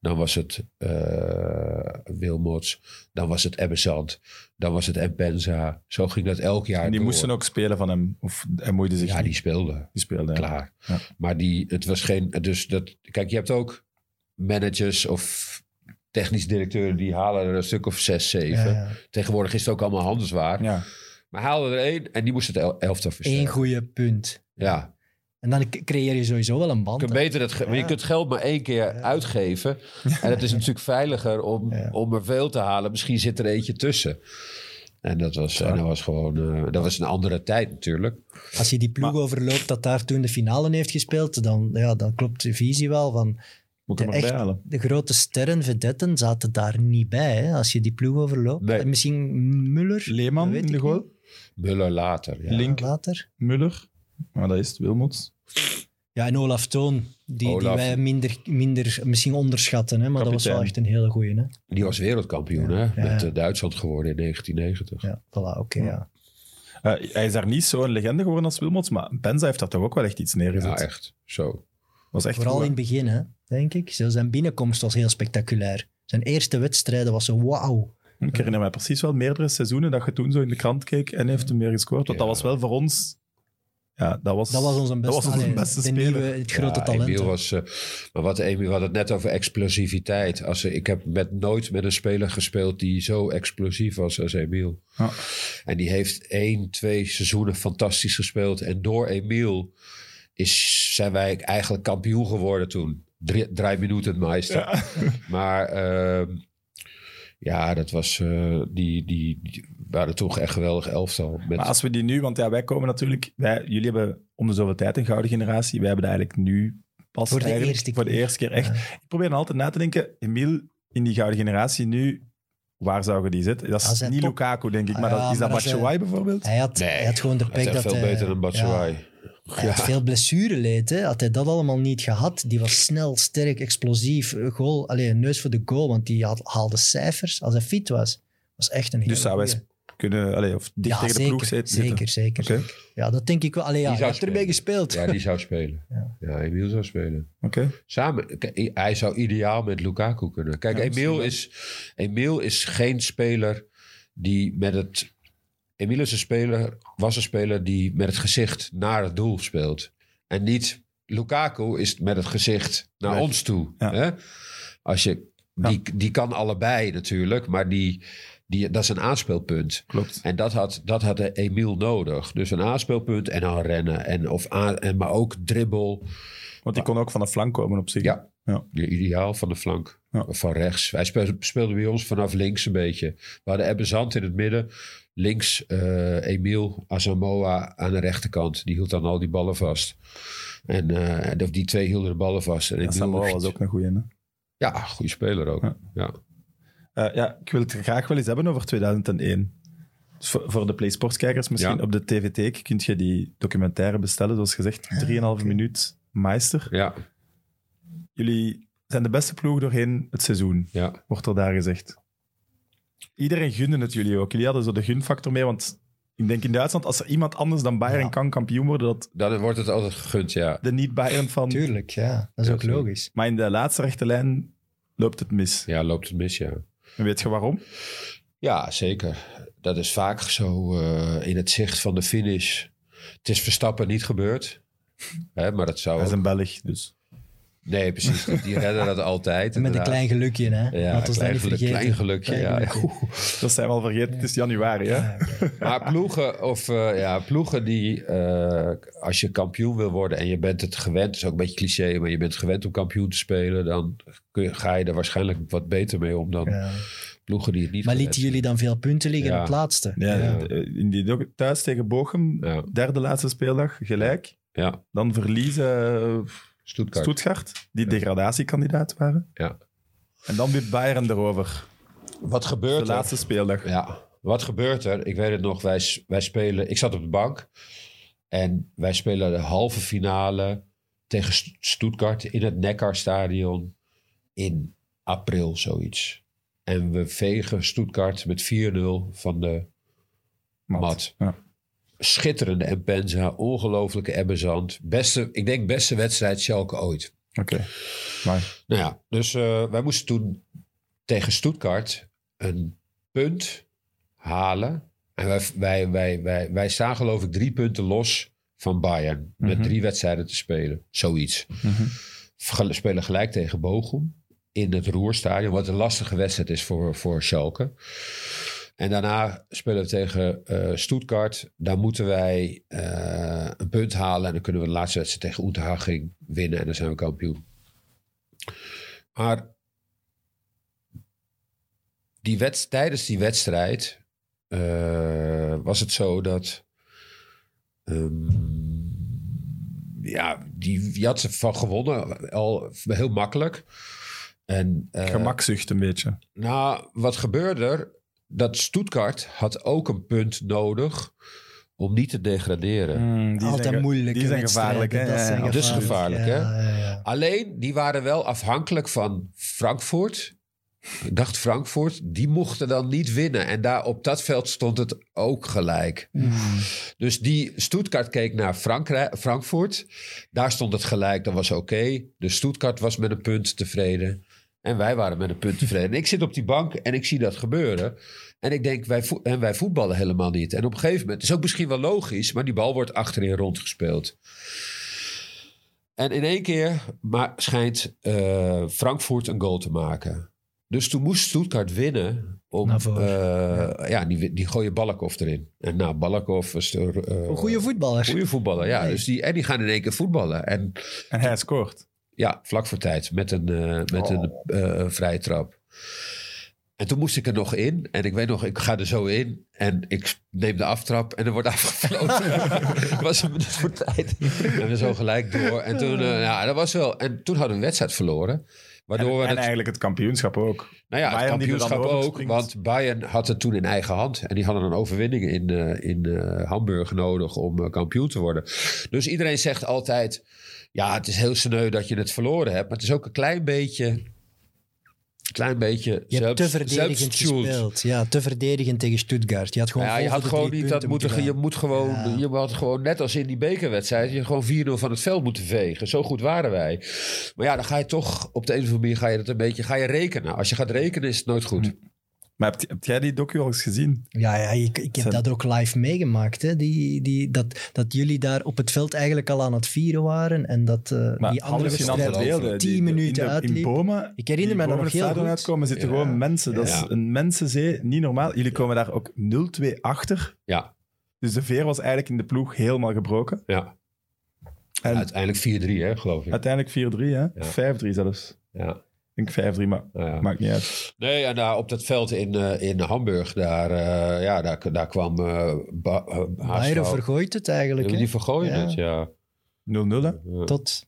Speaker 3: Dan was het eh Wilmots. Dan was het Ebbesand. Dan was het Empenza. Zo ging dat elk jaar
Speaker 1: En die
Speaker 3: door.
Speaker 1: moesten ook spelen van hem. Of hij moeide zich
Speaker 3: Ja, die
Speaker 1: niet.
Speaker 3: speelden.
Speaker 1: Die speelde. ja.
Speaker 3: klaar.
Speaker 1: Ja.
Speaker 3: Maar die, het was geen. Dus dat, kijk, je hebt ook managers of technisch directeuren die halen er een stuk of zes, zeven.
Speaker 2: Ja, ja.
Speaker 3: Tegenwoordig is het ook allemaal handelswaar.
Speaker 1: Ja.
Speaker 3: Maar haalde er één en die moest het el- elftal
Speaker 2: Eén
Speaker 3: versterken.
Speaker 2: goede punt.
Speaker 3: Ja,
Speaker 2: En dan k- creëer je sowieso wel een band.
Speaker 3: Je kunt, beter het, ge-
Speaker 2: Ja.
Speaker 3: je kunt geld maar één keer uitgeven. En het is natuurlijk veiliger om,
Speaker 2: Ja.
Speaker 3: om er veel te halen. Misschien zit er eentje tussen. En dat was, en dat was gewoon... eh, dat was een andere tijd natuurlijk.
Speaker 2: Als je die ploeg overloopt dat daar toen de finale heeft gespeeld, dan, ja, dan klopt de visie wel van...
Speaker 1: Moet er
Speaker 2: De
Speaker 1: maar bij
Speaker 2: echt-
Speaker 1: halen.
Speaker 2: De grote sterren, vedetten, zaten daar niet bij. Hè? Als je die ploeg overloopt.
Speaker 3: Nee.
Speaker 2: En Misschien Muller.
Speaker 1: Leeman
Speaker 2: dat weet
Speaker 1: in de
Speaker 2: ik
Speaker 1: goal.
Speaker 3: Muller later. Ja.
Speaker 1: Link.
Speaker 2: Later.
Speaker 1: Muller. Maar dat is het, Wilmots.
Speaker 2: Ja, en Olaf Toon, die,
Speaker 3: Olaf.
Speaker 2: die wij minder, minder misschien onderschatten. Hè? Maar dat was wel
Speaker 1: Kapitein.
Speaker 2: echt een hele goeie. Hè?
Speaker 3: Die was wereldkampioen hè?
Speaker 2: Ja.
Speaker 3: met eh, Duitsland geworden in 1990.
Speaker 2: Ja, voilà, oké. ja.
Speaker 1: Eh, hij is daar niet zo'n legende geworden als Wilmots, maar Benza heeft daar toch ook wel echt iets neergezet.
Speaker 3: Ja, echt. Zo.
Speaker 1: was echt
Speaker 2: Vooral
Speaker 1: goed,
Speaker 2: in
Speaker 1: hè?
Speaker 2: het begin, hè, denk ik. Zo, zijn binnenkomst was heel spectaculair. Zijn eerste wedstrijden was zo wauw.
Speaker 1: Ik herinner mij precies wel meerdere seizoenen dat je toen zo in de krant keek en heeft hem meer gescoord. Want dat
Speaker 3: Ja.
Speaker 1: was wel voor ons... Ja, dat was,
Speaker 2: Dat was onze beste,
Speaker 1: dat was onze
Speaker 2: allee,
Speaker 1: beste
Speaker 2: de
Speaker 1: speler.
Speaker 2: nieuwe, het grote
Speaker 3: Ja,
Speaker 2: talent.
Speaker 3: Emiel
Speaker 2: hè.
Speaker 3: was, eh, maar wat Emiel had het net over explosiviteit. Als, er- ik heb met, nooit met een speler gespeeld die zo explosief was als Emiel.
Speaker 1: Ja.
Speaker 3: En die heeft één, twee seizoenen fantastisch gespeeld. En door Emiel is, zijn wij eigenlijk kampioen geworden toen. Drie, drie minuten meester.
Speaker 1: Ja.
Speaker 3: Maar ehm, ja, dat was eh, die, die, die waren toch echt geweldig elftal. Met,
Speaker 1: Maar als we die nu, want ja, wij komen natuurlijk, wij, jullie hebben om de zoveel tijd een gouden generatie, wij hebben dat eigenlijk nu pas
Speaker 2: Voor de
Speaker 1: eigenlijk-
Speaker 2: eerste
Speaker 1: voor de
Speaker 2: keer.
Speaker 1: eerste keer echt.
Speaker 2: Ja.
Speaker 1: Ik probeer dan altijd na te denken, Emiel, in die gouden generatie nu, waar zou je die zitten? Dat
Speaker 2: Ja,
Speaker 1: is
Speaker 2: zijn
Speaker 1: niet
Speaker 2: top-
Speaker 1: Lukaku, denk ik,
Speaker 2: Ah
Speaker 1: maar
Speaker 2: ja,
Speaker 1: dat, is dat
Speaker 2: maar dat
Speaker 1: Batshuayi bijvoorbeeld?
Speaker 2: Hij had,
Speaker 3: nee,
Speaker 2: hij had gewoon de
Speaker 3: dat is
Speaker 2: pek dat
Speaker 3: veel
Speaker 2: hij...
Speaker 3: beter dan Batshuayi.
Speaker 2: ja, hij had veel blessureleed. Hè. Had hij dat allemaal niet gehad, die was snel, sterk, explosief. eh, Goal, alleen een neus voor de goal, want die had, haalde cijfers. Als hij fit was, was echt een hele
Speaker 1: Dus zou wij
Speaker 2: goeie.
Speaker 1: kunnen, allez, of dicht
Speaker 2: ja,
Speaker 1: tegen
Speaker 2: zeker,
Speaker 1: de ploeg zitten?
Speaker 2: Zeker, zeker.
Speaker 1: Oké,
Speaker 2: Ja, dat denk ik wel. Allee, ja,
Speaker 3: Die
Speaker 2: hij
Speaker 3: zou
Speaker 2: heeft erbij gespeeld.
Speaker 3: Ja, die zou spelen.
Speaker 2: Ja.
Speaker 3: Ja, Emiel zou spelen.
Speaker 1: oké.
Speaker 3: Samen, k- hij zou ideaal met Lukaku kunnen. Kijk,
Speaker 1: Ja,
Speaker 3: Emiel,
Speaker 1: misschien
Speaker 3: is, Emiel is geen speler die met het... Emiel is een speler, was een speler die met het gezicht naar het doel speelt. En niet... Lukaku is met het gezicht naar
Speaker 1: Weg.
Speaker 3: ons toe.
Speaker 1: Ja.
Speaker 3: Hè? Als je,
Speaker 1: Ja.
Speaker 3: die, die kan allebei natuurlijk, maar die, die, dat is een aanspeelpunt.
Speaker 1: klopt.
Speaker 3: En dat had, dat had Emiel nodig. Dus een aanspeelpunt en dan rennen. En of aan, en, maar ook dribbel.
Speaker 1: Want die kon ook van de flank komen op zich.
Speaker 3: Ja.
Speaker 1: Ja.
Speaker 3: Je ideaal van de flank.
Speaker 1: Ja.
Speaker 3: Van rechts. Hij speelde, speelde bij ons vanaf links een beetje. We hadden Ebbe Zand in het midden. Links eh, Emiel Asamoah aan de rechterkant. Die hield dan al die ballen vast. En eh, en of die twee hielden de ballen vast. En
Speaker 1: Ja,
Speaker 3: Emiel-
Speaker 1: Samoa was ook een goeie, hè?
Speaker 3: Ja, goede speler ook.
Speaker 1: Ja.
Speaker 3: Ja.
Speaker 1: Eh, ja, ik wil het graag wel eens hebben over 2001. Dus voor, voor de PlaySports-kijkers misschien
Speaker 3: Ja.
Speaker 1: op de TVT kun je die documentaire bestellen. Zoals gezegd, 3,5 minuut meister.
Speaker 3: Ja,
Speaker 1: Jullie zijn de beste ploeg doorheen het seizoen,
Speaker 3: ja.
Speaker 1: wordt er daar gezegd. Iedereen gunde het jullie ook. Jullie hadden zo de gunfactor mee, want ik denk in Duitsland, als er iemand anders dan Bayern
Speaker 2: Ja.
Speaker 1: kan kampioen worden, dat
Speaker 3: Dan wordt het altijd gegund, ja.
Speaker 1: de niet-Bayern van...
Speaker 2: Tuurlijk, ja. Dat is
Speaker 3: Ja,
Speaker 2: ook
Speaker 3: tuurlijk.
Speaker 2: logisch.
Speaker 1: Maar in de laatste rechte lijn loopt het mis.
Speaker 3: Ja, loopt het mis, ja.
Speaker 1: En weet je waarom?
Speaker 3: Ja, zeker. Dat is vaak zo eh, in het zicht van de finish. Het is Verstappen niet gebeurd. Hè, maar dat zou...
Speaker 1: Hij is een Belg, dus...
Speaker 3: Nee, precies. Die redden dat altijd.
Speaker 2: Met een
Speaker 3: inderdaad.
Speaker 2: klein gelukje, hè.
Speaker 3: Ja,
Speaker 2: Laat ons dat
Speaker 3: klein
Speaker 2: niet
Speaker 3: geluk-
Speaker 2: vergeten.
Speaker 3: klein gelukje, ja.
Speaker 1: Dat zijn we al vergeten. Het is januari, hè?
Speaker 2: Ja, oké.
Speaker 3: Maar ploegen, of, eh, ja, ploegen die, eh, als je kampioen wil worden en je bent het gewend, dat is ook een beetje cliché, maar je bent gewend om kampioen te spelen, dan kun je- ga je er waarschijnlijk wat beter mee om dan
Speaker 2: Ja.
Speaker 3: ploegen die het niet
Speaker 2: Maar
Speaker 3: gewend
Speaker 2: lieten jullie dan veel punten liggen
Speaker 3: Ja.
Speaker 2: op het laatste?
Speaker 1: Ja,
Speaker 3: Ja.
Speaker 1: d- In die, docu- thuis tegen Bochum,
Speaker 3: Ja.
Speaker 1: derde laatste speeldag, gelijk.
Speaker 3: zijn. Ja,
Speaker 1: Dan verliezen eh,
Speaker 3: Stuttgart.
Speaker 1: Stuttgart, die degradatiekandidaat waren.
Speaker 3: Ja.
Speaker 1: En dan weer Bayern erover,
Speaker 3: Wat
Speaker 1: de
Speaker 3: gebeurt er?
Speaker 1: laatste speeldag.
Speaker 3: Ja, wat gebeurt er? Ik weet het nog, wij, s- wij spelen... Ik zat op de bank en wij spelen de halve finale tegen St- Stuttgart in het Neckarstadion in april, zoiets. En we vegen Stuttgart met 4-0 van de
Speaker 1: Mat.
Speaker 3: Mat.
Speaker 1: Ja.
Speaker 3: schitterende Empenza, ongelofelijke Ebbezand. Beste, ik denk beste wedstrijd Schalke ooit.
Speaker 1: Oké. Maar
Speaker 3: Nou ja, dus eh, wij moesten toen tegen Stuttgart een punt halen. En wij, wij, wij, wij, wij staan geloof ik drie punten los van Bayern. Met
Speaker 1: Mhm.
Speaker 3: drie wedstrijden te spelen. Zoiets.
Speaker 1: Mhm.
Speaker 3: We spelen gelijk tegen Bochum. in het Roerstadion. Wat een lastige wedstrijd is voor, voor Schalke. En daarna spelen we tegen eh Stuttgart. Daar moeten wij eh, een punt halen. En dan kunnen we de laatste wedstrijd tegen Oeterhaching winnen. En dan zijn we kampioen. Maar die wedst- tijdens die wedstrijd eh, was het zo dat... ehm, ja, die, die had ze van gewonnen. Al heel makkelijk. En, eh,
Speaker 1: Gemakzucht een beetje.
Speaker 3: nou, wat gebeurde er? Dat Stuttgart had ook een punt nodig om niet te degraderen.
Speaker 1: Mm, die
Speaker 2: Altijd
Speaker 1: ge-
Speaker 2: moeilijke
Speaker 1: Die zijn
Speaker 2: wedstrijden,
Speaker 1: gevaarlijk, hè?
Speaker 2: dat zijn
Speaker 1: Ja,
Speaker 3: Dat is
Speaker 2: gevaarlijk,
Speaker 3: gevaarlijk,
Speaker 2: ja, ja, ja.
Speaker 3: Alleen, die waren wel afhankelijk van Frankfurt. Ik dacht Frankfurt, die mochten dan niet winnen. En daar op dat veld stond het ook gelijk. Dus die Stuttgart keek naar Frankrijk, Frankfurt. Daar stond het gelijk, dat was oké. Dus Stuttgart was met een punt tevreden. En wij waren met een punt tevreden. En ik zit op die bank en ik zie dat gebeuren. En ik denk, wij, vo- en wij voetballen helemaal niet. En op een gegeven moment, het is ook misschien wel logisch... maar die bal wordt achterin rondgespeeld. En in één keer ma- schijnt eh, Frankfurt een goal te maken. Dus toen moest Stuttgart winnen. Om,
Speaker 2: Naar voren.
Speaker 3: eh, ja. die, wi- die gooien Balakov erin. En nou, Balakov is de, eh,
Speaker 2: Een goede voetballer.
Speaker 3: goede voetballer. Ja.
Speaker 2: Nee.
Speaker 3: Dus die, en die gaan in één keer voetballen. En
Speaker 1: En hij scoort.
Speaker 3: ja, vlak voor tijd. Met een, eh, met een
Speaker 2: Oh.
Speaker 3: eh, vrije trap. En toen moest ik er nog in. En ik weet nog, ik ga er zo in. En ik neem de aftrap en er wordt afgefloten. Het was een minuut voor tijd. En we zo gelijk door. En toen, eh, ja, dat was wel. En toen hadden we een wedstrijd verloren.
Speaker 1: En,
Speaker 3: Waardoor we
Speaker 1: en
Speaker 3: het,
Speaker 1: eigenlijk het kampioenschap ook.
Speaker 3: nou ja, het
Speaker 1: Bayern die er dan
Speaker 3: kampioenschap ook.
Speaker 1: overspringt.
Speaker 3: Want Bayern had het toen in eigen hand. En die hadden een overwinning in, eh, in eh, Hamburg nodig om eh, kampioen te worden. Dus iedereen zegt altijd... Ja, het is heel sneu dat je het verloren hebt. Maar het is ook een klein beetje... Klein beetje
Speaker 2: Je hebt te
Speaker 3: zelfs-
Speaker 2: verdedigend
Speaker 3: zelfschuld.
Speaker 2: gespeeld. Ja, te verdedigend tegen Stuttgart. Je had gewoon,
Speaker 3: Ja,
Speaker 2: vol
Speaker 3: je
Speaker 2: voor
Speaker 3: had
Speaker 2: de
Speaker 3: gewoon
Speaker 2: drie
Speaker 3: niet dat
Speaker 2: punten
Speaker 3: moeten. ge- Je
Speaker 2: gaan.
Speaker 3: moet gewoon,
Speaker 2: Ja.
Speaker 3: je had gewoon net als in die bekerwedstrijd, je gewoon 4-0 van het veld moeten vegen. Zo goed waren wij. Maar ja, dan ga je toch op de een of andere manier ga je dat een beetje, ga je rekenen. Als je gaat rekenen is het nooit
Speaker 2: Hm.
Speaker 3: goed.
Speaker 1: Maar hebt, hebt jij die docu al eens gezien?
Speaker 2: Ja, ja ik, ik heb
Speaker 1: Zijn-
Speaker 2: dat ook live meegemaakt. Hè. Die, die, dat, dat jullie daar op het veld eigenlijk al aan het vieren waren. En dat eh,
Speaker 1: Maar
Speaker 2: die andere
Speaker 1: hallucinante
Speaker 2: wedstrijd
Speaker 3: beelden,
Speaker 2: tien
Speaker 1: die- die-
Speaker 2: minuten
Speaker 1: in de-
Speaker 2: uitliep.
Speaker 1: In bomen.
Speaker 2: Ik
Speaker 1: die
Speaker 2: herinner me dat
Speaker 1: bomen
Speaker 2: nog
Speaker 1: het
Speaker 2: heel
Speaker 1: stadion
Speaker 2: goed.
Speaker 1: uitkomen zitten
Speaker 3: Ja.
Speaker 1: gewoon mensen. Dat
Speaker 3: Ja.
Speaker 1: is een mensenzee, niet normaal. Jullie komen daar ook 0-2 achter.
Speaker 3: Ja.
Speaker 1: Dus de veer was eigenlijk in de ploeg helemaal gebroken.
Speaker 3: Ja.
Speaker 1: En
Speaker 3: Uiteindelijk 4-3, hè, geloof ik.
Speaker 1: uiteindelijk 4-3, hè? 5-3 zelfs.
Speaker 3: Ja.
Speaker 1: Ik denk 5-3, maar
Speaker 3: Nou ja.
Speaker 1: maakt niet uit.
Speaker 3: Nee, en daar op dat veld in, eh, in Hamburg, daar, eh, ja, daar, daar kwam eh ba- eh,
Speaker 2: Bayern
Speaker 3: HSV.
Speaker 2: vergooit het eigenlijk. hè.
Speaker 3: Die vergooien
Speaker 2: Ja.
Speaker 3: het, ja.
Speaker 1: 0-0, hè?
Speaker 3: Ja.
Speaker 2: Tot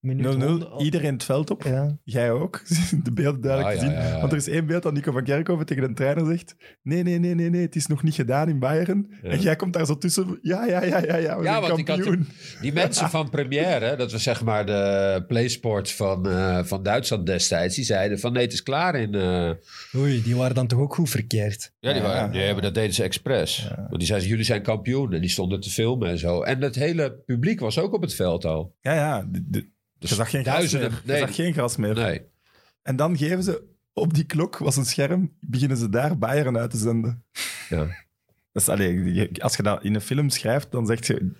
Speaker 2: minuut
Speaker 1: 0-0,
Speaker 2: honderd-
Speaker 1: iedereen het veld op.
Speaker 2: Ja.
Speaker 1: Jij ook. De beelden duidelijk
Speaker 3: Ah, ja,
Speaker 1: te zien.
Speaker 3: ja, ja.
Speaker 1: Want er is één beeld dat Nico van Kerkhoven tegen een trainer zegt... Nee, nee, nee, nee, nee, het is nog niet gedaan in Bayern.
Speaker 3: Ja.
Speaker 1: En jij komt daar zo tussen. Ja, ja, ja, ja, ja, we
Speaker 3: Ja,
Speaker 1: zijn
Speaker 3: want ik had-
Speaker 1: kampioen.
Speaker 3: Die mensen van Première, dat was zeg maar de PlaySport van, eh, van Duitsland destijds, die zeiden van nee, het is klaar in... eh,
Speaker 2: Oei, die waren dan toch ook goed verkeerd.
Speaker 3: Ja, die
Speaker 1: Ja.
Speaker 3: waren, nee, maar dat deden ze expres. Want die zeiden, jullie zijn kampioen en die stonden te filmen en zo. En het hele publiek was ook op het veld al.
Speaker 1: Ja, ja. de- de-
Speaker 3: Dus
Speaker 1: je zag geen gras
Speaker 3: duizenden-
Speaker 1: meer.
Speaker 3: nee.
Speaker 1: Je zag geen gras meer.
Speaker 3: Nee.
Speaker 1: En dan geven ze... Op die klok was een scherm, beginnen ze daar Bayern uit te zenden.
Speaker 3: Ja.
Speaker 1: Dat is, allee, je- als je dat in een film schrijft, dan zeg je...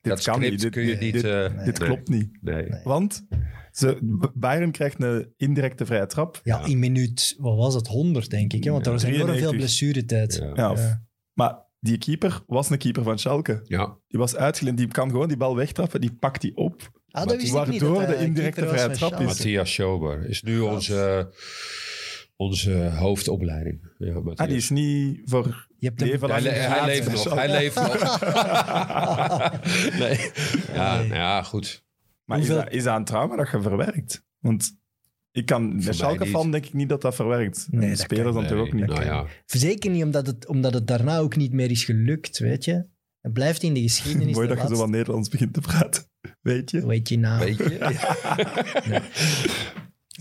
Speaker 1: Dit
Speaker 3: dat
Speaker 1: kan
Speaker 3: script
Speaker 1: niet. Dit,
Speaker 3: kun je
Speaker 1: dit-
Speaker 3: niet...
Speaker 1: dit,
Speaker 3: eh,
Speaker 1: dit
Speaker 3: nee,
Speaker 1: klopt niet.
Speaker 3: Nee.
Speaker 2: Nee.
Speaker 1: Want ze, B- Bayern krijgt een indirecte vrije trap.
Speaker 2: Ja,
Speaker 3: Ja.
Speaker 2: in minuut, wat was het, 100 denk ik. Hè? Want er was enorm veel
Speaker 1: 93.
Speaker 2: blessuretijd.
Speaker 3: Ja.
Speaker 1: Ja, of-
Speaker 2: Ja. Ah,
Speaker 1: Maar die keeper was een keeper van Schalke.
Speaker 3: Ja.
Speaker 1: Die was uitgeleend, die kan gewoon die bal wegtrappen, die pakt die op.
Speaker 2: Ah,
Speaker 3: Maar
Speaker 2: dat wist ik niet.
Speaker 1: waardoor
Speaker 2: dat hij
Speaker 1: de indirecte
Speaker 2: keeper was
Speaker 1: vrije
Speaker 2: van
Speaker 1: trap is.
Speaker 2: Schalke.
Speaker 3: Matthias Schober is nu onze, onze hoofdopleiding. Ja,
Speaker 1: Ah,
Speaker 3: Matthias.
Speaker 1: die is niet voor
Speaker 2: Je hebt hem
Speaker 1: leven
Speaker 3: Hij, le- hij leeft nog, hij leeft nog. nee. Ja,
Speaker 2: Nee.
Speaker 3: nou ja, goed.
Speaker 1: Maar is
Speaker 2: Hoeveel-
Speaker 1: dat, is dat een trauma dat je verwerkt? Want ik kan,
Speaker 3: mij
Speaker 1: met Schalke-fan
Speaker 3: niet.
Speaker 1: denk ik niet dat dat verwerkt.
Speaker 2: Nee,
Speaker 1: Nee,
Speaker 2: dat
Speaker 1: spelers dan
Speaker 3: Nee,
Speaker 1: toch ook niet.
Speaker 3: Nou ja.
Speaker 2: Zeker niet omdat het, omdat het daarna ook niet meer is gelukt, weet je. Het blijft in de geschiedenis.
Speaker 1: Mooi
Speaker 2: de
Speaker 1: dat je zo wat
Speaker 2: laatste-
Speaker 1: Nederlands begint te praten. Weet je?
Speaker 2: Weet je nou.
Speaker 3: Weet je?
Speaker 1: Lees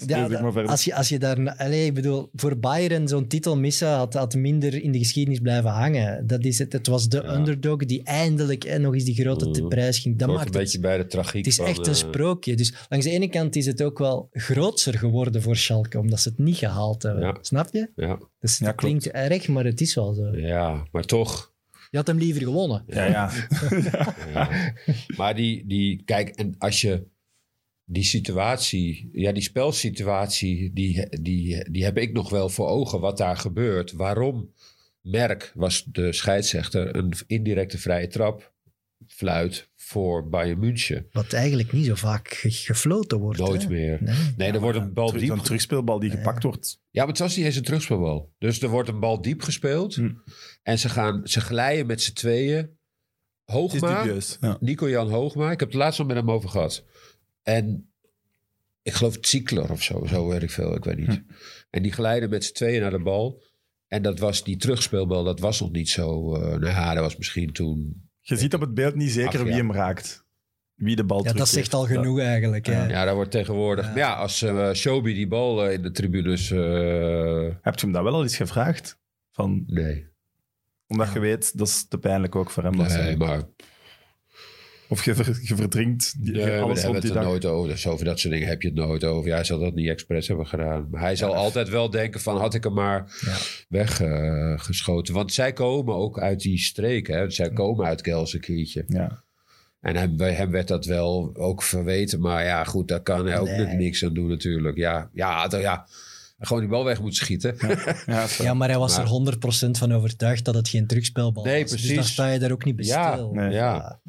Speaker 2: Ja,
Speaker 1: ik maar verder.
Speaker 2: als, je, als je daar... Allee, ik bedoel, voor Bayern zo'n titel missen had, had minder in de geschiedenis blijven hangen. Dat is het. Het was de
Speaker 3: Ja.
Speaker 2: underdog die eindelijk eh, nog eens die grote te
Speaker 3: Mm.
Speaker 2: prijs ging. Dat
Speaker 3: Dat hoort
Speaker 2: maakt
Speaker 3: een
Speaker 2: het
Speaker 3: beetje bij de tragiek.
Speaker 2: Het is
Speaker 3: van,
Speaker 2: echt
Speaker 3: eh,
Speaker 2: een sprookje. Dus langs de ene kant is het ook wel grootser geworden voor Schalke, omdat ze het niet gehaald hebben.
Speaker 3: Ja.
Speaker 2: Snap je?
Speaker 3: ja,
Speaker 2: Dus
Speaker 1: Ja, klopt.
Speaker 2: dat klinkt erg, maar het is wel zo.
Speaker 3: ja, maar toch.
Speaker 2: Je had hem liever gewonnen.
Speaker 1: Ja, ja.
Speaker 3: Ja. maar die, die, kijk, en als je die situatie, ja, die spelsituatie, die, die, die heb ik nog wel voor ogen wat daar gebeurt. Waarom Merk was de scheidsrechter een indirecte vrije trap fluit voor Bayern München.
Speaker 2: Wat eigenlijk niet zo vaak ge- gefloten wordt.
Speaker 3: Nooit
Speaker 2: hè?
Speaker 3: meer.
Speaker 2: Nee.
Speaker 3: Nee, er wordt een bal diep.
Speaker 1: Een terugspeelbal die gepakt wordt.
Speaker 3: Ja, maar het was niet eens een terugspelbal. Dus er wordt een bal diep gespeeld.
Speaker 1: Hm.
Speaker 3: En ze, gaan, ze glijden met z'n tweeën.
Speaker 1: Het is
Speaker 3: Hoogma,
Speaker 1: dubieus. Ja.
Speaker 3: Nico-Jan Hoogma. Ik heb het laatst nog met hem over gehad. En ik geloof Ziekler of zo. Zo weet ik veel, ik weet niet. En die glijden met z'n tweeën naar de bal. En dat was die terugspeelbal, dat was nog niet zo... eh nou ja, dat was misschien toen...
Speaker 1: Je ziet op het beeld niet zeker
Speaker 3: Ach, ja.
Speaker 1: wie hem raakt. Wie de bal
Speaker 2: Ja, dat
Speaker 1: teruggeeft.
Speaker 2: zegt al genoeg eigenlijk. hè.
Speaker 3: Ja, dat wordt tegenwoordig... Ja, als eh Shobi die bal eh, in de tribunes... eh,
Speaker 1: Heb je hem dat wel al eens gevraagd? Van,
Speaker 3: nee,
Speaker 1: omdat je weet, dat is te pijnlijk ook voor hem. dat
Speaker 3: nee,
Speaker 1: ze-
Speaker 3: maar...
Speaker 1: Of je, ver- je verdrinkt die,
Speaker 3: Nee, maar daar
Speaker 1: alles
Speaker 3: hebben
Speaker 1: rond
Speaker 3: we
Speaker 1: die
Speaker 3: het er
Speaker 1: dag.
Speaker 3: nooit over. Dus over dat soort dingen heb je het nooit over. Ja, hij zal dat niet expres hebben gedaan. Maar hij zal altijd wel denken van had ik hem maar weggeschoten. Want zij komen ook uit die streek. Hè? Zij komen uit Gelsenkirchen.
Speaker 1: Ja.
Speaker 3: En hem, bij hem werd dat wel ook verweten. Maar ja, goed, daar kan hij ook
Speaker 2: Nee.
Speaker 3: nog niks aan doen natuurlijk. Ja, ja, toch, ja. Gewoon die bal weg moeten schieten.
Speaker 1: Ja, zo.
Speaker 2: Ja, maar hij was
Speaker 3: Maar-
Speaker 2: er 100% van overtuigd dat het geen terugspelbal
Speaker 3: Nee,
Speaker 2: was. Dus
Speaker 3: precies.
Speaker 2: dan sta je daar ook niet bij
Speaker 3: Ja,
Speaker 2: stil.
Speaker 1: nee.
Speaker 3: ja.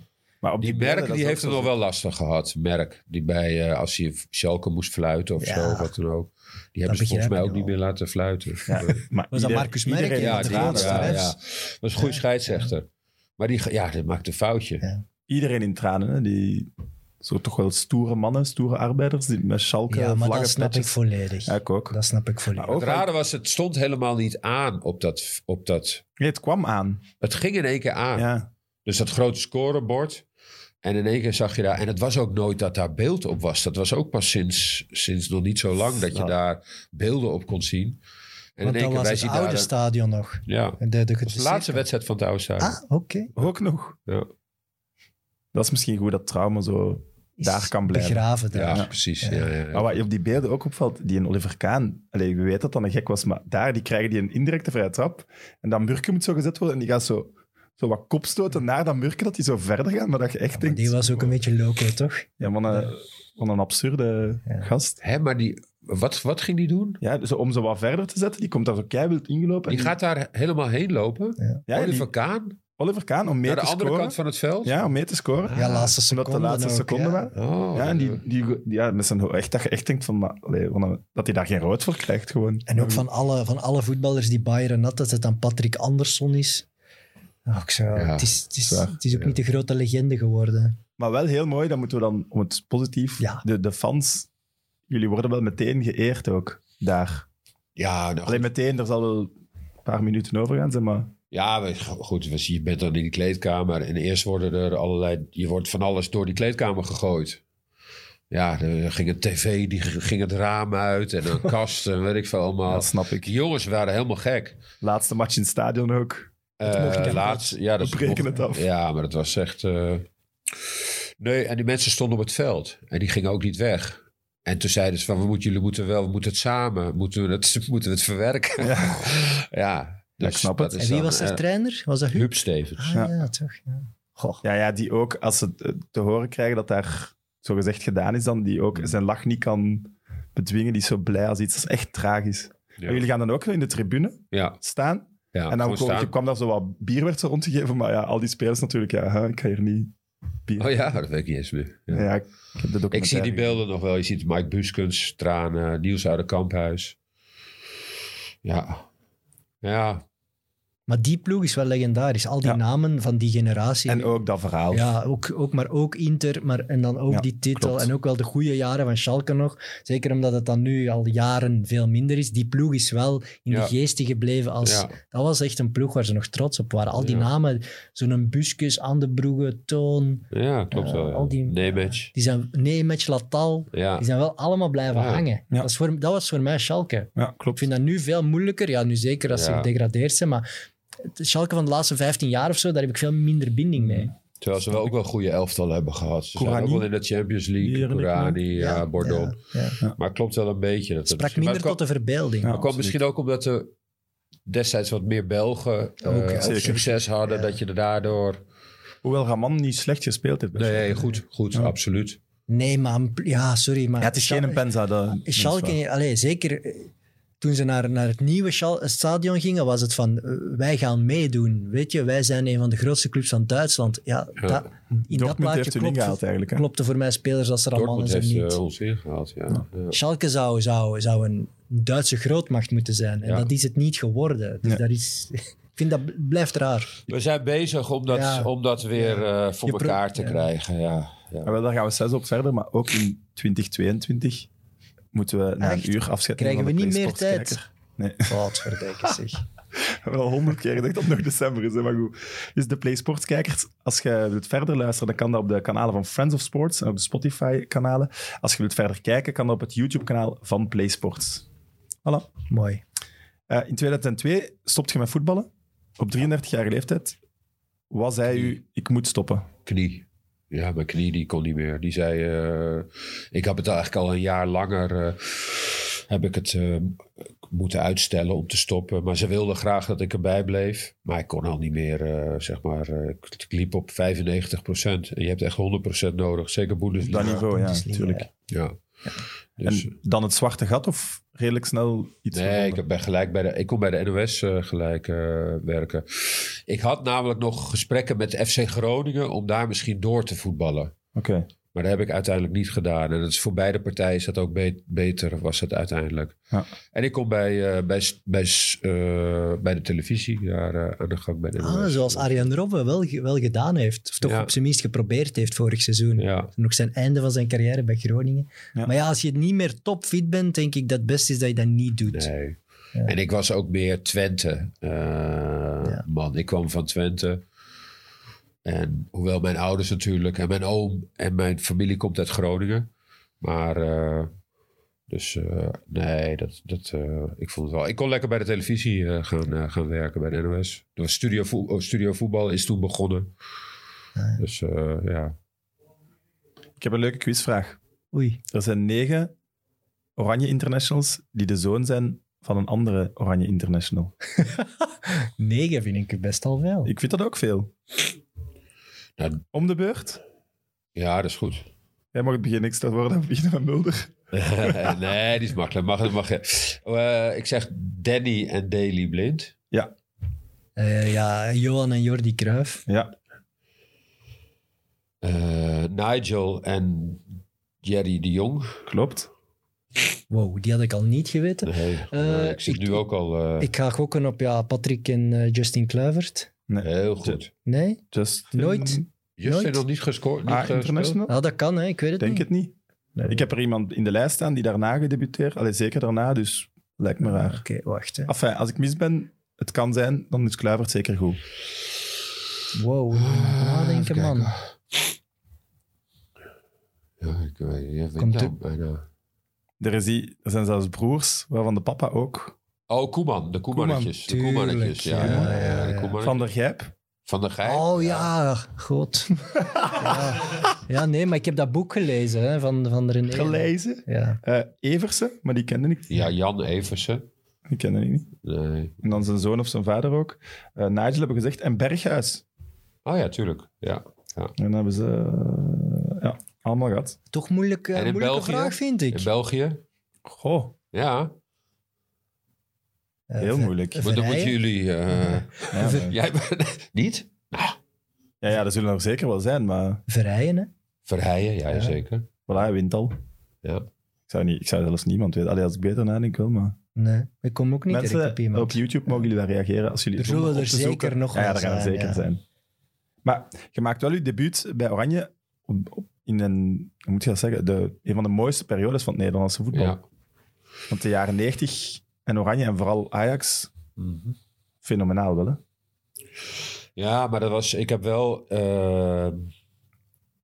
Speaker 1: maar op
Speaker 3: Die
Speaker 1: beelden,
Speaker 3: Merk
Speaker 1: dat
Speaker 3: die
Speaker 1: is
Speaker 3: heeft
Speaker 1: ook
Speaker 3: het
Speaker 1: zo.
Speaker 3: nog wel lastig gehad. Merk, die bij, eh, als hij Schalke moest fluiten of
Speaker 2: Ja.
Speaker 3: zo, of wat dan ook. Die hebben ze
Speaker 2: begrijp
Speaker 3: volgens mij
Speaker 2: ik
Speaker 3: ook niet
Speaker 2: wel.
Speaker 3: meer laten fluiten.
Speaker 1: Ja, maar
Speaker 2: dat
Speaker 1: ieder-
Speaker 2: Marcus Merk
Speaker 1: iedereen
Speaker 2: in
Speaker 1: had het
Speaker 2: de
Speaker 3: Ja, die,
Speaker 1: aan,
Speaker 3: ja,
Speaker 2: laatste,
Speaker 1: ja.
Speaker 3: ja,
Speaker 2: refs.
Speaker 3: Dat was een goede
Speaker 2: Ja.
Speaker 3: scheidsrechter. Maar die, ge- ja, die maakt een foutje.
Speaker 2: Ja.
Speaker 1: iedereen in tranen. Hè? Die zo toch wel stoere mannen, stoere arbeiders. Die met Schalke,
Speaker 2: Ja, maar
Speaker 1: vlaggen,
Speaker 2: dat snap ik
Speaker 1: petjes.
Speaker 2: volledig.
Speaker 1: eh, Ja, ik ook.
Speaker 2: Dat snap ik volledig.
Speaker 1: Maar ook-
Speaker 3: Het rare was, het stond helemaal niet aan op dat, op dat...
Speaker 1: Nee, het kwam aan.
Speaker 3: Het ging in één keer aan.
Speaker 1: Ja.
Speaker 3: Dus dat grote scorebord. En in één keer zag je daar... En het was ook nooit dat daar beeld op was. Dat was ook pas sinds, sinds nog niet zo lang dat je
Speaker 1: Ja.
Speaker 3: daar beelden op kon zien. En
Speaker 2: nou. Want
Speaker 3: in één
Speaker 2: dat
Speaker 3: keer,
Speaker 2: was
Speaker 3: wij
Speaker 2: het
Speaker 3: zien
Speaker 2: oude
Speaker 3: daar... een-
Speaker 2: stadion nog.
Speaker 3: ja,
Speaker 2: En de, de,
Speaker 3: dat was de laatste wedstrijd van het oude stadion.
Speaker 2: Ah, oké.
Speaker 1: Ook nog.
Speaker 3: Ja.
Speaker 1: Dat is misschien goed dat trauma zo
Speaker 2: Is
Speaker 1: Daar kan blijven.
Speaker 2: Begraven daar.
Speaker 3: ja,
Speaker 1: Ja.
Speaker 3: precies.
Speaker 2: Ja.
Speaker 3: Ja, ja, ja.
Speaker 1: Maar wat je op die beelden ook opvalt, die in Oliver Kaan, allee, we weten dat dat een gek was, maar daar die krijgen die een indirecte vrije trap. En dan Murken moet zo gezet worden en die gaat zo, zo wat kopstoten naar dat Murken, dat die zo verder gaan. Maar dat je echt
Speaker 2: Maar
Speaker 1: denkt,
Speaker 2: die was ook een beetje loco, toch?
Speaker 1: ja, wat een, wat een absurde
Speaker 2: Ja.
Speaker 1: gast.
Speaker 3: Hè, maar die, wat, wat ging die doen?
Speaker 1: Ja, zo om ze wat verder te zetten, die komt daar zo keihard ingelopen.
Speaker 3: Die
Speaker 1: en
Speaker 3: gaat daar helemaal heen lopen.
Speaker 1: ja, die-
Speaker 3: Oliver Kaan.
Speaker 1: Oliver Kaan om mee
Speaker 3: Naar de
Speaker 1: te
Speaker 3: andere
Speaker 1: scoren.
Speaker 3: kant van het veld?
Speaker 1: Ja, om mee te scoren.
Speaker 2: Ja, laatste
Speaker 1: Omdat
Speaker 2: seconde.
Speaker 1: de laatste
Speaker 2: ook,
Speaker 1: seconde
Speaker 2: ja.
Speaker 1: was.
Speaker 3: Oh,
Speaker 1: Ja, en die, die, die- ja, met zijn ho- echt, dat je echt denkt van, maar, allee, wat een- dat hij daar geen rood voor krijgt gewoon.
Speaker 2: En
Speaker 3: Mm.
Speaker 2: ook van alle, van alle voetballers die Bayern had, dat het dan Patrick Andersson is. Ook zo.
Speaker 3: Ja,
Speaker 2: het, is, het, is,
Speaker 1: zwaar.
Speaker 2: het is ook
Speaker 3: Ja.
Speaker 2: niet de grote legende geworden.
Speaker 1: Maar wel heel mooi, dan moeten we dan, om het positief,
Speaker 2: Ja.
Speaker 1: de, de fans, jullie worden wel meteen geëerd ook daar.
Speaker 3: Ja, nou,
Speaker 1: Alleen
Speaker 3: goed.
Speaker 1: meteen, er zal wel een paar minuten over gaan, zeg maar.
Speaker 3: ja we- goed, we- je bent dan in die kleedkamer en eerst worden er allerlei, je wordt van alles door die kleedkamer gegooid. Ja, er ging een tv, die g- ging het raam uit en een kast en weet ik veel allemaal.
Speaker 1: Dat snap ik.
Speaker 3: Die jongens waren helemaal gek.
Speaker 1: Laatste match in het stadion ook.
Speaker 3: Eh,
Speaker 2: mocht helemaal
Speaker 3: laatst, ja, dat
Speaker 1: We breken
Speaker 3: mocht-
Speaker 1: het af.
Speaker 3: Ja, maar dat was echt... eh, Nee, en die mensen stonden op het veld en die gingen ook niet weg. En toen zeiden ze van, we moeten, jullie moeten wel, we moeten het samen, moeten we het, moeten we het verwerken.
Speaker 1: Ja.
Speaker 3: Ja, dus
Speaker 1: ik snap het.
Speaker 3: dat is
Speaker 2: En wie
Speaker 3: dan,
Speaker 2: was daar
Speaker 3: eh,
Speaker 2: trainer? Was dat Huub?
Speaker 3: Huub Stevens.
Speaker 2: Ah,
Speaker 1: Ja.
Speaker 2: ja. toch. Ja. Goh.
Speaker 1: Ja, ja, die ook, als ze eh, te horen krijgen dat daar zogezegd gedaan is, dan die ook zijn lach niet kan bedwingen. Die is zo blij als iets. Dat is echt tragisch.
Speaker 3: Ja.
Speaker 1: En jullie gaan dan ook weer in de tribune
Speaker 3: Ja,
Speaker 1: staan.
Speaker 3: ja,
Speaker 1: en dan
Speaker 3: gewoon
Speaker 1: kwam,
Speaker 3: staan.
Speaker 1: kwam daar zo wat bier werd zo rondgegeven. Maar ja, al die spelers natuurlijk. Ja, hè, ik ga hier niet bier.
Speaker 3: Oh ja, dat weet ik niet eens meer. Ja.
Speaker 1: ja. ik, heb de
Speaker 3: ik zie
Speaker 1: documentaire
Speaker 3: die beelden nog wel. Je ziet Mike Buskens, tranen, Niels uit Kamphuis. Ja. Ja,
Speaker 2: Maar die ploeg is wel legendarisch. Al die
Speaker 1: Ja.
Speaker 2: namen van die generatie.
Speaker 1: En ook dat verhaal.
Speaker 2: ja, ook, ook, maar ook Inter, maar, en dan ook
Speaker 1: Ja,
Speaker 2: die titel.
Speaker 1: klopt.
Speaker 2: En ook wel de goede jaren van Schalke nog. Zeker omdat het dan nu al jaren veel minder is. Die ploeg is wel in
Speaker 3: Ja.
Speaker 2: de geesten gebleven als...
Speaker 3: ja.
Speaker 2: Dat was echt een ploeg waar ze nog trots op waren. Al die
Speaker 3: Ja.
Speaker 2: namen, zo'n Buskus, Andenbroege, Toon,
Speaker 3: ja klopt
Speaker 2: Eh,
Speaker 3: wel. Ja.
Speaker 2: al die-
Speaker 3: Nemec.
Speaker 2: die zijn, Nemec, Latal,
Speaker 3: Ja.
Speaker 2: die zijn wel allemaal blijven
Speaker 3: Ja.
Speaker 2: hangen.
Speaker 1: Ja.
Speaker 2: Dat, is voor, dat was voor mij Schalke.
Speaker 1: Ja, klopt.
Speaker 2: Ik vind dat nu veel moeilijker. Ja, nu zeker als ze
Speaker 3: Ja.
Speaker 2: gedegradeerd zijn, maar... het Schalke van de laatste 15 jaar of zo, daar heb ik veel minder
Speaker 3: Mm.
Speaker 2: binding mee.
Speaker 3: Terwijl ze wel ook wel goede elftal hebben gehad. Ze zijn
Speaker 1: Kourani.
Speaker 3: ook wel in de Champions League.
Speaker 1: Hier en ik
Speaker 3: Kourani, ja,
Speaker 2: Ja,
Speaker 3: Bordeaux.
Speaker 2: ja, ja.
Speaker 3: Maar het klopt wel een beetje. Dat het
Speaker 2: Sprak
Speaker 3: misschien-
Speaker 2: minder
Speaker 3: maar het kwam-
Speaker 2: tot de verbeelding.
Speaker 1: Ja.
Speaker 3: Maar kwam misschien ook omdat er destijds wat meer Belgen eh,
Speaker 2: Ook, ja.
Speaker 3: ook succes hadden.
Speaker 2: Ja.
Speaker 3: Dat je er daardoor...
Speaker 1: Hoewel Raman niet slecht gespeeld heeft. bij
Speaker 3: Nee,
Speaker 1: Schalke.
Speaker 3: goed, goed,
Speaker 1: Ja.
Speaker 3: absoluut.
Speaker 2: Nee, maar een pl- ja, sorry. Maar
Speaker 1: Ja, het is geen
Speaker 2: Schalke-
Speaker 1: Penza. Dat, dat is
Speaker 2: Schalke, allee, zeker eh, toen ze naar, naar het nieuwe Schal- stadion gingen, was het van eh, wij gaan meedoen. Weet je, wij zijn een van de grootste clubs van Duitsland. Ja,
Speaker 3: Ja.
Speaker 2: dat- in
Speaker 1: waar.
Speaker 2: dat
Speaker 1: Dortmund
Speaker 2: plaatje
Speaker 1: heeft toen
Speaker 2: klopt,
Speaker 1: ingehaald eigenlijk. Hè?
Speaker 2: klopte voor mij spelers als er allemaal
Speaker 3: Dortmund
Speaker 2: in zijn
Speaker 3: heeft
Speaker 2: niet.
Speaker 3: eh, ons ingehaald, ja. ja.
Speaker 2: Schalke zou, zou, zou een Duitse grootmacht moeten zijn. En
Speaker 3: Ja.
Speaker 2: dat is het niet geworden. Dus
Speaker 1: Nee.
Speaker 2: dat is... Ik vind dat bl- blijft raar.
Speaker 3: We zijn bezig om dat,
Speaker 2: Ja.
Speaker 3: om dat weer eh, voor
Speaker 2: Je pro-
Speaker 3: elkaar te
Speaker 2: ja.
Speaker 3: krijgen, ja.
Speaker 1: Ja, Ah, wel, daar gaan we zes op verder, maar ook in 2022 moeten we na
Speaker 2: Echt?
Speaker 1: een uur afscheid nemen
Speaker 2: Krijgen
Speaker 1: van de
Speaker 2: we niet meer tijd?
Speaker 1: PlaySports-kijker. Nee,
Speaker 2: Godverdikke zeg.
Speaker 1: we hebben al honderd keer gezegd dat het nog december is, hè, maar goed. Dus de PlaySports-kijkers, als je wilt verder luisteren, dan kan dat op de kanalen van Friends of Sports en op de Spotify-kanalen. Als je wilt verder kijken, kan dat op het YouTube-kanaal van PlaySports. Voilà.
Speaker 2: Mooi.
Speaker 1: Eh, in 2002 stopt je met voetballen. Op 33-jarige leeftijd. Was hij u, ik moet stoppen.
Speaker 3: Knie. Ja, mijn knie die kon niet meer. Die zei, eh, ik heb het eigenlijk al een jaar langer, eh, heb ik het eh, moeten uitstellen om te stoppen. Maar ze wilden graag dat ik erbij bleef. Maar ik kon al niet meer, eh, zeg maar, eh, ik, ik liep op 95%. En je hebt echt 100% nodig, zeker
Speaker 1: Op dat
Speaker 3: Bundesliga.
Speaker 1: niveau, ja,
Speaker 2: Bundesliga,
Speaker 1: natuurlijk.
Speaker 3: Ja. Dus,
Speaker 1: En dan het zwarte gat of redelijk snel iets
Speaker 3: Nee,
Speaker 1: gevonden?
Speaker 3: ik, heb bij gelijk bij de, ik kon bij de NOS eh, gelijk eh, werken. Ik had namelijk nog gesprekken met FC Groningen om daar misschien door te voetballen.
Speaker 1: Oké.
Speaker 3: Maar dat heb ik uiteindelijk niet gedaan. En dat is voor beide partijen is dat ook be- beter, was dat uiteindelijk.
Speaker 1: Ja.
Speaker 3: En ik kom bij, eh, bij, s- bij, s- eh, bij de televisie daar eh, aan de gang bij de NOS.
Speaker 2: Ah, zoals Arjen Robben wel, ge- wel gedaan heeft. Of toch
Speaker 3: Ja.
Speaker 2: op zijn minst geprobeerd heeft vorig seizoen.
Speaker 3: Ja.
Speaker 2: Nog zijn einde van zijn carrière bij Groningen.
Speaker 1: Ja.
Speaker 2: Maar ja, als je niet meer topfit bent, denk ik dat het best is dat je dat niet doet.
Speaker 3: Nee. En ik was ook meer Twente. eh, Man, ik kwam van Twente. En hoewel mijn ouders natuurlijk en mijn oom en mijn familie komt uit Groningen. Maar eh, dus eh, nee, dat, dat, eh, ik vond het wel. Ik kon lekker bij de televisie eh, gaan, eh, gaan werken bij de NOS. Er was studio, voe- oh, studio voetbal is toen begonnen. Dus eh, ja.
Speaker 1: Ik heb een leuke quizvraag.
Speaker 2: Oei.
Speaker 1: Er zijn negen Oranje Internationals die de zoon zijn van een andere Oranje International.
Speaker 2: Negen vind ik best al veel.
Speaker 1: Ik vind dat ook veel.
Speaker 3: Nou,
Speaker 1: Om de beurt.
Speaker 3: ja, dat is goed.
Speaker 1: Jij mag het begin extra worden. We beginnen met Mulder.
Speaker 3: nee, die is makkelijk. Mag, mag, Eh, ik zeg Danny en Daily Blind.
Speaker 1: Ja,
Speaker 2: Eh, ja, Johan en Jordi Cruijff.
Speaker 1: ja.
Speaker 3: Eh, Nigel en Jerry de Jong.
Speaker 1: klopt.
Speaker 2: Wow, die had ik al niet geweten.
Speaker 3: Nee, maar Eh, ik zit
Speaker 2: ik-
Speaker 3: nu ook al eh,
Speaker 2: Ik ga gokken op ja, Patrick en eh, Justin Kluivert.
Speaker 3: heel goed.
Speaker 2: Nee?
Speaker 1: Just
Speaker 2: Nooit.
Speaker 3: Justin
Speaker 2: nooit.
Speaker 3: nog niet gescoord. Niet
Speaker 1: A
Speaker 3: gespeeld?
Speaker 1: International?
Speaker 2: Ah, dat kan, hè. ik weet het
Speaker 1: Denk
Speaker 2: niet.
Speaker 1: het niet.
Speaker 2: Nee.
Speaker 1: Ik heb er iemand in de lijst staan die daarna gedebuteerd. Allee, zeker daarna, dus lijkt me
Speaker 2: Oké,
Speaker 1: raar.
Speaker 2: wacht. Hè.
Speaker 1: Enfin, als ik mis ben, het kan zijn, dan is Kluivert zeker goed.
Speaker 2: Wow, nadenken,
Speaker 3: Even
Speaker 2: man.
Speaker 3: kijken. Ja, ik weet niet.
Speaker 2: Komt
Speaker 3: Komt nou, bijna.
Speaker 1: Er, is die, er zijn zelfs broers, waarvan de papa ook.
Speaker 3: Oh, Koeman. De Koemannetjes. de
Speaker 2: Tuurlijk,
Speaker 3: Koemannetjes. Ja,
Speaker 2: ja,
Speaker 3: ja,
Speaker 2: ja,
Speaker 3: ja, de
Speaker 2: ja.
Speaker 3: Koemannetjes.
Speaker 1: Van der Gijp.
Speaker 3: Van de Gijp.
Speaker 2: Oh ja, god. ja. ja, nee, maar ik heb dat boek gelezen hè, van, van René.
Speaker 1: Gelezen.
Speaker 2: Ja.
Speaker 1: Eh, Eversen, maar die kende ik.
Speaker 3: Ja, Jan Eversen.
Speaker 1: Die kende ik niet.
Speaker 3: Nee.
Speaker 1: En dan zijn zoon of zijn vader ook. Eh, Nigel hebben gezegd. En Berghuis.
Speaker 3: Oh ja, tuurlijk. Ja.
Speaker 1: En dan hebben ze... eh, ja, allemaal gehad.
Speaker 2: Toch moeilijk, eh,
Speaker 3: En in
Speaker 2: moeilijke
Speaker 3: België?
Speaker 2: vraag, vind ik.
Speaker 3: In België?
Speaker 1: Goh,
Speaker 3: Ja.
Speaker 2: Eh,
Speaker 1: heel
Speaker 2: Ver-
Speaker 1: moeilijk.
Speaker 3: Maar dan moeten
Speaker 2: Verrijen?
Speaker 3: jullie... eh,
Speaker 1: Ja, maar-
Speaker 3: jij niet?
Speaker 1: ja, ja, dat zullen er zeker wel zijn, maar
Speaker 2: Verrijen, hè?
Speaker 3: Verheijen, ja,
Speaker 1: Ja.
Speaker 3: zeker.
Speaker 1: voilà, hij wint al.
Speaker 3: Ja.
Speaker 1: Ik zou, niet, ik zou zelfs niemand weten. Allee, als ik beter nadenk wel, maar...
Speaker 2: Nee, ik kom ook niet direct
Speaker 1: Mensen
Speaker 2: op iemand.
Speaker 1: YouTube mogen jullie daar reageren als jullie
Speaker 2: Er
Speaker 1: het doen,
Speaker 2: zullen
Speaker 1: om
Speaker 2: er
Speaker 1: te
Speaker 2: zeker
Speaker 1: zoeken.
Speaker 2: nog
Speaker 1: ja, ja,
Speaker 2: wel
Speaker 1: er gaan er
Speaker 2: zijn,
Speaker 1: zeker
Speaker 2: ja.
Speaker 1: zijn. Maar je maakt wel je debuut bij Oranje op- op- in een, hoe moet je dat zeggen, de, een van de mooiste periodes van het Nederlandse voetbal.
Speaker 3: ja.
Speaker 1: Want de jaren 90 en Oranje en vooral Ajax,
Speaker 3: Mhm.
Speaker 1: fenomenaal wel. Hè?
Speaker 3: Ja, maar dat was... Ik heb wel eh,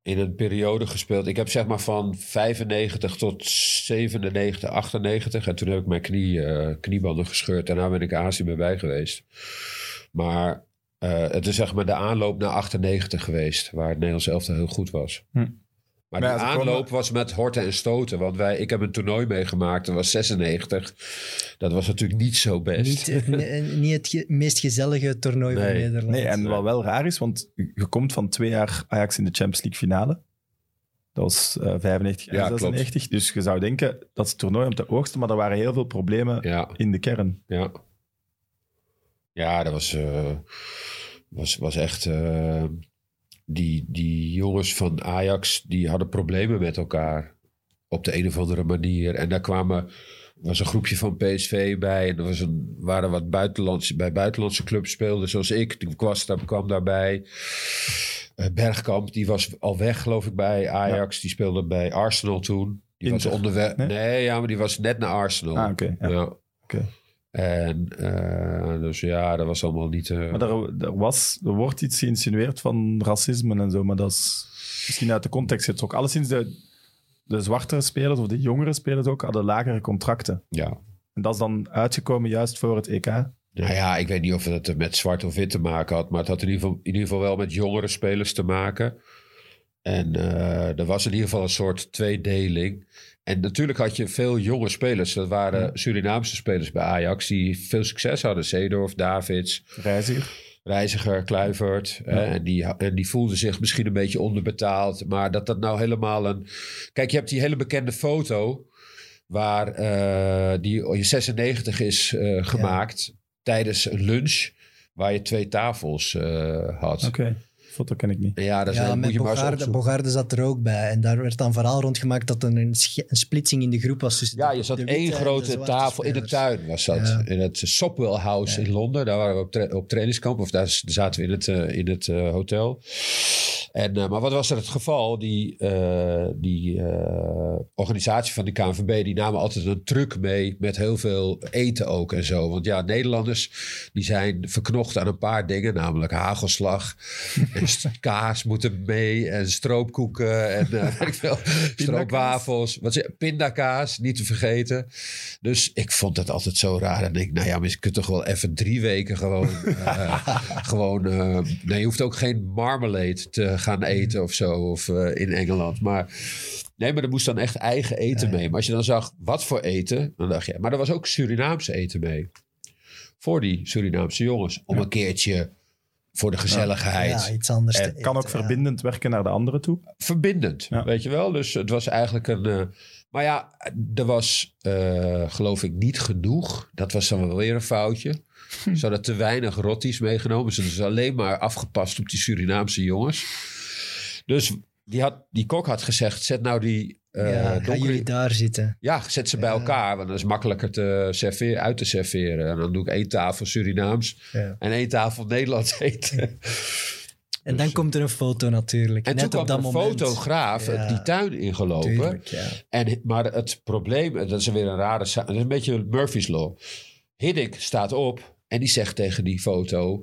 Speaker 3: in een periode gespeeld. Ik heb zeg maar van 95 tot 97, 98. En toen heb ik mijn knie, eh, kniebanden gescheurd. Daarna ben ik Azië mee bij geweest. Maar eh, het is zeg maar de aanloop naar 98 geweest. Waar het Nederlands elftal heel goed was.
Speaker 1: Hm.
Speaker 3: Maar
Speaker 1: Maar
Speaker 3: de
Speaker 1: ja, ze
Speaker 3: aanloop
Speaker 1: komen-
Speaker 3: was met horten en stoten. Want wij, ik heb een toernooi meegemaakt. Dat was 96. Dat was natuurlijk niet zo best.
Speaker 2: Niet het, ne- eh, niet het ge- meest gezellige toernooi van
Speaker 3: Nee.
Speaker 2: Nederland.
Speaker 1: eh, Nee, en wat wel raar is, want je komt van twee jaar Ajax in de Champions League finale. Dat was eh, 95 en
Speaker 3: Ja, klopt.
Speaker 1: 96. Dus je zou denken, dat is het toernooi om te oogsten, maar er waren heel veel problemen
Speaker 3: Ja,
Speaker 1: in de kern.
Speaker 3: ja. Ja, dat was, eh, was, was echt... eh, die, die jongens van Ajax, die hadden problemen met elkaar. Op de een of andere manier. En daar kwamen... was een groepje van PSV bij. En er was een, waren wat buitenlandse... Bij buitenlandse clubs speelden, zoals ik. De Kwast daar- kwam daarbij. Eh, Bergkamp, die was al weg, geloof ik, bij Ajax. Die speelde bij Arsenal toen. Die was
Speaker 1: Inter,
Speaker 3: onderweg...
Speaker 1: nee?
Speaker 3: Nee? ja, maar die was net naar Arsenal.
Speaker 1: Ah, oké. ja.
Speaker 3: Ja.
Speaker 1: Oké.
Speaker 3: En eh, dus ja, dat was allemaal niet. eh,
Speaker 1: Maar er, er was, er wordt iets geïnsinueerd van racisme en zo, maar dat is misschien uit de context getrokken. Alleszins de, de zwartere spelers of de jongere spelers ook hadden lagere contracten.
Speaker 3: ja.
Speaker 1: En dat is dan uitgekomen juist voor het EK.
Speaker 3: Nou ja, ik weet niet of het met zwart of wit te maken had. Maar het had in ieder geval, in ieder geval wel met jongere spelers te maken. En eh, er was in ieder geval een soort tweedeling. En natuurlijk had je veel jonge spelers. Dat waren Surinaamse spelers bij Ajax. Die veel succes hadden. Seedorf, Davids.
Speaker 1: Reiziger.
Speaker 3: Reiziger, Kluivert. hè, en, die, en die voelde zich misschien een beetje onderbetaald. Maar dat dat nou helemaal een... Kijk, je hebt die hele bekende foto... waar eh, die in 96 is eh, gemaakt... tijdens een lunch... waar je twee tafels eh, had.
Speaker 1: Oké, foto ken ik niet.
Speaker 3: En Ja, dat is
Speaker 2: ja,
Speaker 3: een- moet
Speaker 2: met
Speaker 3: je maar eens
Speaker 2: Bogarde,
Speaker 3: opzoeken.
Speaker 2: Bogarde zat er ook bij. En daar werd dan verhaal rondgemaakt dat er een, sche- een splitsing in de groep was. Tussen
Speaker 3: Ja,
Speaker 2: de-
Speaker 3: je zat
Speaker 2: de witte
Speaker 3: één
Speaker 2: en de
Speaker 3: grote
Speaker 2: zwarte
Speaker 3: tafel in de
Speaker 2: spelers.
Speaker 3: tuin, was dat.
Speaker 2: Ja.
Speaker 3: In het Sopwell House in Londen. Daar waren we op, tra- op trainingskamp, of daar s- zaten we in het, eh, in het eh, hotel. En, eh, maar wat was er het geval? Die, eh, die eh, organisatie van de KNVB, die namen altijd een truc mee met heel veel eten ook en zo. Want ja, Nederlanders die zijn verknocht aan een paar dingen, namelijk hagelslag, en st- kaas moeten mee en stroopkoeken en eh, weet ik veel, stroopwafels. Wat zeg- pindakaas, niet te vergeten. Dus ik vond dat altijd zo raar. En ik, nou ja, maar je kunt toch wel even drie weken gewoon. eh, gewoon eh, nee, je hoeft ook geen marmalade te gaan eten of zo. Of eh, in Engeland. Maar. Nee, maar er moest dan echt eigen eten mee. Maar als je dan zag wat voor eten, dan dacht je. Maar er was ook Surinaamse eten mee. Voor die Surinaamse jongens. Om een keertje voor de gezelligheid
Speaker 2: Ja, iets anders.
Speaker 3: En
Speaker 2: te
Speaker 1: Kan ook
Speaker 2: eten, ja.
Speaker 1: verbindend werken naar de anderen toe.
Speaker 3: verbindend,
Speaker 1: Ja.
Speaker 3: weet je wel. Dus het was eigenlijk een... eh, maar ja, er was eh, geloof ik niet genoeg. Dat was dan wel weer een foutje. Ze hadden te weinig rotties meegenomen. Ze is alleen maar afgepast op die Surinaamse jongens. Dus die, had, die kok had gezegd, zet nou die... eh
Speaker 2: ja, gaan
Speaker 3: donkere-
Speaker 2: jullie daar zitten?
Speaker 3: ja, zet ze bij
Speaker 2: Ja.
Speaker 3: elkaar, want dat is makkelijker te serveren, uit te serveren. En dan doe ik één tafel Surinaams
Speaker 2: Ja.
Speaker 3: en één tafel Nederlands eten. Dus,
Speaker 2: En
Speaker 3: eh,
Speaker 2: dan komt er een foto natuurlijk.
Speaker 3: En
Speaker 2: Net
Speaker 3: toen
Speaker 2: op
Speaker 3: kwam
Speaker 2: dat
Speaker 3: een
Speaker 2: moment.
Speaker 3: fotograaf
Speaker 2: Ja.
Speaker 3: die tuin ingelopen.
Speaker 2: Tuurlijk, ja.
Speaker 3: En, maar het probleem, en dat is weer een rare... sa- Dat is een beetje Murphy's Law. Hiddink staat op en die zegt tegen die fotograaf...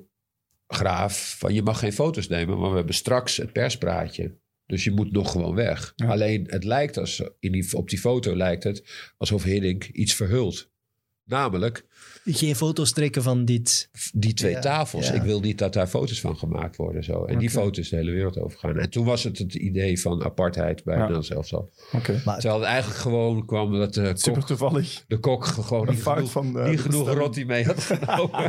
Speaker 3: Van, je mag geen foto's nemen, maar we hebben straks het perspraatje. Dus je moet nog gewoon weg.
Speaker 1: Ja.
Speaker 3: Alleen het lijkt als, in die, op die foto lijkt het alsof Hiddink iets verhult. Namelijk
Speaker 2: Geen foto's trekken van dit.
Speaker 3: die twee
Speaker 2: Ja,
Speaker 3: tafels.
Speaker 2: ja.
Speaker 3: Ik wil niet dat daar foto's van gemaakt worden. Zo. En die
Speaker 1: Oké.
Speaker 3: foto's de hele wereld overgaan. En toen was het het idee van apartheid bij
Speaker 1: Ja.
Speaker 3: Nederland zelfs al.
Speaker 1: Oké.
Speaker 2: Maar
Speaker 3: Terwijl het eigenlijk gewoon kwam dat de
Speaker 1: Super
Speaker 3: kok,
Speaker 1: toevallig.
Speaker 3: de kok gewoon
Speaker 1: Een
Speaker 3: niet
Speaker 1: fout
Speaker 3: genoeg,
Speaker 1: van de
Speaker 3: niet genoeg
Speaker 1: bestelling.
Speaker 3: rotti mee had genomen.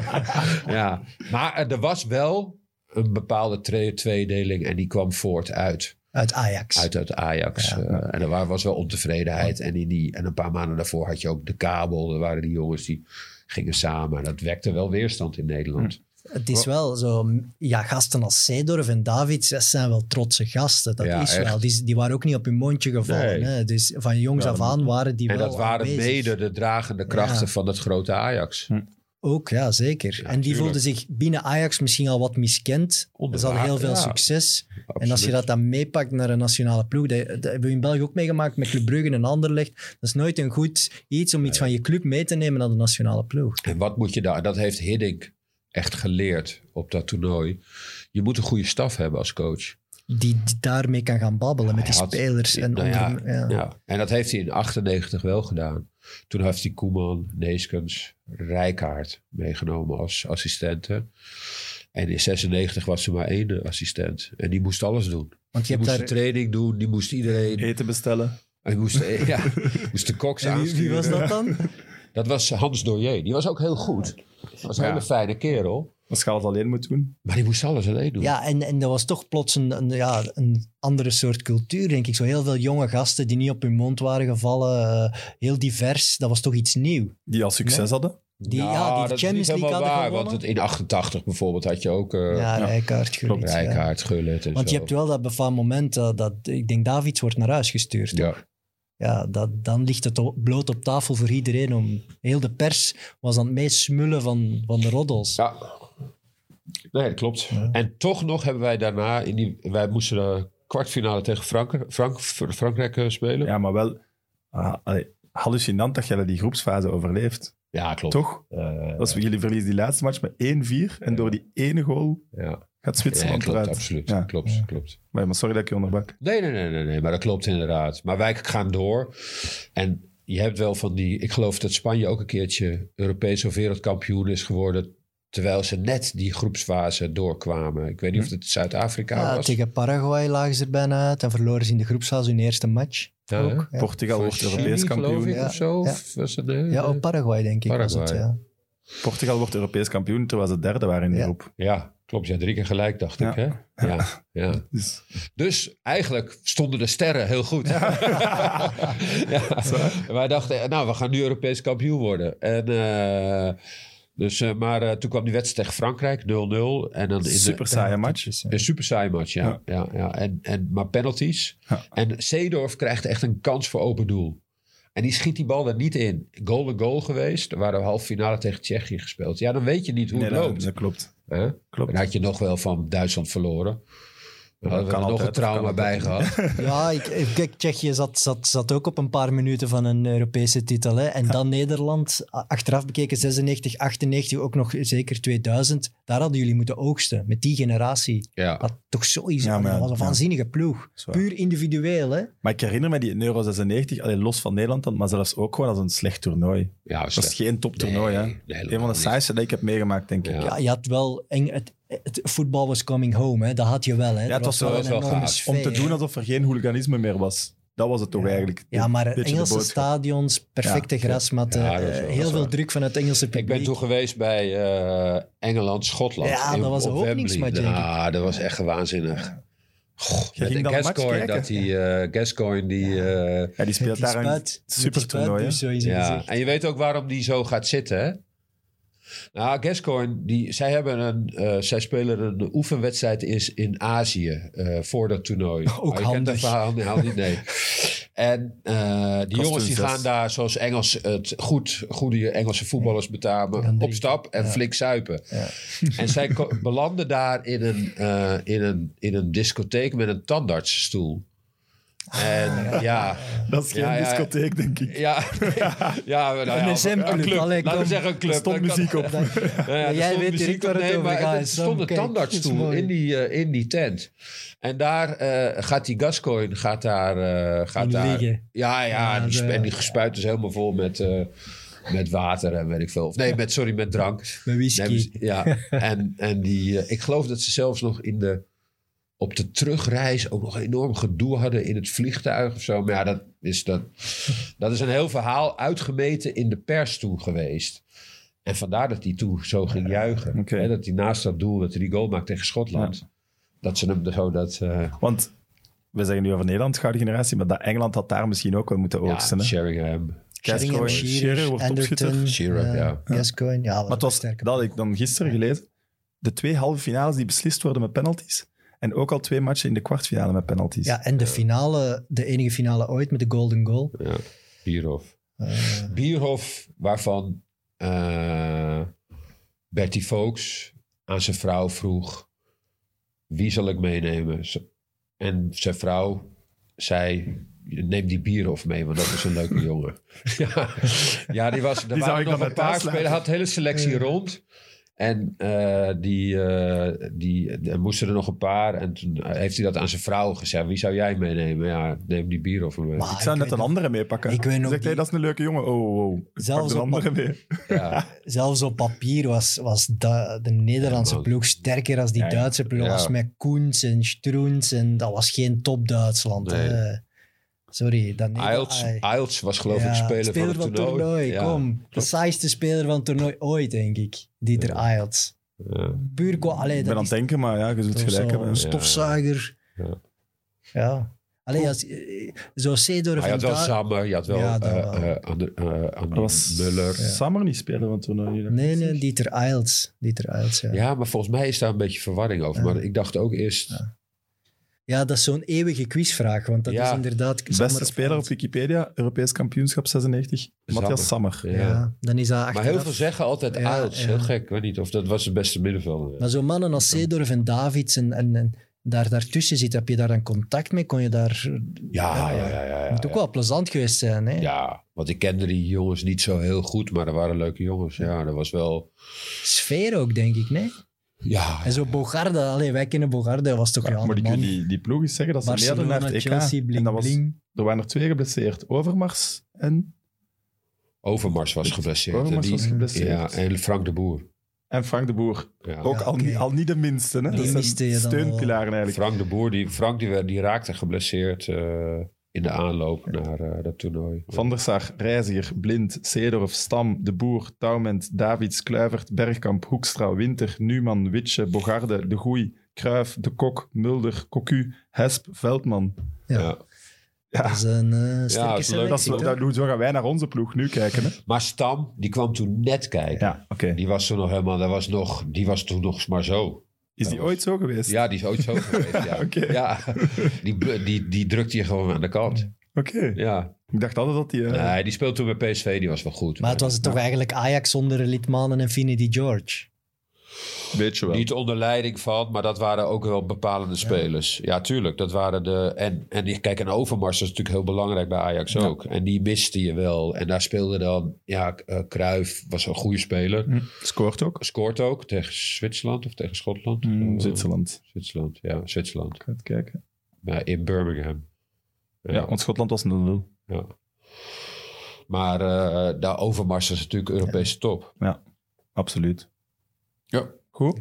Speaker 3: ja. Maar eh, er was wel een bepaalde tre- tweedeling en die kwam voort uit,
Speaker 2: uit Ajax.
Speaker 3: uit, uit Ajax.
Speaker 2: Ja.
Speaker 3: Eh, en er wa- was wel ontevredenheid. En, in die, en een paar maanden daarvoor had je ook de kabel. Er waren die jongens die gingen samen. En dat wekte wel weerstand in Nederland.
Speaker 2: Het is wel zo, ja, gasten als Seedorf en Davids, dat zijn wel trotse gasten. Dat
Speaker 3: Ja,
Speaker 2: is
Speaker 3: echt.
Speaker 2: wel. Die, die waren ook niet op hun mondje gevallen.
Speaker 3: Nee.
Speaker 2: Hè? Dus van jongs af aan waren die
Speaker 3: En
Speaker 2: wel
Speaker 3: dat waren
Speaker 2: aanwezig.
Speaker 3: mede de dragende krachten
Speaker 2: Ja.
Speaker 3: van het grote Ajax.
Speaker 2: Ook, ja, zeker. en die
Speaker 3: tuurlijk.
Speaker 2: voelden zich binnen Ajax misschien al wat miskend. Ze hadden
Speaker 3: Onderwaard,
Speaker 2: heel veel
Speaker 3: ja.
Speaker 2: succes. En als je
Speaker 3: Absoluut.
Speaker 2: dat dan meepakt naar een nationale ploeg, dat, dat hebben we in België ook meegemaakt met Club Brugge en Anderlecht. Dat is nooit een goed iets om
Speaker 3: Ah,
Speaker 2: iets van je club mee te nemen naar de nationale ploeg.
Speaker 3: En wat moet je daar... Dat heeft Hiddink echt geleerd op dat toernooi. Je moet een goede staf hebben als coach.
Speaker 2: Die, die daarmee kan gaan babbelen met die
Speaker 3: Hij had-
Speaker 2: spelers. En
Speaker 3: Nou ja,
Speaker 2: onder- ja.
Speaker 3: ja. En dat heeft hij in 98 wel gedaan. Toen heeft hij Koeman, Neeskens, Rijkaard meegenomen als assistenten. En in 96 was er maar één assistent. En die moest alles doen.
Speaker 2: Want je
Speaker 3: Die
Speaker 2: hebt
Speaker 3: moest
Speaker 2: daar...
Speaker 3: de training doen, die moest iedereen...
Speaker 1: Eten bestellen.
Speaker 3: Hij moest, ja, moest de koks
Speaker 2: En wie, wie
Speaker 3: aansturen.
Speaker 2: was dat dan?
Speaker 3: Dat was Hans Doyer. Die was ook heel goed. Dat was een
Speaker 1: Ja.
Speaker 3: hele fijne kerel.
Speaker 1: Als je alles alleen moet doen.
Speaker 3: Maar die moest alles alleen doen.
Speaker 2: Ja, en, en dat was toch plots een, een, ja, een andere soort cultuur, denk ik. Zo heel veel jonge gasten die niet op hun mond waren gevallen. eh, heel divers. Dat was toch iets nieuw.
Speaker 1: Die al succes hadden.
Speaker 2: die- ja, die
Speaker 3: Nou, dat is
Speaker 2: Champions League
Speaker 3: niet helemaal
Speaker 2: hadden
Speaker 3: waar,
Speaker 2: gewonnen.
Speaker 3: Want het, in 88 bijvoorbeeld had je ook eh
Speaker 2: ja,
Speaker 1: ja,
Speaker 2: Rijkaard, Gullit, ja.
Speaker 3: Rijkaard, Gullit en
Speaker 2: Want je
Speaker 3: zo.
Speaker 2: hebt wel dat befaamde moment eh, dat, ik denk, Davids wordt naar huis gestuurd.
Speaker 3: Ja.
Speaker 2: Ja, dat, dan ligt het o- bloot op tafel voor iedereen. Om, heel de pers was aan het meest smullen van, van de roddels.
Speaker 3: Ja. Nee, dat klopt. En toch nog hebben wij daarna, in die, wij moesten de kwartfinale tegen Frank, Frank, Frankrijk eh, spelen. Ja,
Speaker 1: Ja, maar wel ah, allee, hallucinant dat jij die groepsfase overleeft.
Speaker 3: klopt.
Speaker 1: Toch?
Speaker 3: Eh,
Speaker 1: Als we, jullie verliezen die laatste match met 1-4 en door die ene goal
Speaker 3: ja.
Speaker 1: gaat
Speaker 3: ja,
Speaker 1: Zwitserland
Speaker 3: klopt,
Speaker 1: eruit.
Speaker 3: absoluut.
Speaker 1: Ja.
Speaker 3: Klopt, klopt.
Speaker 1: Maar, maar sorry dat ik je onderbrak.
Speaker 3: Nee, nee, nee, nee, nee, maar dat klopt inderdaad. Maar wij gaan door. En je hebt wel van die, ik geloof dat Spanje ook een keertje Europees of wereldkampioen is geworden. Terwijl ze net die groepsfase doorkwamen. Ik weet niet of het Zuid-Afrika
Speaker 2: Ja,
Speaker 3: was.
Speaker 2: tegen Paraguay lagen ze er bijna uit en verloren ze in de groepsfase hun eerste match.
Speaker 3: Ja, hè?
Speaker 2: ook, ja.
Speaker 1: Portugal
Speaker 3: Van
Speaker 1: wordt
Speaker 3: Chili,
Speaker 1: Europees
Speaker 3: geloof
Speaker 1: kampioen.
Speaker 3: ik,
Speaker 2: Ja,
Speaker 3: of zo.
Speaker 2: ja.
Speaker 3: Of was het, eh,
Speaker 2: Ja, op Paraguay denk ik was het,
Speaker 3: Paraguay.
Speaker 2: ja.
Speaker 1: Portugal wordt Europees kampioen terwijl ze derde waren in de
Speaker 2: Ja.
Speaker 1: groep.
Speaker 3: Ja, klopt. Ja, drie keer gelijk, dacht
Speaker 1: Ja.
Speaker 3: ik. Hè? Ja, ja.
Speaker 1: Dus,
Speaker 3: Dus eigenlijk stonden de sterren heel goed. Ja. En Wij dachten, eh, nou, we gaan nu Europees kampioen worden. En, eh, dus, eh, maar eh, toen kwam die wedstrijd tegen Frankrijk, 0-0. En dan in
Speaker 1: super
Speaker 3: de,
Speaker 1: saaie match.
Speaker 3: een super saai match, ja.
Speaker 1: Ja.
Speaker 3: ja. ja, En, en, maar penalties.
Speaker 1: Ja.
Speaker 3: En Seedorf krijgt echt een kans voor open doel. En die schiet die bal er niet in. Golden goal geweest. Dan waren we halve finale tegen Tsjechië gespeeld. Ja, dan weet je niet hoe
Speaker 1: Nee,
Speaker 3: het
Speaker 1: dat,
Speaker 3: loopt.
Speaker 1: dat klopt.
Speaker 3: hè?
Speaker 1: klopt.
Speaker 3: Dan had je nog wel van Duitsland verloren. Dan hadden we
Speaker 1: kan
Speaker 3: er nog
Speaker 1: altijd,
Speaker 3: een trauma
Speaker 1: kan
Speaker 3: bij gehad.
Speaker 2: Ja, ik, ik- kijk, Tsjechië zat, zat, zat ook op een paar minuten van een Europese titel. Hè. En dan Nederland, a- achteraf bekeken 96, 98, ook nog zeker 2000. Daar hadden jullie moeten oogsten, met die generatie.
Speaker 3: Ja.
Speaker 2: Dat toch zoiets,
Speaker 1: Ja, maar-
Speaker 2: dat was een
Speaker 1: ja.
Speaker 2: waanzinnige ploeg.
Speaker 1: Zwaar.
Speaker 2: Puur individueel, hè.
Speaker 1: Maar ik herinner me die in Euro 96, allee, los van Nederland dan, maar zelfs ook gewoon als een slecht toernooi.
Speaker 3: ja
Speaker 1: Dat is
Speaker 3: slecht.
Speaker 1: geen toptoernooi,
Speaker 3: Nee,
Speaker 1: hè.
Speaker 3: nee, helemaal
Speaker 1: een van de
Speaker 3: niet.
Speaker 1: saaiste dat ik heb meegemaakt, denk ik.
Speaker 3: Ja.
Speaker 2: Ja, je had wel... eng- het, het voetbal was coming home, hè. Dat had je wel, hè.
Speaker 1: Ja,
Speaker 2: Er
Speaker 1: het was wel-
Speaker 2: wel
Speaker 3: was wel gaaf.
Speaker 1: Om te
Speaker 2: sfeer,
Speaker 1: doen
Speaker 2: hè.
Speaker 1: alsof er geen hooliganisme meer was. Dat was het toch eigenlijk.
Speaker 2: Ja, maar
Speaker 1: Beetje de
Speaker 2: Engelse
Speaker 1: boodschap.
Speaker 2: stadions, perfecte
Speaker 1: Ja,
Speaker 2: grasmatten,
Speaker 3: ja, dat is
Speaker 2: eh,
Speaker 3: wel- dat
Speaker 2: heel
Speaker 3: is
Speaker 2: veel
Speaker 3: waar.
Speaker 2: druk van het Engelse
Speaker 3: Ik
Speaker 2: publiek.
Speaker 3: ben toen geweest bij eh, Engeland, Schotland.
Speaker 2: Ja, dat was
Speaker 3: op
Speaker 2: een
Speaker 3: Wembley.
Speaker 2: openingsmatch, denk ik.
Speaker 3: Ja, dat was echt waanzinnig. Goh,
Speaker 1: Je
Speaker 3: met
Speaker 1: ging
Speaker 3: een
Speaker 1: dan een match
Speaker 3: Gascoigne,
Speaker 1: kijken?
Speaker 3: dat die, eh Gascoigne die... eh,
Speaker 1: Ja, die speelt
Speaker 2: Met die
Speaker 1: daar een
Speaker 2: spuit- met die
Speaker 1: super toernooi. hè.
Speaker 2: spuitbus zo in zijn
Speaker 3: ja.
Speaker 2: gezicht.
Speaker 3: En je weet ook waarom die zo gaat zitten, hè? Nou, Gascoigne, die, zij, hebben een, eh, zij spelen een oefenwedstrijd is in Azië eh, voor dat toernooi.
Speaker 2: Ook
Speaker 3: Maar je kent
Speaker 2: handig.
Speaker 3: het verhaal niet, handig, nee. En eh, die
Speaker 1: Kost
Speaker 3: jongens die
Speaker 1: hun zes.
Speaker 3: gaan daar, zoals Engels het goed, goede Engelse voetballers
Speaker 2: Dan
Speaker 3: betamen,
Speaker 2: drie.
Speaker 3: op stap en flink zuipen. En zij ko- belanden daar in een, eh, in, een, in een discotheek met een tandartsstoel. En ja,
Speaker 1: Dat is geen
Speaker 3: Ja, ja, ja.
Speaker 1: discotheek, denk ik.
Speaker 3: ja, nee. ja, maar nou ja,
Speaker 2: Een exempel.
Speaker 3: Een club.
Speaker 2: Allee,
Speaker 3: Laten we
Speaker 2: kom.
Speaker 3: zeggen een club.
Speaker 1: Er stond
Speaker 3: Dan kan-
Speaker 1: muziek op.
Speaker 2: Dat-
Speaker 3: Ja, ja,
Speaker 2: Ja,
Speaker 3: er
Speaker 2: jij
Speaker 3: stond
Speaker 2: weet
Speaker 3: muziek
Speaker 2: direct waar
Speaker 3: op.
Speaker 2: het
Speaker 3: Nee,
Speaker 2: over
Speaker 3: maar
Speaker 2: gaat.
Speaker 3: Er stond
Speaker 2: Sam,
Speaker 3: een
Speaker 2: kijk, dat is
Speaker 3: tandartsstoel
Speaker 2: mooi.
Speaker 3: in die, eh, in die tent. En daar eh, gaat die Gascoigne gaat daar... eh, gaat
Speaker 2: Liggen.
Speaker 3: daar Ja, ja,
Speaker 2: Ja,
Speaker 3: die, sp-
Speaker 2: de-
Speaker 3: en die gespuit is helemaal vol met, eh, met water en weet ik veel. Of nee, met, sorry, met drank.
Speaker 2: Met whisky.
Speaker 3: Nee, maar- ja, en, en die, eh, ik geloof dat ze zelfs nog in de, op de terugreis ook nog enorm gedoe hadden in het vliegtuig of zo. Maar ja, dat is, dat, dat is een heel verhaal uitgemeten in de pers toen geweest. En vandaar dat hij toen zo ging juichen.
Speaker 1: Oké.
Speaker 3: Hè, dat hij naast dat doel, dat hij die goal maakt tegen Schotland. Dat ze hem zo dat... eh
Speaker 1: Want we zeggen nu over Nederland, gouden generatie, maar dat Engeland had daar misschien ook wel moeten
Speaker 3: ja,
Speaker 1: oogsten. hè.
Speaker 3: Sheringham,
Speaker 1: Gascoigne,
Speaker 2: Sheringham, Shearer,
Speaker 1: Shearer wordt
Speaker 2: Anderton,
Speaker 1: opschutter.
Speaker 3: Shearer,
Speaker 2: eh,
Speaker 3: ja.
Speaker 2: Gascoigne, ja,
Speaker 1: Maar het was, dat had ik dan gisteren gelezen, de twee halve finales die beslist worden met penalties. En ook al twee matchen in de kwartfinale met penalties.
Speaker 2: Ja, en de finale, de enige finale ooit met de golden goal.
Speaker 3: Bierhoff.
Speaker 2: Eh,
Speaker 3: Bierhoff, waarvan eh, Bertie Fox aan zijn vrouw vroeg: wie zal ik meenemen? Z- En zijn vrouw zei: neem die Bierhoff mee, want dat is een leuke jongen. ja. ja, die was. Er
Speaker 1: Die zou
Speaker 3: waren
Speaker 1: ik
Speaker 3: nog
Speaker 1: dan naar
Speaker 3: een paar
Speaker 1: thuis
Speaker 3: spelers,
Speaker 1: laten.
Speaker 3: had de hele selectie rond. En eh, die, eh, die, er moesten er nog een paar. En toen eh, heeft hij dat aan zijn vrouw gezegd. Wie zou jij meenemen? Ja, neem die Bierhoff mee.
Speaker 2: maar
Speaker 1: Ik zou
Speaker 2: Ah, ik
Speaker 1: net een
Speaker 2: weet
Speaker 1: andere meepakken.
Speaker 2: Ik weet nog
Speaker 1: Zegt hij,
Speaker 2: die-
Speaker 1: dat is een leuke jongen. Oh, oh, oh. Ik pak
Speaker 2: Zelfs
Speaker 1: de
Speaker 2: op-
Speaker 1: andere mee.
Speaker 3: Ja.
Speaker 2: nog, Zelfs op papier was, was de, de Nederlandse
Speaker 3: Ja, maar-
Speaker 2: ploeg sterker dan die
Speaker 1: Ja,
Speaker 2: Duitse ploeg.
Speaker 3: ja.
Speaker 2: was met Koens en Stroens en dat was geen top-Duitsland.
Speaker 3: Nee.
Speaker 2: hè. Sorry, dat Neder-
Speaker 3: Ielts,
Speaker 2: Ai.
Speaker 3: Ielts was ah, geloof ik
Speaker 2: Ja,
Speaker 3: speler, van het toernooi. Ja.
Speaker 2: Kom, de saaiste speler van het toernooi ooit, denk ik. Dieter Ayelts.
Speaker 3: Ja.
Speaker 2: Puur qua... Allee,
Speaker 1: Ik ben aan
Speaker 2: dat
Speaker 1: het
Speaker 2: is
Speaker 1: denken, maar ja, je zult
Speaker 2: Of
Speaker 1: gelijk
Speaker 2: zo,
Speaker 1: hebben.
Speaker 2: Een stofzuiger.
Speaker 3: Ja.
Speaker 2: Ja. Alleen als... eh, Zo Seedorf
Speaker 1: Ah,
Speaker 3: Maar je
Speaker 2: en
Speaker 3: had wel
Speaker 2: daar-
Speaker 3: Sammer, je had wel
Speaker 2: Ja, dat
Speaker 3: eh,
Speaker 2: wel.
Speaker 3: eh, Ander- eh, Andy
Speaker 1: Dat was
Speaker 3: Muller.
Speaker 1: Muller. Sammer niet spelen, want toen... Uh,
Speaker 2: Nee, nee, Dieter Eilts. Dieter Eilts, ja. ja.
Speaker 3: Ja, maar volgens mij is daar een beetje verwarring over.
Speaker 2: Ja.
Speaker 3: Maar ik dacht ook eerst... Ja,
Speaker 2: dat is zo'n eeuwige quizvraag, want dat
Speaker 3: Ja.
Speaker 2: is inderdaad...
Speaker 1: Beste
Speaker 2: Sammer
Speaker 1: speler op
Speaker 2: Eilts.
Speaker 1: Wikipedia, Europees kampioenschap 96, Matthias Sammer.
Speaker 2: Ja. dan is dat
Speaker 3: Maar
Speaker 2: achteraf.
Speaker 3: heel veel zeggen altijd
Speaker 2: Ja,
Speaker 3: Ails.
Speaker 2: ja.
Speaker 3: Heel gek, ik weet niet of dat was de beste middenvelder.
Speaker 2: Maar zo'n mannen als Seedorf en Davids en, en, en daar, daartussen zit, heb je daar dan contact mee? Kon je daar...
Speaker 3: Ja, ja, ja. ja, ja,
Speaker 2: moet ook wel plezant geweest zijn, hè?
Speaker 3: Ja, want ik kende die jongens niet zo heel goed, maar er waren leuke jongens. Ja, dat was wel...
Speaker 2: Sfeer ook, denk ik, nee?
Speaker 3: Ja,
Speaker 2: En zo Bogarde, allee, wij kennen Bogarde, dat was toch ja,
Speaker 1: Ja, maar die,
Speaker 2: man.
Speaker 1: die, die ploeg is zeggen dat ze meerden
Speaker 2: Barcelona,
Speaker 1: naar het EK.
Speaker 2: Chelsea,
Speaker 1: en dat
Speaker 2: bling,
Speaker 1: was,
Speaker 2: bling.
Speaker 1: er waren er twee geblesseerd. Overmars en,
Speaker 3: Overmars was geblesseerd. En
Speaker 1: Overmars
Speaker 3: die-
Speaker 1: was
Speaker 3: ja,
Speaker 1: geblesseerd.
Speaker 3: en Frank de Boer.
Speaker 1: en Frank de Boer.
Speaker 3: Ja.
Speaker 1: Ook
Speaker 2: Ja,
Speaker 1: al,
Speaker 2: oké.
Speaker 1: niet, al niet de minste. Hè?
Speaker 2: Die
Speaker 1: Dat zijn
Speaker 2: miste je dan wel.
Speaker 1: steunpilaren eigenlijk.
Speaker 3: Frank de Boer, die, Frank die, werd- die raakte geblesseerd eh, in de aanloop naar eh, dat toernooi.
Speaker 1: Van der Sar, Reiziger, Blind, Seedorf, Stam, De Boer, Touwment, Davids, Kluivert, Bergkamp, Hoekstra, Winter, Numan, Witsche, Bogarde, De Goei, Kruif, De Kok, Mulder, Cocu, Hesp, Veldman.
Speaker 2: Ja.
Speaker 3: Ja.
Speaker 2: Dat is een eh, sterke
Speaker 3: dat is leuk.
Speaker 2: selectie,
Speaker 1: Dat is,
Speaker 2: toch?
Speaker 1: dat, zo gaan wij naar onze ploeg nu kijken. Hè?
Speaker 3: Maar Stam, die kwam toen net kijken.
Speaker 1: Ja, oké.
Speaker 3: Die was toen nog helemaal, dat was nog, die was toen nog maar zo.
Speaker 1: Is die ooit zo geweest?
Speaker 3: Ja, die is ooit zo geweest. Ja,
Speaker 1: Oké.
Speaker 3: ja. Die, bl- die, die drukte je gewoon aan de kant.
Speaker 1: Oké.
Speaker 3: Ja.
Speaker 1: Ik dacht altijd dat die... eh,
Speaker 3: Nee, die speelde toen bij PSV, die was wel goed.
Speaker 2: Maar het was het toch eigenlijk Ajax zonder Litmanen en Vinnie die George.
Speaker 1: Weet je wel.
Speaker 3: Niet onder leiding van, maar dat waren ook wel bepalende spelers. Ja, tuurlijk. Dat waren de, en, en die- kijk, een overmars is natuurlijk heel belangrijk bij Ajax ook. En die miste je wel. En daar speelde dan, ja, eh, Cruijff was een goede speler.
Speaker 1: Hm. Scoort ook.
Speaker 3: Scoort ook tegen Zwitserland of tegen Schotland. Eh,
Speaker 1: Mm, Zwitserland.
Speaker 3: Zwitserland, ja, Zwitserland.
Speaker 1: Ik ga het kijken.
Speaker 3: Ja, in Birmingham.
Speaker 1: Ja, want Schotland was 0-0.
Speaker 3: ja. Maar eh daar overmars is natuurlijk Europese top.
Speaker 1: Absoluut.
Speaker 3: Ja.
Speaker 1: Goed.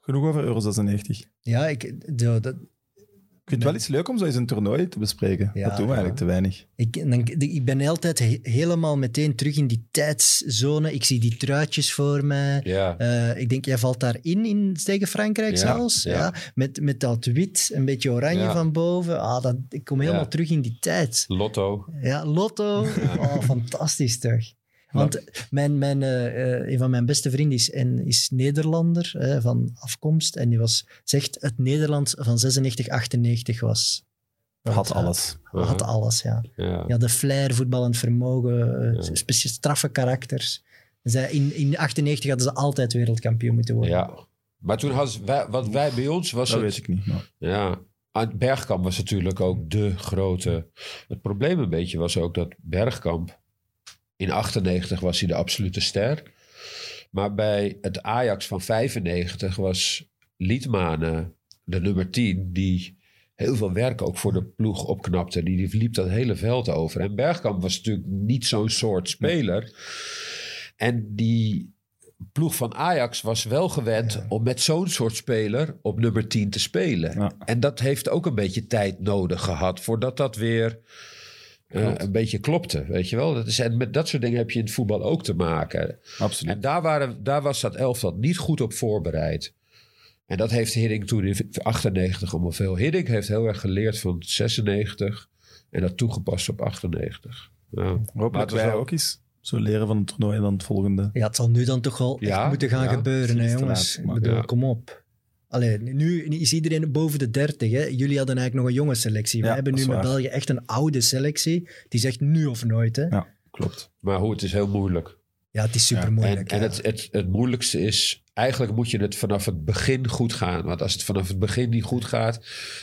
Speaker 1: Genoeg over Euro 96. Ik
Speaker 2: Ja, ik, zo, dat,
Speaker 1: vind het wel iets leuk om zo eens een toernooi te bespreken.
Speaker 2: Ja,
Speaker 1: dat doen we
Speaker 2: ja.
Speaker 1: eigenlijk te weinig.
Speaker 2: ik, dan, ik ben altijd he- helemaal meteen terug in die tijdszone. Ik zie die truitjes voor mij.
Speaker 3: Ja.
Speaker 2: Eh, ik denk, jij valt daarin in, tegen Frankrijk
Speaker 3: Ja,
Speaker 2: zelfs.
Speaker 3: ja.
Speaker 2: Ja. Met, met dat wit, een beetje oranje
Speaker 3: Ja.
Speaker 2: van boven. Ah, dat, ik kom helemaal
Speaker 3: Ja.
Speaker 2: terug in die tijd.
Speaker 3: Lotto.
Speaker 2: Ja, Lotto. Oh, fantastisch toch. Want mijn, mijn, eh, eh, een van mijn beste vrienden is, en is Nederlander eh, van afkomst. En die was, zegt het Nederlands van 96, 98 was.
Speaker 1: Had
Speaker 2: Ja,
Speaker 1: alles.
Speaker 2: Had alles, ja.
Speaker 3: Ja.
Speaker 2: Ja, de flair, voetballend vermogen, eh,
Speaker 3: Ja.
Speaker 2: specie- straffe karakters. Zij, in, in 98 hadden ze altijd wereldkampioen moeten worden.
Speaker 3: Ja. Maar toen hadden ze- wij, wat wij bij ons was
Speaker 1: Dat
Speaker 3: het,
Speaker 1: weet ik niet. Maar...
Speaker 3: Ja, aan Bergkamp was natuurlijk ook de grote. Het probleem een beetje was ook dat Bergkamp in 98 was hij de absolute ster. Maar bij het Ajax van 95 was Liedmanen de nummer 10 die heel veel werk ook voor de ploeg opknapte. Die liep dat hele veld over. En Bergkamp was natuurlijk niet zo'n soort speler. En die ploeg van Ajax was wel gewend om met zo'n soort speler op nummer 10 te spelen.
Speaker 1: Ja.
Speaker 3: En dat heeft ook een beetje tijd nodig gehad voordat dat weer eh, een beetje klopte. Weet je wel? Dat is, en met dat soort dingen heb je in het voetbal ook te maken.
Speaker 1: Absoluut.
Speaker 3: En daar, waren, daar was dat elftal niet goed op voorbereid. En dat heeft Hiddink toen in 98 allemaal veel. Hiddink heeft heel erg geleerd van 96 en dat toegepast op 98. Ja. Maar
Speaker 1: Hopelijk
Speaker 3: het was
Speaker 1: wij
Speaker 3: wel-
Speaker 1: ook eens zo leren van het toernooi en dan het volgende.
Speaker 2: Ja, het zal nu dan toch wel echt
Speaker 3: Ja,
Speaker 2: moeten gaan
Speaker 3: ja.
Speaker 2: gebeuren,
Speaker 1: Het is
Speaker 2: hè,
Speaker 1: te
Speaker 2: jongens.
Speaker 1: laat, maar-
Speaker 2: Ik bedoel,
Speaker 3: Ja.
Speaker 2: kom op. Allee, nu is iedereen boven de 30. Hè. Jullie hadden eigenlijk nog een jonge selectie.
Speaker 1: Ja,
Speaker 2: We hebben
Speaker 1: dat
Speaker 2: nu
Speaker 1: is
Speaker 2: met
Speaker 1: waar.
Speaker 2: België echt een oude selectie. Die zegt nu of nooit. Hè. Ja.
Speaker 1: Ja, klopt.
Speaker 3: Maar hoe het is heel moeilijk.
Speaker 2: het is super
Speaker 3: En,
Speaker 2: moeilijk.
Speaker 3: en het, het, het moeilijkste is, eigenlijk moet je het vanaf het begin goed gaan. Want als het vanaf het begin niet goed gaat,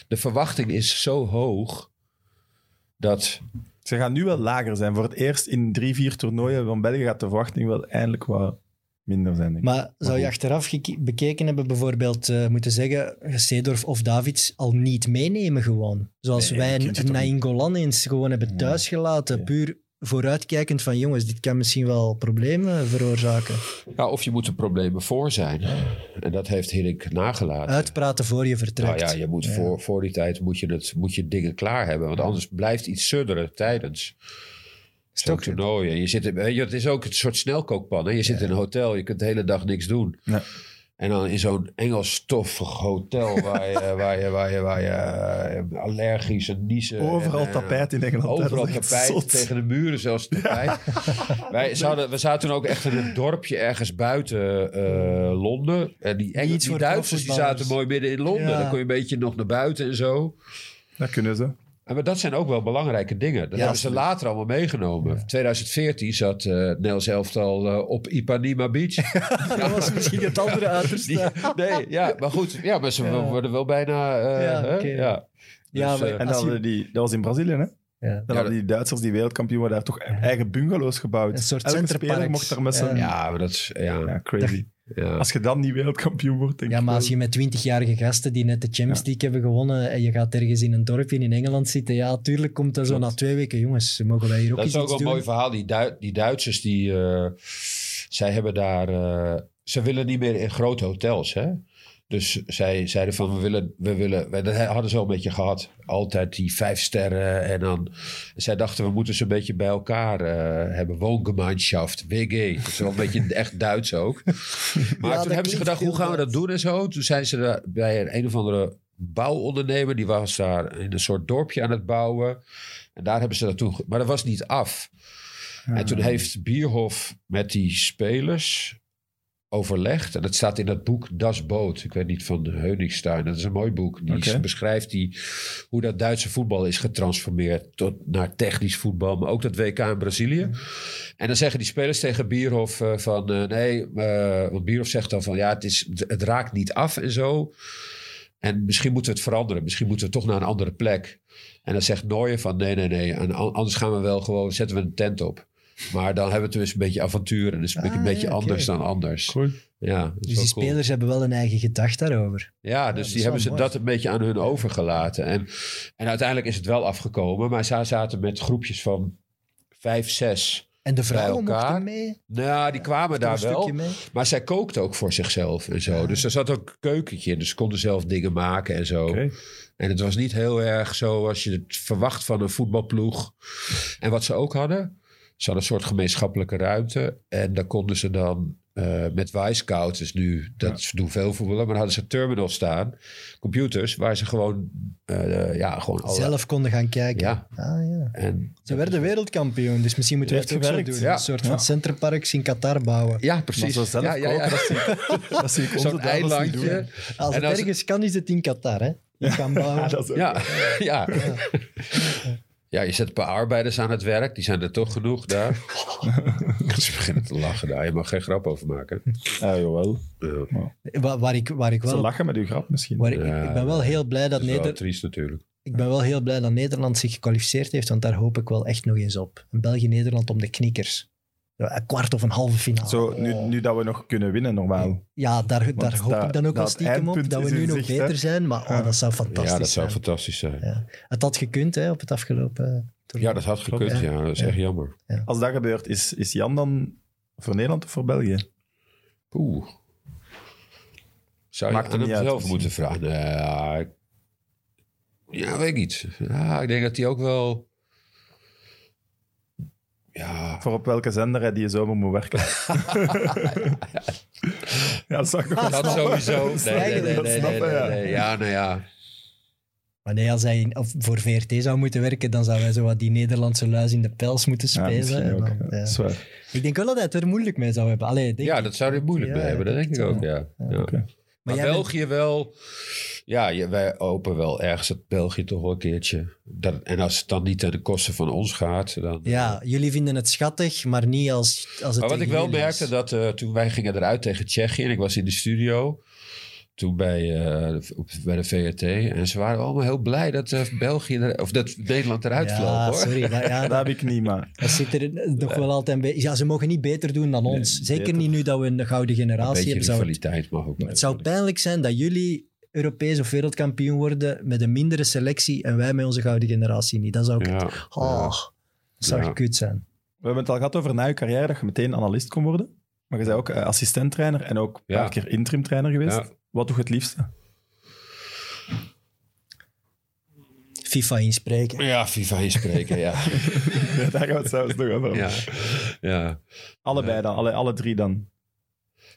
Speaker 3: de verwachting is zo hoog dat.
Speaker 1: Ze gaan nu wel lager zijn. Voor het eerst in drie, vier toernooien van België gaat de verwachting wel eindelijk wat minder zijn. Denk ik.
Speaker 2: Maar zou je achteraf geke- bekeken hebben, bijvoorbeeld, eh, moeten zeggen, Seedorf of Davids al niet meenemen gewoon. Zoals
Speaker 1: Nee,
Speaker 2: wij
Speaker 1: je kunt je
Speaker 2: een
Speaker 1: toch
Speaker 2: Naïn Golan eens gewoon hebben thuisgelaten,
Speaker 1: Ja.
Speaker 2: puur vooruitkijkend van jongens, dit kan misschien wel problemen veroorzaken.
Speaker 3: Ja, of je moet er problemen voor zijn. En dat heeft Hirik nagelaten.
Speaker 2: Uitpraten voor je vertrekt.
Speaker 3: Nou ja, je moet
Speaker 2: Ja.
Speaker 3: Voor, voor die tijd moet je, het, moet je dingen klaar hebben. Want anders blijft iets sudderen tijdens
Speaker 2: Is
Speaker 3: zo'n
Speaker 2: toch-
Speaker 3: toernooi. En Je zit in, weet je, het is ook een soort snelkookpan. Hè? Je zit in een hotel, je kunt de hele dag niks doen.
Speaker 1: Ja.
Speaker 3: En dan in zo'n Engels stoffig hotel waar je, waar je, waar je, waar je eh, allergisch en niezen. en,
Speaker 1: Overal
Speaker 3: eh,
Speaker 1: tapijt in Engeland. hè.
Speaker 3: Overal
Speaker 1: Dat is echt
Speaker 3: tapijt,
Speaker 1: zot.
Speaker 3: tegen de muren zelfs tapijt. Wij zouden, we zaten ook echt in een dorpje ergens buiten
Speaker 1: Hmm.
Speaker 3: eh, Londen. En die, Engels,
Speaker 2: Niet
Speaker 3: die
Speaker 2: voor
Speaker 3: Duitsers die
Speaker 2: profvoetballers.
Speaker 3: zaten mooi midden in Londen.
Speaker 2: Ja.
Speaker 3: Dan kon je een beetje nog naar buiten en zo.
Speaker 1: Dat kunnen ze.
Speaker 3: En maar dat zijn ook wel belangrijke dingen. Dat hebben ze
Speaker 2: absoluut.
Speaker 3: later allemaal meegenomen. 2014 zat eh Nels Elftal eh, op Ipanema Beach. Dus
Speaker 2: Dat was misschien het andere uiterste.
Speaker 3: Die- nee, ja, maar goed. Ja, maar ze
Speaker 2: Ja.
Speaker 3: worden wel bijna... eh,
Speaker 2: Ja,
Speaker 3: hè?
Speaker 2: oké.
Speaker 3: ja.
Speaker 2: Ja,
Speaker 3: Dus,
Speaker 2: maar-
Speaker 3: eh,
Speaker 1: En
Speaker 2: Als
Speaker 1: dan
Speaker 2: je-
Speaker 1: hadden die, dat was in Brazilië, hè?
Speaker 2: Ja.
Speaker 1: Dan hadden die Duitsers, die wereldkampioen, waren daar toch eigen bungalows gebouwd.
Speaker 2: Een soort
Speaker 1: Elke
Speaker 2: centerparks.
Speaker 1: speler mocht daar met zijn... Ja.
Speaker 3: ja, maar dat is... Ja,
Speaker 1: crazy.
Speaker 3: ja.
Speaker 1: Als je dan niet wereldkampioen wordt, denk
Speaker 2: Ja,
Speaker 1: ik
Speaker 2: maar
Speaker 1: wel.
Speaker 2: als je met twintigjarige gasten die net de Champions League hebben gewonnen en je gaat ergens in een dorpje in Engeland zitten, ja, tuurlijk komt dat zo na twee weken. Jongens, mogen wij hier ook
Speaker 3: Dat
Speaker 2: eens
Speaker 3: is ook wel
Speaker 2: iets
Speaker 3: een mooi
Speaker 2: doen?
Speaker 3: verhaal. Die, Duit- die Duitsers, die, eh, zij hebben daar... eh, ze willen niet meer in grote hotels, hè? Dus zij zeiden van, we willen... We willen wij- dat hadden ze al een beetje gehad. Altijd die vijf sterren en dan... Zij dachten, we moeten ze een beetje bij elkaar eh, hebben. Woongemeinschaft, WG. Dat is wel een beetje echt Duits ook. Maar
Speaker 2: Ja, dat
Speaker 3: toen hebben ze
Speaker 2: klinkt
Speaker 3: gedacht,
Speaker 2: heel
Speaker 3: hoe gaan we dat doen en zo? Toen zijn ze daar bij een, een of andere bouwondernemer... die was daar in een soort dorpje aan het bouwen... En daar hebben ze dat toen... ge- Maar dat was niet af. En toen heeft Bierhof met die spelers overlegd. En dat staat in dat boek Das Boot. Ik weet niet, van Heuningstein. Dat is een mooi boek. Die
Speaker 1: Oké.
Speaker 3: beschrijft die, hoe dat Duitse voetbal is getransformeerd... Tot, naar technisch voetbal, maar ook dat WK in Brazilië. En dan zeggen die spelers tegen Bierhof eh, van... eh, nee, eh, want Bierhof zegt dan van... ja, het, is, het raakt niet af en zo... En misschien moeten we het veranderen. Misschien moeten we toch naar een andere plek. En dan zegt Nooijen van nee, nee, nee. En an- anders gaan we wel gewoon, zetten we een tent op. Maar dan hebben we tenminste een beetje avontuur. En dus een beetje-
Speaker 2: Ah,
Speaker 3: een beetje
Speaker 2: ja, oké.
Speaker 3: anders dan anders.
Speaker 1: Cool.
Speaker 3: Ja, dat is
Speaker 2: Dus
Speaker 3: wel
Speaker 2: die
Speaker 3: cool.
Speaker 2: spelers hebben wel een eigen gedacht daarover.
Speaker 3: Ja, dus
Speaker 2: dat
Speaker 3: die
Speaker 2: is
Speaker 3: hebben ze
Speaker 2: wel mooi.
Speaker 3: dat een beetje aan hun overgelaten. En, en uiteindelijk is het wel afgekomen. Maar zij zaten met groepjes van vijf, zes.
Speaker 2: En de vrouwen
Speaker 3: elkaar.
Speaker 2: mochten mee.
Speaker 3: Nou, die kwamen daar
Speaker 2: Een
Speaker 3: wel.
Speaker 2: stukje mee.
Speaker 3: Maar zij kookte ook voor zichzelf en zo. Dus er zat ook een keukentje in. Dus ze konden zelf dingen maken en zo.
Speaker 1: Oké.
Speaker 3: En het was niet heel erg zoals je het verwacht van een voetbalploeg. En wat ze ook hadden, ze hadden een soort gemeenschappelijke ruimte. En daar konden ze dan eh met Wisecout, dus nu, dat is- doen veel voetballen, maar dan hadden ze terminals staan, computers, waar ze gewoon, eh, ja, gewoon alle-
Speaker 2: Zelf konden gaan kijken.
Speaker 3: Ja,
Speaker 2: Ah, ja.
Speaker 3: en,
Speaker 2: Ze werden wereldkampioen, dus misschien moeten we
Speaker 1: Het
Speaker 2: het ook
Speaker 1: heeft
Speaker 2: zo doen.
Speaker 1: gewerkt,
Speaker 3: ja.
Speaker 2: Een soort
Speaker 1: Ja.
Speaker 2: van centerparks in Qatar bouwen.
Speaker 3: ja precies.
Speaker 1: Maar zo zelf
Speaker 3: ja, ja, ja.
Speaker 1: koken, Dat zie ik onze
Speaker 3: Zo'n
Speaker 1: Duitsers niet doen.
Speaker 3: eilandje.
Speaker 2: Als
Speaker 3: En
Speaker 2: het
Speaker 3: als-
Speaker 2: ergens kan, is het in Qatar, hè? Je kan bouwen.
Speaker 1: Ja, dat is ook-
Speaker 3: Ja, ja. Ja, je zet een paar arbeiders aan het werk. Die zijn er toch genoeg daar. Ze beginnen te lachen daar. Je mag geen grap over maken.
Speaker 1: Ah, jawel.
Speaker 3: Ja.
Speaker 2: Waar, waar ik, waar ik
Speaker 1: Ze
Speaker 2: wel...
Speaker 1: lachen met uw grap misschien.
Speaker 2: Waar ik,
Speaker 3: Ja,
Speaker 2: ik ben wel heel blij dat,
Speaker 3: Dat is wel
Speaker 2: Neder,
Speaker 3: triest natuurlijk.
Speaker 2: ik ben wel heel blij dat Nederland zich gekwalificeerd heeft, want daar hoop ik wel echt nog eens op. Een België-Nederland om de knikkers. Ja, Een kwart of een halve finale.
Speaker 1: Zo, nu,
Speaker 3: Oh.
Speaker 1: nu dat we nog kunnen winnen, normaal.
Speaker 2: Ja, daar, daar hoop
Speaker 1: dat-
Speaker 2: ik dan ook wel
Speaker 1: dat
Speaker 2: stiekem op,
Speaker 1: eindpunt
Speaker 2: dat we
Speaker 1: is
Speaker 2: nu
Speaker 1: in
Speaker 2: nog
Speaker 1: zicht, hè?
Speaker 2: beter zijn. Maar
Speaker 1: Ja.
Speaker 2: oh, dat zou fantastisch
Speaker 3: Ja, dat zou
Speaker 2: zijn.
Speaker 3: fantastisch zijn.
Speaker 2: Het had gekund hè, op het afgelopen eh, toernooi.
Speaker 3: Ja, dat had gekund.
Speaker 2: Ja.
Speaker 3: Ja, dat is
Speaker 2: Ja.
Speaker 3: echt jammer.
Speaker 1: Als dat gebeurt, is, is Jan dan voor Nederland of voor België?
Speaker 3: Oeh. Zou je
Speaker 1: Maakt
Speaker 3: Maakt
Speaker 1: hem
Speaker 3: aan
Speaker 1: niet
Speaker 3: hem
Speaker 1: uit.
Speaker 3: zelf moeten vragen? Nee, Ja, ik- ja, weet ik niet. Ja, ik denk dat hij ook wel... Ja,
Speaker 1: Voor op welke zender hij die zomer moet werken? ja, dat zou ik ook wel snappen.
Speaker 3: dat sowieso.
Speaker 1: Dat
Speaker 3: Nee,
Speaker 1: snap
Speaker 3: nee,
Speaker 1: ik,
Speaker 3: nee,
Speaker 1: dat
Speaker 3: nee,
Speaker 1: snap
Speaker 3: nee,
Speaker 1: ik, ja.
Speaker 3: nee, nee. Ja, nou ja.
Speaker 2: Maar nee, als hij in- of voor VRT zou moeten werken, dan zouden wij zo wat die Nederlandse luis in de pels moeten
Speaker 1: Ja,
Speaker 2: spelen.
Speaker 1: misschien ook.
Speaker 2: En dan,
Speaker 1: Ja,
Speaker 2: ja.
Speaker 1: dat is waar.
Speaker 2: Ik denk wel dat hij het er moeilijk mee zou hebben. Allee, denk
Speaker 3: Ja,
Speaker 2: ik.
Speaker 3: dat zou hij moeilijk
Speaker 2: Ja,
Speaker 3: mee hebben, dat
Speaker 2: dat
Speaker 3: denk ik
Speaker 2: denk
Speaker 3: ook,
Speaker 2: ik
Speaker 3: ja. ja.
Speaker 1: Oké.
Speaker 2: Maar
Speaker 3: Maar,
Speaker 2: jij bent-
Speaker 3: België wel... Ja, je- wij hopen wel ergens dat België toch wel een keertje... Dat, en als het dan niet ten koste van ons gaat, dan...
Speaker 2: Ja, jullie vinden het schattig, maar niet als, als het
Speaker 3: Maar wat ik
Speaker 2: tegen
Speaker 3: wel
Speaker 2: jullie is.
Speaker 3: merkte, dat eh, toen wij gingen eruit tegen Tsjechië... en ik was in de studio, toen bij, eh, op, bij de VRT... en ze waren allemaal heel blij dat eh, België... Er, of dat Nederland eruit vloog,
Speaker 2: Ja,
Speaker 3: hoor.
Speaker 2: sorry. Dat, ja,
Speaker 1: Dat
Speaker 2: dat,
Speaker 1: heb ik niet, maar...
Speaker 2: dat zit er nog wel altijd een beetje... Ja, ze mogen niet beter doen dan ons. Zeker
Speaker 1: beter.
Speaker 2: niet nu dat we een gouden
Speaker 3: Een
Speaker 2: generatie
Speaker 3: beetje
Speaker 2: hebben. Zou het,
Speaker 3: rivaliteit mag ook
Speaker 2: het
Speaker 3: blijven.
Speaker 2: zou pijnlijk zijn dat jullie Europees of wereldkampioen worden met een mindere selectie en wij met onze gouden generatie niet. Dat zou ik...
Speaker 3: Ja,
Speaker 2: Oh, dat zou
Speaker 3: Ja.
Speaker 2: kut zijn.
Speaker 1: We hebben het al gehad over na je carrière dat je meteen analist kon worden. Maar je bent ook eh, assistent-trainer en ook een
Speaker 3: Ja.
Speaker 1: paar keer interim-trainer geweest.
Speaker 3: Ja.
Speaker 1: Wat doe je het liefste?
Speaker 2: FIFA inspreken.
Speaker 3: ja. ja, FIFA inspreken, ja.
Speaker 1: Ja, daar gaan we het zelfs nog over. hebben.
Speaker 3: ja. ja.
Speaker 1: Allebei dan, alle, alle drie dan.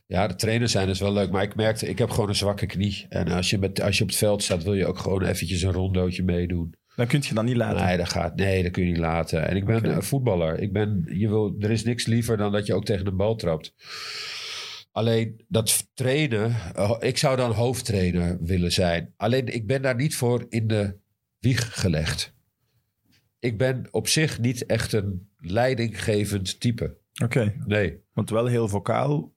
Speaker 3: Ja, de trainers zijn dus wel leuk. Maar ik merkte, ik heb gewoon een zwakke knie. En als je, met, als je op het veld staat, wil je ook gewoon eventjes een rondootje meedoen.
Speaker 1: Dan kun je dat niet laten.
Speaker 3: Nee, dat gaat. Nee, dat kun je niet laten. En ik ben
Speaker 1: Oké.
Speaker 3: een voetballer. Ik ben, je wil, er is niks liever dan dat je ook tegen de bal trapt. Alleen dat trainen, eh, ik zou dan hoofdtrainer willen zijn. Alleen ik ben daar niet voor in de wieg gelegd. Ik ben op zich niet echt een leidinggevend type.
Speaker 1: Oké,
Speaker 3: Nee.
Speaker 1: want wel heel vocaal.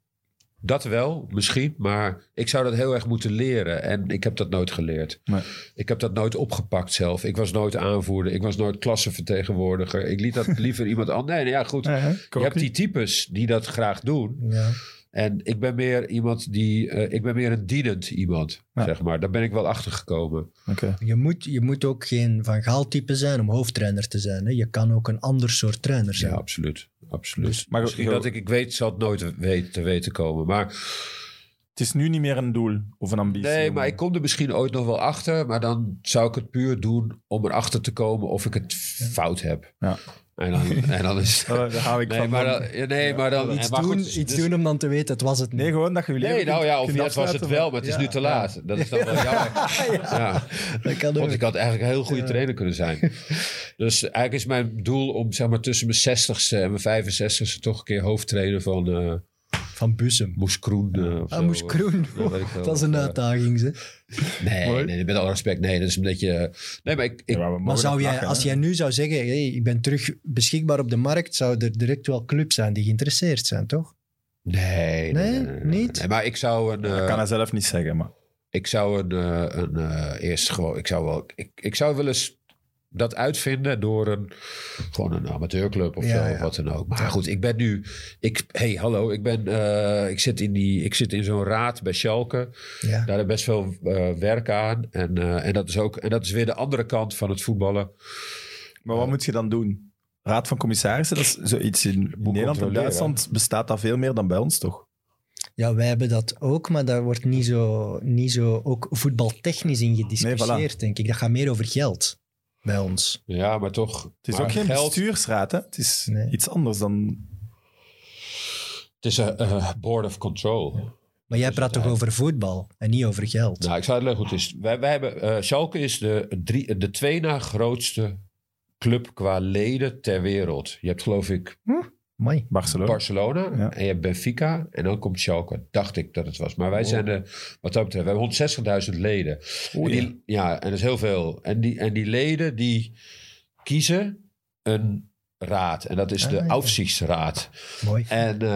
Speaker 3: Dat wel, misschien, maar ik zou dat heel erg moeten leren. En ik heb dat nooit geleerd.
Speaker 1: Nee.
Speaker 3: Ik heb dat nooit opgepakt zelf. Ik was nooit aanvoerder. Ik was nooit klassenvertegenwoordiger. Ik liet dat liever iemand anders. Nee, nou ja, goed.
Speaker 1: Ja, hè?
Speaker 3: Je hebt
Speaker 1: Kroppie.
Speaker 3: die types die dat graag doen.
Speaker 2: Ja.
Speaker 3: En ik ben meer iemand die. eh, ik ben meer een dienend iemand,
Speaker 1: Ja.
Speaker 3: zeg maar. Daar ben ik wel achter gekomen.
Speaker 1: Oké.
Speaker 2: Je, moet, je moet ook geen Van Gaal-type zijn om hoofdtrainer te zijn. Hè. Je kan ook een ander soort trainer
Speaker 3: Ja,
Speaker 2: zijn.
Speaker 3: absoluut. absoluut.
Speaker 1: maar
Speaker 3: Misschien
Speaker 1: zo-
Speaker 3: dat ik, ik weet, zal het nooit weet, te weten komen. Maar
Speaker 1: Het is nu niet meer een doel of een ambitie.
Speaker 3: Nee, maar ik kom er misschien ooit nog wel achter. Maar dan zou ik het puur doen om erachter te komen of ik het fout heb.
Speaker 1: Ja.
Speaker 3: En dan, en dan is
Speaker 2: Oh,
Speaker 1: Eh, daar hou ik
Speaker 3: Nee,
Speaker 1: van.
Speaker 3: maar dan... Nee, maar dan
Speaker 2: Iets,
Speaker 3: maar
Speaker 2: doen,
Speaker 3: goed,
Speaker 2: iets
Speaker 3: dus-
Speaker 2: doen om dan te weten, het was het niet.
Speaker 1: Nee, gewoon dat je je
Speaker 3: Nee,
Speaker 1: leven
Speaker 3: nou
Speaker 1: kunt-
Speaker 3: ja, of
Speaker 1: kunt
Speaker 3: net was het
Speaker 1: afsluiten,
Speaker 3: wel,
Speaker 1: maar-
Speaker 3: maar het
Speaker 1: Ja,
Speaker 3: is nu te
Speaker 1: ja.
Speaker 3: laat. Dat is dan wel jammer. ja.
Speaker 2: dat kan ook.
Speaker 3: Want ik had eigenlijk een heel goede trainer kunnen zijn. Dus eigenlijk is mijn doel om zeg maar, tussen mijn 60ste en mijn 65ste toch een keer hoofdtrainer van eh
Speaker 2: Van Bussum.
Speaker 3: Moes Kroen. eh, of
Speaker 2: Ah,
Speaker 3: zo,
Speaker 2: Moes
Speaker 3: eh,
Speaker 2: Kroen.
Speaker 3: nou, weet ik veel.
Speaker 2: Dat is een eh, uitdaging, zeg.
Speaker 3: Nee,
Speaker 1: Mooi.
Speaker 3: nee, met alle respect. Nee, dat is omdat je. Nee, maar ik. ik
Speaker 1: Ja, we mogen
Speaker 2: Maar zou
Speaker 1: dat
Speaker 2: jij,
Speaker 1: lachen,
Speaker 2: als
Speaker 1: hè?
Speaker 2: jij nu zou zeggen, hey, ik ben terug beschikbaar op de markt, zou er direct wel clubs zijn die geïnteresseerd zijn, toch?
Speaker 3: nee,
Speaker 2: Nee, niet?
Speaker 3: Nee, maar ik zou een. eh,
Speaker 1: Dat kan hij zelf niet zeggen, maar...
Speaker 3: ik zou een. eh, een eh, eerst gewoon. Ik zou wel. Ik, ik zou wel eens dat uitvinden door een. Gewoon een amateurclub of
Speaker 2: Ja,
Speaker 3: zo.
Speaker 2: ja.
Speaker 3: Of wat dan ook. Maar goed, ik ben nu. Ik, hey, hallo. Ik ben. eh, ik zit in die. Ik zit in zo'n raad bij Schalke.
Speaker 2: Ja.
Speaker 3: Daar heb best veel eh, werk aan. En, eh, en dat is ook. En dat is weer de andere kant van het voetballen.
Speaker 1: Maar wat moet je dan doen? Raad van commissarissen, dat is zoiets in Nederland en
Speaker 3: controleren,
Speaker 1: Duitsland bestaat dat veel meer dan bij ons, toch?
Speaker 2: ja, wij hebben dat ook, maar daar wordt niet zo, niet zo ook voetbaltechnisch in gediscussieerd,
Speaker 1: Nee,
Speaker 2: denk ik. Dat gaat meer over geld bij ons.
Speaker 3: Ja, maar toch.
Speaker 1: Het is
Speaker 3: maar
Speaker 1: ook geen
Speaker 3: geld-
Speaker 1: bestuursraad, hè? Het is
Speaker 2: Nee.
Speaker 1: iets anders dan...
Speaker 3: Het is een eh, board of control.
Speaker 2: Maar jij praat toch over voetbal en niet over geld?
Speaker 3: Nou, ik zou het leuk goed is. Wij, wij hebben, eh, Schalke is de, drie, de twee na grootste club qua leden ter wereld. Je hebt geloof ik
Speaker 2: Mooi.
Speaker 1: Barcelona.
Speaker 3: Barcelona
Speaker 1: Ja.
Speaker 3: en je hebt Benfica en dan komt Schalke. Dacht ik dat het was. Maar wij zijn de, wat dat betreft, we hebben 160.000 leden.
Speaker 1: Oei.
Speaker 3: en die, ja, en dat is heel veel. En die, en die leden die kiezen een raad. En dat is
Speaker 2: Ah,
Speaker 3: de
Speaker 2: ja.
Speaker 3: Aufsichtsraad.
Speaker 2: Mooi. Mhm.
Speaker 3: En eh,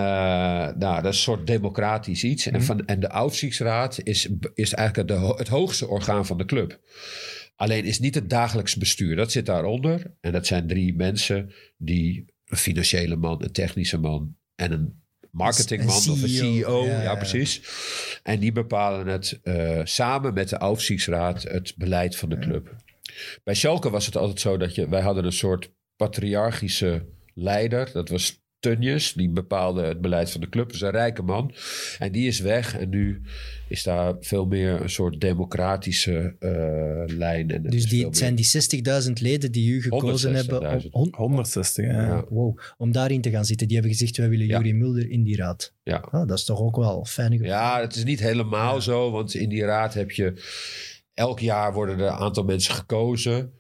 Speaker 3: nou, dat is een soort democratisch iets. En, van, en de Aufsichtsraad is, is eigenlijk de, ho- het hoogste orgaan van de club. Alleen is niet het dagelijks bestuur. Dat zit daaronder. En dat zijn drie mensen die een financiële man, een technische man en een marketingman
Speaker 2: Een
Speaker 3: of een
Speaker 2: CEO.
Speaker 3: CEO.
Speaker 2: Ja,
Speaker 3: Ja,
Speaker 2: ja, ja.
Speaker 3: precies. En die bepalen het eh, samen met de Aufsichtsraad het beleid van de club. Bij Schalke was het altijd zo dat je, wij hadden een soort patriarchische leider. Dat was Tunjes, die bepaalde het beleid van de club. Dat is een rijke man. En die is weg. En nu is daar veel meer een soort democratische eh, lijn. En het
Speaker 2: Dus
Speaker 3: is
Speaker 2: die,
Speaker 3: veel
Speaker 2: het
Speaker 3: meer-
Speaker 2: zijn die 60.000 leden die u gekozen hebben om,
Speaker 3: 160.000.
Speaker 2: hon-
Speaker 1: 160, hè?
Speaker 3: Ja.
Speaker 2: wow, om daarin te gaan zitten. Die hebben gezegd, wij willen
Speaker 3: Ja.
Speaker 2: Juri Mulder in die raad.
Speaker 3: Ja.
Speaker 2: Ah, dat is toch ook wel fijn.
Speaker 3: Ja, het is niet helemaal zo, want in die raad heb je elk jaar worden er een aantal mensen gekozen.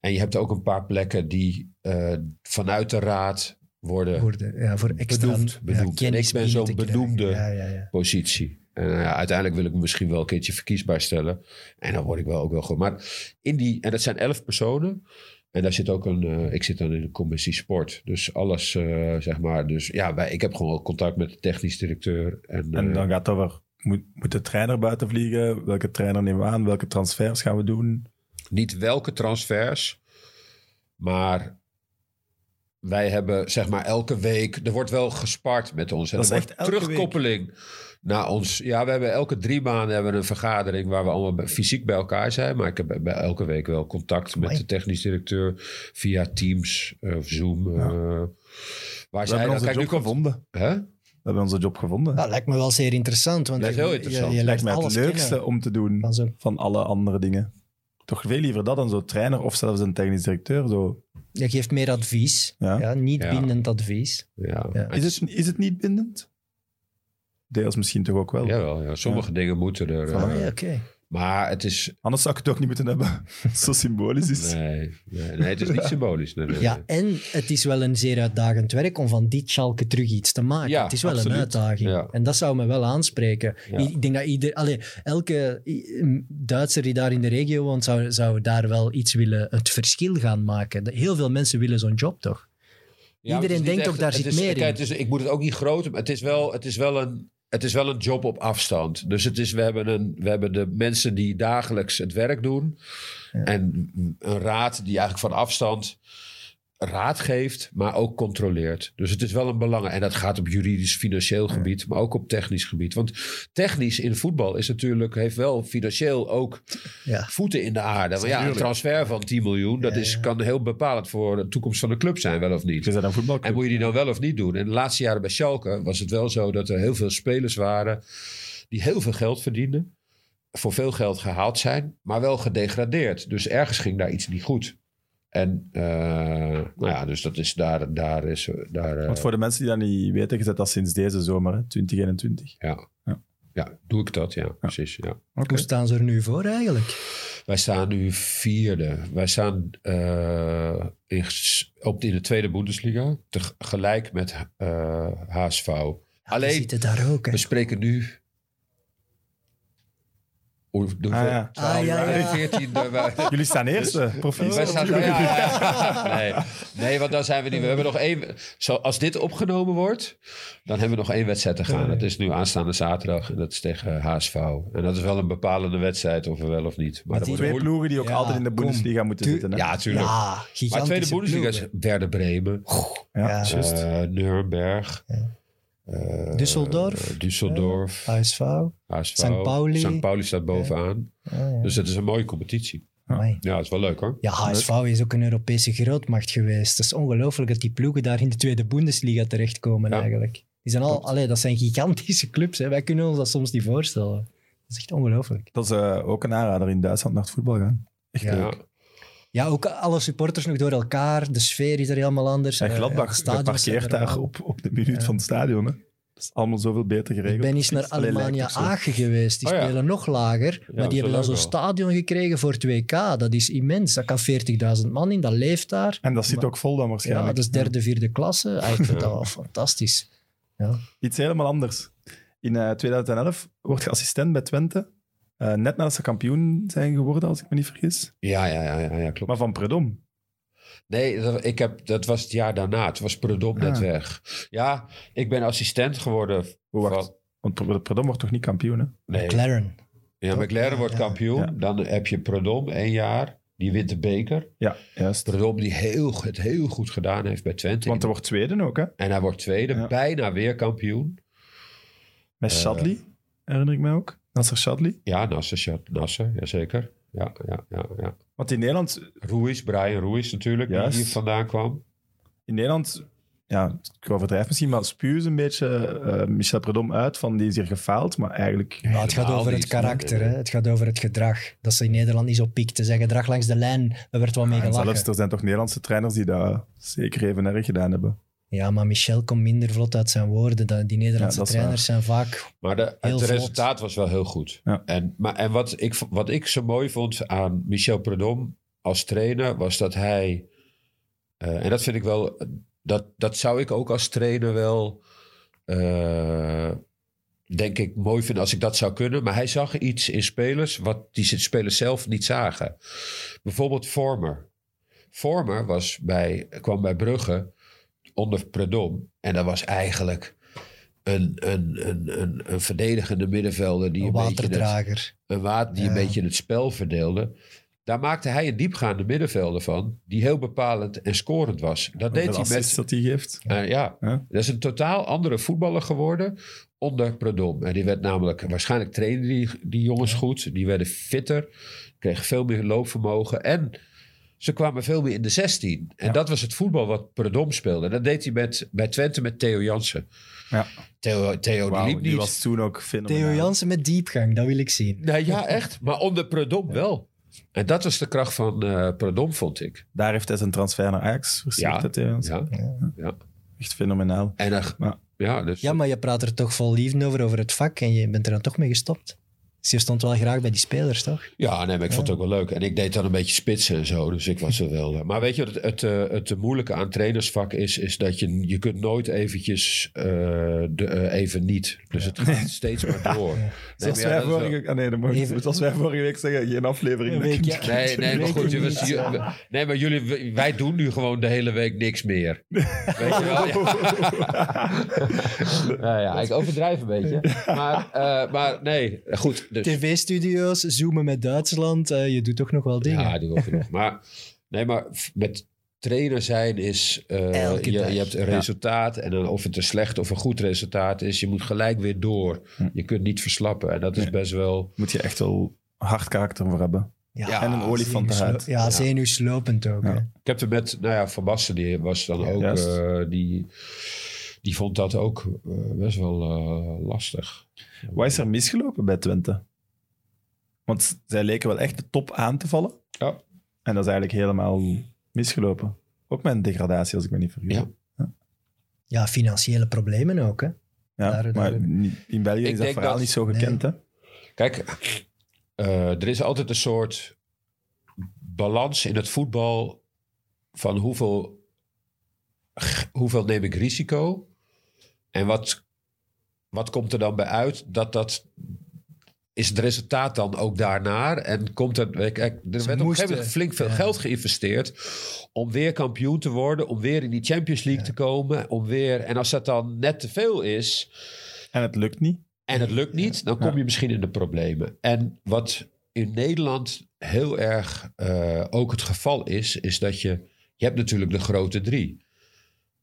Speaker 3: En je hebt ook een paar plekken die eh, vanuit de raad worden
Speaker 2: worden. Ja, voor extra
Speaker 3: Benoemd, benoemd.
Speaker 2: Ja, kennis
Speaker 3: Ik ben
Speaker 2: binnen
Speaker 3: zo'n
Speaker 2: te krijgen.
Speaker 3: benoemde.
Speaker 2: Ja, ja, ja.
Speaker 3: positie. En nou ja, uiteindelijk wil ik me misschien wel een keertje verkiesbaar stellen. En dan word ik wel ook wel goed. Maar in die, en dat zijn elf personen. En daar zit ook een, eh, ik zit dan in de commissie sport. Dus alles, eh, zeg maar. Dus ja, wij, ik heb gewoon contact met de technisch directeur. En,
Speaker 1: En
Speaker 3: eh,
Speaker 1: dan gaat dat over... Moet, moet de trainer buiten vliegen? Welke trainer nemen we aan? Welke transfers gaan we doen?
Speaker 3: niet welke transfers, maar wij hebben zeg maar elke week, er wordt wel gespart met ons. En
Speaker 1: Dat
Speaker 3: er
Speaker 1: is
Speaker 3: wordt
Speaker 1: echt elke
Speaker 3: terugkoppeling naar ons. Ja, we hebben elke drie maanden hebben we een vergadering waar we allemaal bij- fysiek bij elkaar zijn. Maar ik heb bij- bij elke week wel contact met
Speaker 2: Amai.
Speaker 3: de technisch directeur via Teams eh, of Zoom. eh, waar
Speaker 1: We
Speaker 3: zij
Speaker 1: hebben
Speaker 3: dan,
Speaker 1: onze
Speaker 3: kijk,
Speaker 1: job
Speaker 3: nu komt,
Speaker 1: gevonden.
Speaker 3: hè?
Speaker 1: We hebben onze job gevonden.
Speaker 2: Nou, lijkt me wel zeer interessant. Want
Speaker 3: Lijkt
Speaker 2: je-
Speaker 3: heel interessant.
Speaker 2: Je, je
Speaker 1: lijkt
Speaker 2: lijkt
Speaker 1: mij het leukste om te doen
Speaker 2: Van zo'n-
Speaker 1: van alle andere dingen. Toch veel liever dat dan zo'n trainer of zelfs een technisch directeur. Zo.
Speaker 2: Je geeft meer advies.
Speaker 1: Ja.
Speaker 2: Ja. niet
Speaker 3: Ja.
Speaker 2: bindend advies.
Speaker 3: Ja.
Speaker 2: Ja.
Speaker 3: En
Speaker 1: Is, het, is het niet bindend? deels misschien toch ook wel.
Speaker 3: Jawel, ja. sommige dingen moeten er.
Speaker 1: Voilà.
Speaker 3: eh,
Speaker 2: Ah, ja, oké.
Speaker 3: Maar het is...
Speaker 1: Anders zou ik het ook niet moeten hebben. Zo symbolisch is.
Speaker 3: Nee, nee, nee, het is niet symbolisch. Nee, nee,
Speaker 2: Ja,
Speaker 3: nee.
Speaker 2: en het is wel een zeer uitdagend werk om van dit schalke terug iets te maken.
Speaker 3: Ja,
Speaker 2: het is wel
Speaker 3: absoluut.
Speaker 2: een uitdaging.
Speaker 3: Ja.
Speaker 2: En dat zou me wel aanspreken.
Speaker 3: Ja.
Speaker 2: I- Ik denk dat ieder, allee, elke i- m, Duitser die daar in de regio woont, zou, zou daar wel iets willen, het verschil gaan maken. De- Heel veel mensen willen zo'n job toch?
Speaker 3: Ja, maar
Speaker 2: Iedereen
Speaker 3: het is niet
Speaker 2: denkt
Speaker 3: echt-
Speaker 2: ook, daar
Speaker 3: het
Speaker 2: zit
Speaker 3: is-
Speaker 2: meer
Speaker 3: kijk,
Speaker 2: in.
Speaker 3: Het is, ik moet het ook niet groot, maar het is wel, het is wel een... Het is wel een job op afstand. Dus het is, we, hebben een, we hebben de mensen die dagelijks het werk doen. En een raad die eigenlijk van afstand raad geeft, maar ook controleert. Dus het is wel een belang. En dat gaat op juridisch, financieel gebied, maar ook op technisch gebied. Want technisch in voetbal is natuurlijk, heeft wel financieel ook
Speaker 2: Ja.
Speaker 3: voeten in de aarde. Maar ja, een
Speaker 1: Tuurlijk.
Speaker 3: transfer van 10 miljoen, dat is, kan heel bepalend voor de toekomst van de club zijn, wel of niet.
Speaker 1: Je bent een voetbalclub.
Speaker 3: En moet je die nou wel of niet doen? In de laatste jaren bij Schalke was het wel zo dat er heel veel spelers waren die heel veel geld verdienden. Voor veel geld gehaald zijn, maar wel gedegradeerd. Dus ergens ging daar iets niet goed. En eh, nou ja, dus dat is daar. daar, is, daar eh,
Speaker 1: Want voor de mensen die dat niet weten, je zet dat sinds deze zomer, hè, 2021.
Speaker 3: ja.
Speaker 1: Ja.
Speaker 3: Ja. doe ik dat, ja, precies. Ja.
Speaker 1: Oké.
Speaker 2: Hoe staan ze er nu voor eigenlijk?
Speaker 3: Wij staan nu vierde. Wij staan eh, in, s- op, in de tweede Bundesliga, tegelijk met eh, HSV.
Speaker 2: Ja, dus die
Speaker 3: Alleen,
Speaker 2: zitten daar ook. hè.
Speaker 3: We spreken nu. Hoe- de hoeveel-
Speaker 1: Ah, ja.
Speaker 3: twaalf-
Speaker 2: Ah, ja, Oh, ja.
Speaker 3: 14e wa-
Speaker 1: Jullie staan eerste, profiel.
Speaker 3: Wij staan- ja, ja, ja. Nee. nee, want dan zijn we niet. We hebben nog één. Zo, als dit opgenomen wordt, dan hebben we nog één wedstrijd te gaan. Dat is nu aanstaande zaterdag en dat is tegen HSV. En dat is wel een bepalende wedstrijd, of we wel of niet. Maar
Speaker 2: Maar
Speaker 3: dat
Speaker 2: die
Speaker 3: wordt
Speaker 1: Twee
Speaker 3: moeilijk.
Speaker 1: ploegen die ook
Speaker 2: Ja,
Speaker 1: altijd in de
Speaker 2: kom.
Speaker 1: Bundesliga moeten
Speaker 2: Tu-
Speaker 1: zitten. Hè?
Speaker 3: Ja, tuurlijk.
Speaker 2: Ja,
Speaker 3: maar tweede
Speaker 2: gigantische
Speaker 3: Bundesliga is
Speaker 2: ploegen.
Speaker 3: Werder Bremen,
Speaker 1: Ja,
Speaker 2: Ja.
Speaker 1: juist.
Speaker 3: eh, Nuremberg, eh,
Speaker 2: Dus- Düsseldorf.
Speaker 3: Düsseldorf,
Speaker 2: HSV.
Speaker 3: HSV.
Speaker 2: St. Pauli.
Speaker 3: St. Pauli staat bovenaan.
Speaker 2: Ah, ja.
Speaker 3: Dus het is een mooie competitie.
Speaker 2: Amai.
Speaker 3: Ja, het is wel leuk hoor.
Speaker 2: Ja, HSV is ook een Europese grootmacht geweest. Het is ongelooflijk dat die ploegen daar in de tweede Bundesliga terechtkomen
Speaker 3: Ja.
Speaker 2: eigenlijk. Die zijn al, allee, dat zijn gigantische clubs. Hè. Wij kunnen ons dat soms niet voorstellen. Dat is echt ongelooflijk.
Speaker 1: Dat is eh, ook een aanrader in Duitsland naar het voetbal gaan. Echt eh,
Speaker 2: Ja.
Speaker 1: leuk.
Speaker 3: Ja.
Speaker 2: Ja, ook alle supporters nog door elkaar. De sfeer is er helemaal anders.
Speaker 1: En
Speaker 2: Eh, ja, de
Speaker 1: Gladbach
Speaker 2: stadions zijn
Speaker 1: parkeert
Speaker 2: er
Speaker 1: daar
Speaker 2: allemaal.
Speaker 1: op, op de minuut van het stadion. Hè. Dat is allemaal zoveel beter geregeld.
Speaker 2: Ik ben eens naar
Speaker 1: Allee, lijkt
Speaker 2: Alemania
Speaker 1: ook zo.
Speaker 2: Aachen geweest. Die
Speaker 3: Oh ja.
Speaker 2: spelen nog lager. Maar
Speaker 3: dat
Speaker 2: die hebben dan
Speaker 3: is
Speaker 2: zo'n
Speaker 3: wel leuk wel.
Speaker 2: stadion gekregen voor 2K. Dat is immens. Dat kan 40.000 man in. Dat leeft daar.
Speaker 1: En dat zit
Speaker 2: Maar-
Speaker 1: ook vol dan
Speaker 2: Ja,
Speaker 1: waarschijnlijk.
Speaker 2: dat is derde, vierde klasse. Ah, ik vind dat
Speaker 3: Ja.
Speaker 2: wel fantastisch.
Speaker 1: Hmm. Iets helemaal anders. In eh, 2011 word je assistent bij Twente. Eh, net nadat ze kampioen zijn geworden, als ik me niet vergis.
Speaker 3: Ja, ja, ja, ja, ja, klopt.
Speaker 1: Maar van Predom.
Speaker 3: nee, dat, ik heb, dat was het jaar daarna. Het was Predom net
Speaker 1: Ah.
Speaker 3: weg. Ja, ik ben assistent geworden.
Speaker 1: Oh, wacht.
Speaker 3: van-
Speaker 1: Want Pre- Predom wordt toch niet kampioen, hè?
Speaker 3: nee,
Speaker 2: McLaren.
Speaker 3: ja, McLaren wordt
Speaker 2: Ja, ja.
Speaker 3: kampioen.
Speaker 1: Ja.
Speaker 3: Dan heb je Predom één jaar. Die wint de beker.
Speaker 1: Ja, juist.
Speaker 3: Predom die heel, het heel goed gedaan heeft bij Twente.
Speaker 1: Want er wordt tweede ook, hè?
Speaker 3: En hij wordt tweede,
Speaker 1: Ja.
Speaker 3: bijna weer kampioen.
Speaker 1: Met Shadley, herinner ik mij ook. Nasser Shadley.
Speaker 3: Ja, Nasser, Shat- Nasser, jazeker. Ja, ja, ja, ja.
Speaker 1: Want in Nederland,
Speaker 3: Ruiz, Brian Ruiz natuurlijk,
Speaker 1: Juist.
Speaker 3: die hier vandaan kwam.
Speaker 1: in Nederland ja, ik overdrijf misschien, maar spuwen ze een beetje eh, Michel Predom uit van die is hier gefaald. Maar eigenlijk,
Speaker 2: Nou, het gaat
Speaker 3: Helemaal
Speaker 2: over het
Speaker 3: niet,
Speaker 2: karakter,
Speaker 3: nee, nee.
Speaker 2: hè? het gaat over het gedrag. Dat ze in Nederland niet zo piekten. Zijn gedrag langs de lijn, daar werd wel mee
Speaker 1: en
Speaker 2: gelachen.
Speaker 1: zelfs er zijn toch Nederlandse trainers die dat zeker even erg gedaan hebben.
Speaker 2: Ja, maar Michel komt minder vlot uit zijn woorden. dan- Die
Speaker 1: Ja,
Speaker 2: Nederlandse
Speaker 1: dat is
Speaker 2: trainers zijn vaak...
Speaker 3: Maar de,
Speaker 2: Heel
Speaker 3: het
Speaker 2: vlot.
Speaker 3: resultaat was wel heel goed.
Speaker 1: Ja.
Speaker 3: En, maar, en wat, ik, v- wat ik zo mooi vond aan Michel Predom als trainer, was dat hij. eh, en dat vind ik wel. Dat, dat zou ik ook als trainer wel. eh, denk ik mooi vinden als ik dat zou kunnen. Maar hij zag iets in spelers wat die spelers zelf niet zagen. Bijvoorbeeld Vormer. Vormer was bij, kwam bij Brugge onder Predom. En dat was eigenlijk een, een, een, een, een verdedigende middenvelder. Die
Speaker 2: Een
Speaker 3: een, beetje het,
Speaker 2: waterdrager.
Speaker 3: een water die een
Speaker 2: Ja.
Speaker 3: beetje het spel verdeelde. Daar maakte hij een diepgaande middenvelder van. Die heel bepalend en scorend was. Dat deed hij
Speaker 1: Hoeveel assists
Speaker 3: met...
Speaker 1: dat hij geeft.
Speaker 3: Eh, ja,
Speaker 1: Ja.
Speaker 3: dat is een totaal andere voetballer geworden onder Predom. En die werd namelijk, waarschijnlijk trainde die, die jongens goed. Die werden fitter, kregen veel meer loopvermogen. En ze kwamen veel meer in de 16. En
Speaker 1: Ja.
Speaker 3: dat was het voetbal wat Predom speelde. En dat deed hij met, bij Twente met Theo Jansen.
Speaker 1: Ja.
Speaker 3: Theo, Theo
Speaker 1: Wauw,
Speaker 3: die liep
Speaker 1: die
Speaker 3: niet.
Speaker 1: was toen ook fenomenaal.
Speaker 2: Theo Jansen met diepgang, dat wil ik zien.
Speaker 3: Nee, ja, echt. Maar onder Predom wel. En dat was de kracht van eh Predom, vond ik.
Speaker 1: Daar heeft hij zijn transfer naar Ajax verzekerd,
Speaker 3: Ja.
Speaker 1: hè, Theo Jansen.
Speaker 3: Ja.
Speaker 1: Echt fenomenaal.
Speaker 3: En, dan-
Speaker 1: Maar-
Speaker 3: Ja, dus
Speaker 2: Ja, maar je praat er toch vol liefde over, over het vak. En je bent er dan toch mee gestopt. Dus je stond wel graag bij die spelers, toch?
Speaker 3: Ja, nee, maar ik vond het ook wel leuk. En ik deed dan een beetje spitsen en zo, dus ik was er wel. eh, Maar weet je wat het, het, eh, het moeilijke aan trainersvak is? Is dat je, je kunt nooit eventjes eh, de, eh, even niet. Dus het gaat steeds maar door. Nee, maar
Speaker 1: Zoals
Speaker 3: ja,
Speaker 1: wij
Speaker 3: dat is wel-
Speaker 1: vorige, ah, nee, dat mag ik niet
Speaker 2: Even-
Speaker 1: doen. Zoals wij vorige week zeggen, geen aflevering.
Speaker 2: Een
Speaker 1: dat
Speaker 2: weekje.
Speaker 1: ik-
Speaker 3: Nee, nee, maar goed.
Speaker 2: Weken
Speaker 3: jullie-
Speaker 2: niet,
Speaker 3: jullie- nee, maar jullie, wij doen nu gewoon de hele week niks meer. Weet je wel? Ja. Nou ja, ik overdrijf een beetje. Maar, eh, maar nee, goed. Dus,
Speaker 2: TV-studio's, zoomen met Duitsland. eh, je doet toch nog wel dingen.
Speaker 3: Ja, die wil genoeg. Maar, nee, maar f- met trainer zijn is... eh,
Speaker 2: Elke
Speaker 3: je,
Speaker 2: dag.
Speaker 3: je hebt een
Speaker 1: Ja.
Speaker 3: resultaat. En dan of het een slecht of een goed resultaat is... je moet gelijk weer door. Je kunt niet verslappen. En dat is
Speaker 1: Nee.
Speaker 3: best wel...
Speaker 1: Moet je echt wel hard karakter voor hebben.
Speaker 2: Ja,
Speaker 3: Ja,
Speaker 1: en een olifantenhuid.
Speaker 2: Ja, zenuwslopend ook.
Speaker 1: Ja.
Speaker 2: hè.
Speaker 3: Ik heb er met... Nou ja, Van Basten die was dan ook...
Speaker 1: Juist.
Speaker 3: eh, die, die vond dat ook eh, best wel eh, lastig.
Speaker 1: Wat is er misgelopen bij Twente? Want zij leken wel echt de top aan te vallen.
Speaker 3: Ja.
Speaker 1: En dat is eigenlijk helemaal misgelopen. Ook met een degradatie, als ik me niet vergis.
Speaker 3: Ja.
Speaker 2: Ja, financiële problemen ook. Hè?
Speaker 1: Ja,
Speaker 2: Daar-
Speaker 1: maar
Speaker 2: daar-
Speaker 1: niet- in België
Speaker 3: Ik
Speaker 1: is dat
Speaker 3: denk
Speaker 1: verhaal
Speaker 3: dat-
Speaker 1: niet zo gekend, hè?
Speaker 3: Kijk, eh, er is altijd een soort balans in het voetbal van hoeveel, hoeveel neem ik risico en wat, wat komt er dan bij uit dat dat is het resultaat dan ook daarnaar en komt er, kijk, er werd op een gegeven
Speaker 2: moesten,
Speaker 3: moment flink veel
Speaker 2: ja.
Speaker 3: geld geïnvesteerd om weer kampioen te worden, om weer in die Champions League te komen, om weer en als dat dan net te veel is,
Speaker 1: En het lukt niet.
Speaker 3: en het lukt niet, dan kom je misschien in de problemen. En wat in Nederland heel erg eh, ook het geval is, is dat je... Je hebt natuurlijk de grote drie.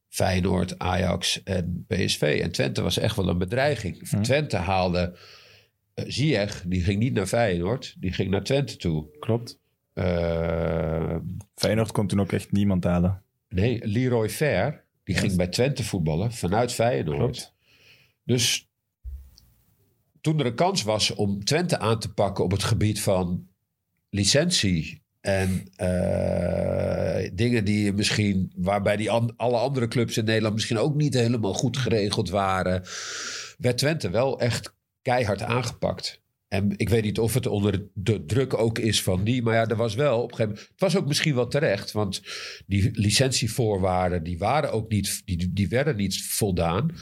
Speaker 3: Feyenoord, Ajax en PSV. En Twente was echt wel een bedreiging. Twente haalde eh, Ziyech, die ging niet naar Feyenoord. Die ging naar Twente toe.
Speaker 1: Klopt.
Speaker 3: Eh,
Speaker 1: Feyenoord kon toen ook echt niemand halen.
Speaker 3: nee, Leroy Fair, die ging bij Twente voetballen vanuit Feyenoord.
Speaker 1: Klopt.
Speaker 3: Dus toen er een kans was om Twente aan te pakken op het gebied van licentie en eh, dingen die je misschien, waarbij die an- alle andere clubs in Nederland misschien ook niet helemaal goed geregeld waren, werd Twente wel echt keihard aangepakt. En ik weet niet of het onder de druk ook is van die. Maar ja, er was wel op een gegeven moment. Het was ook misschien wel terecht. Want die licentievoorwaarden. die waren ook niet. die, die werden niet voldaan.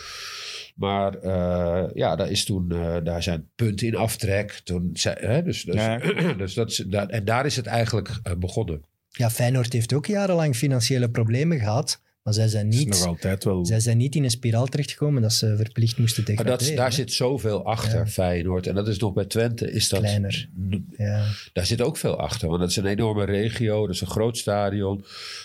Speaker 3: Maar eh, ja, daar, is toen, eh, daar zijn punten in aftrek. Toen, zei- hè, dus, dus,
Speaker 1: Ja.
Speaker 3: dus dat, is- dat- en daar is het eigenlijk eh, begonnen.
Speaker 2: Ja, Feyenoord heeft ook jarenlang financiële problemen gehad. Maar zij zijn niet,
Speaker 1: is nog altijd wel...
Speaker 2: zij zijn niet in een spiraal terechtgekomen dat ze verplicht moesten
Speaker 3: Maar Ah, dat,
Speaker 2: degraderen.
Speaker 3: daar
Speaker 2: hè.
Speaker 3: zit zoveel achter,
Speaker 2: Ja.
Speaker 3: Feyenoord. En dat is nog bij Twente. Is dat,
Speaker 2: Kleiner. Ja.
Speaker 3: Daar zit ook veel achter, want dat is een enorme regio, dat is een groot stadion.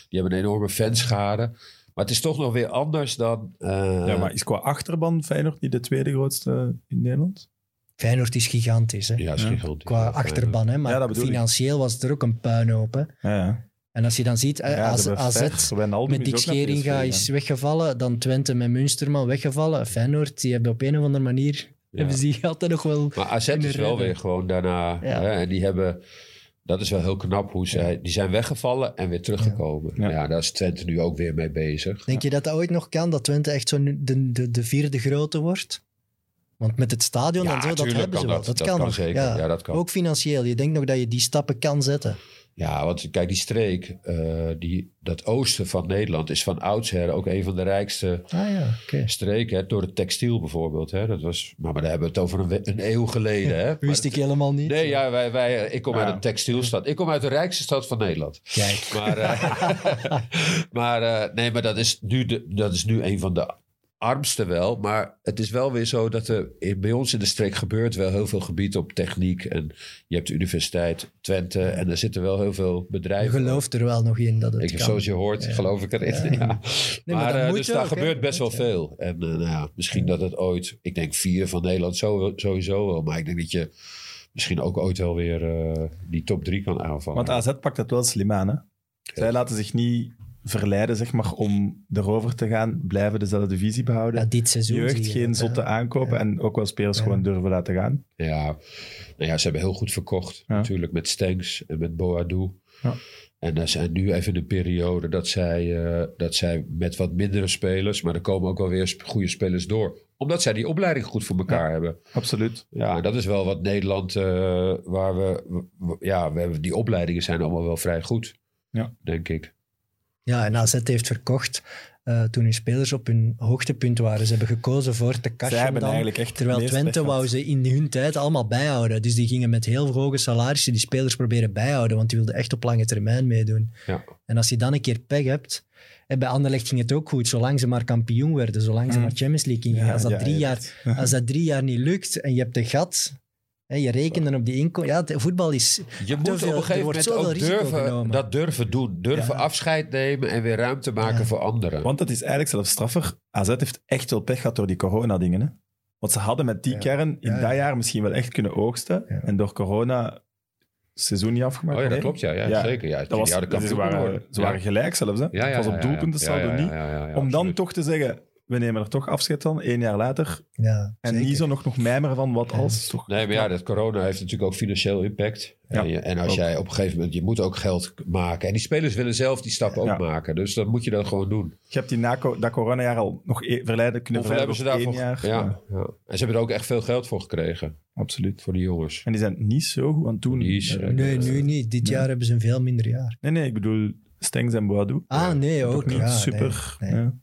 Speaker 3: Die hebben een enorme fanschade. Maar het is toch nog weer anders dan. eh,
Speaker 1: Ja, maar is qua achterban Feyenoord niet de tweede grootste in Nederland?
Speaker 2: Feyenoord is gigantisch. Hè?
Speaker 3: ja, is
Speaker 1: Ja.
Speaker 3: gigantisch.
Speaker 2: Qua achterban, hè? maar
Speaker 1: Ja, dat bedoel ik.
Speaker 2: financieel was het er ook een puinhoop. Hè?
Speaker 1: Ja, ja.
Speaker 2: En als je dan ziet, eh,
Speaker 1: Ja,
Speaker 2: AZ,
Speaker 1: de Fer, Wijnaldum
Speaker 2: met
Speaker 1: is
Speaker 2: Dick
Speaker 1: ook naar PSV
Speaker 2: Scheringa
Speaker 1: gegaan.
Speaker 2: is weggevallen, dan Twente met Munsterman weggevallen. Feyenoord, die hebben op een of andere manier
Speaker 3: Ja.
Speaker 2: hebben ze die altijd nog wel...
Speaker 3: Maar AZ
Speaker 2: in de
Speaker 3: is wel
Speaker 2: reden.
Speaker 3: weer gewoon daarna.
Speaker 2: Ja.
Speaker 3: Hè, en die hebben. Dat is wel heel knap hoe zij. Die zijn weggevallen en weer teruggekomen.
Speaker 1: Ja.
Speaker 3: Ja. daar is Twente nu ook weer mee bezig.
Speaker 2: Denk je dat dat ooit nog kan, dat Twente echt zo de, de, de vierde grote wordt? Want met het stadion
Speaker 3: Ja,
Speaker 2: en zo, dat
Speaker 3: tuurlijk
Speaker 2: hebben
Speaker 3: kan
Speaker 2: ze wel.
Speaker 3: dat.
Speaker 2: Dat,
Speaker 3: Dat
Speaker 2: kan,
Speaker 3: kan
Speaker 2: nog.
Speaker 3: zeker. Ja, dat kan.
Speaker 2: Ook financieel. Je denkt nog dat je die stappen kan zetten.
Speaker 3: Ja, want kijk, die streek, eh, die, dat oosten van Nederland, is van oudsher ook een van de rijkste
Speaker 2: Ah ja, oké.
Speaker 3: streken. hè, Door het textiel bijvoorbeeld. Hè. Dat was, maar, maar daar hebben we het over een, we- een eeuw geleden. Hè. Maar
Speaker 2: Wist ik helemaal niet.
Speaker 3: Nee, ja, wij, wij, eh, ik kom
Speaker 1: Ja.
Speaker 3: uit een textielstad. Ik kom uit de rijkste stad van Nederland.
Speaker 2: Kijk.
Speaker 3: Maar, eh, maar eh, nee, maar dat is, nu de, dat is nu een van de armste wel. Maar het is wel weer zo dat er in- bij ons in de streek gebeurt wel heel veel gebied op techniek. En je hebt de universiteit Twente en er zitten wel heel veel
Speaker 2: Je
Speaker 3: bedrijven.
Speaker 2: gelooft er wel nog in dat het
Speaker 3: ik,
Speaker 2: kan.
Speaker 3: zoals je hoort,
Speaker 2: Ja.
Speaker 3: geloof ik erin. Ja.
Speaker 2: maar
Speaker 3: maar
Speaker 2: dat
Speaker 3: eh,
Speaker 2: moet
Speaker 3: dus
Speaker 2: je
Speaker 3: daar
Speaker 2: ook, hè.
Speaker 3: gebeurt
Speaker 2: Dat
Speaker 3: best wel
Speaker 2: moet je.
Speaker 3: veel. En eh, nou ja, misschien dat het ooit, ik denk vier van Nederland zo, sowieso wel. Maar ik denk dat je misschien ook ooit wel weer eh, die top drie kan aanvallen.
Speaker 1: Want AZ pakt dat wel slim aan, hè? Zij laten zich niet verleiden, zeg maar, om erover te gaan. Blijven dezelfde visie behouden.
Speaker 2: Ja, dit seizoen
Speaker 1: Jeugd,
Speaker 2: zie je
Speaker 1: geen
Speaker 2: dat, hè.
Speaker 1: zotte aankopen.
Speaker 2: Ja.
Speaker 1: En ook wel spelers
Speaker 2: Ja.
Speaker 1: gewoon durven laten gaan.
Speaker 3: Ja, nou ja, ze hebben heel goed verkocht.
Speaker 1: Ja.
Speaker 3: Natuurlijk met Stenks en met Boadu.
Speaker 1: Ja.
Speaker 3: En daar zijn nu even een periode dat zij, eh, dat zij met wat mindere spelers, maar er komen ook wel weer sp- goede spelers door. Omdat zij die opleiding goed voor elkaar hebben.
Speaker 1: Absoluut.
Speaker 3: Ja, en dat is wel wat Nederland, eh, waar we, w- w- ja, we hebben, die opleidingen zijn allemaal wel vrij goed.
Speaker 1: Ja.
Speaker 3: Denk ik.
Speaker 2: Ja, en AZ heeft verkocht eh, toen hun spelers op hun hoogtepunt waren. Ze hebben gekozen voor te
Speaker 1: Zij
Speaker 2: cashen
Speaker 1: hebben
Speaker 2: dan.
Speaker 1: eigenlijk echt
Speaker 2: Terwijl
Speaker 1: meer pech
Speaker 2: Twente
Speaker 1: gehad.
Speaker 2: wou ze in hun tijd allemaal bijhouden. Dus die gingen met heel hoge salarissen die spelers proberen bijhouden, want die wilden echt op lange termijn meedoen.
Speaker 3: Ja.
Speaker 2: En als je dan een keer pech hebt... En bij Anderlecht ging het ook goed, zolang ze maar kampioen werden, zolang ze
Speaker 1: Mm.
Speaker 2: maar Champions League gingen.
Speaker 1: Ja,
Speaker 2: als, dat
Speaker 1: ja,
Speaker 2: drie
Speaker 1: ja,
Speaker 2: jaar, als dat drie jaar niet lukt en je hebt een gat, hè, je rekent dan op die inkomen. Ja, het- voetbal is...
Speaker 3: Je moet
Speaker 2: veel- Ah,
Speaker 3: op een
Speaker 2: dus, eh, er
Speaker 3: gegeven
Speaker 2: wordt
Speaker 3: moment
Speaker 2: zoveel
Speaker 3: ook
Speaker 2: risico
Speaker 3: durven,
Speaker 2: genomen.
Speaker 3: dat durven doen. Durven
Speaker 1: Ja.
Speaker 3: afscheid nemen en weer ruimte maken
Speaker 2: Ja.
Speaker 3: voor anderen.
Speaker 1: Want dat is eigenlijk zelfs straffer. AZ heeft echt wel pech gehad door die corona-dingen. Hè? Want ze hadden met die
Speaker 2: Ja.
Speaker 1: kern in
Speaker 2: Ja, ja.
Speaker 1: dat jaar misschien wel echt kunnen oogsten.
Speaker 2: Ja.
Speaker 1: En door corona het seizoen niet afgemaakt.
Speaker 3: oh ja, dat
Speaker 1: Nee.
Speaker 3: klopt. Ja, ja,
Speaker 1: Ja.
Speaker 3: zeker. Ja,
Speaker 1: Dat was,
Speaker 3: ja, de
Speaker 1: ze
Speaker 3: kampioen
Speaker 1: waren,
Speaker 3: worden.
Speaker 1: ze
Speaker 3: Ja.
Speaker 1: waren gelijk zelfs. Hè?
Speaker 3: Ja, ja,
Speaker 1: het was
Speaker 3: ja,
Speaker 1: op
Speaker 3: ja,
Speaker 1: doelpunten,
Speaker 3: ja,
Speaker 1: saldo
Speaker 3: ja,
Speaker 1: niet.
Speaker 3: ja, ja, ja,
Speaker 1: Om dan
Speaker 3: absoluut.
Speaker 1: toch te zeggen, we nemen er toch afscheid van, één jaar later.
Speaker 2: Ja,
Speaker 1: En
Speaker 2: zeker.
Speaker 1: niet zo nog, nog mijmeren van wat als. is Toch,
Speaker 3: Nee, maar ja, dat corona heeft natuurlijk ook financieel impact.
Speaker 1: Ja,
Speaker 3: en, je- en als
Speaker 1: ook.
Speaker 3: jij op een gegeven moment, je moet ook geld k- maken. En die spelers willen zelf die stappen ook
Speaker 1: Ja.
Speaker 3: maken. Dus dat moet je dan gewoon doen.
Speaker 1: Je hebt die na co- dat coronajaar al nog e- verleiden kunnen
Speaker 3: Hoeveel hebben ze
Speaker 1: verleiden op één
Speaker 3: daarvoor?
Speaker 1: jaar.
Speaker 3: Ja, ja. En ze hebben er ook echt veel geld voor gekregen.
Speaker 1: absoluut.
Speaker 3: Voor die jongens.
Speaker 1: En die zijn niet zo goed aan het doen.
Speaker 3: Die is-
Speaker 1: Eh,
Speaker 2: Nee, nu niet. Dit
Speaker 1: Nee.
Speaker 2: jaar hebben ze een veel minder jaar.
Speaker 1: Nee, nee, ik bedoel Stengs en Boadu.
Speaker 2: Ah, nee, ook.
Speaker 1: ook Eh, niet
Speaker 2: ja, nee.
Speaker 1: super.
Speaker 2: nee.
Speaker 1: Ja.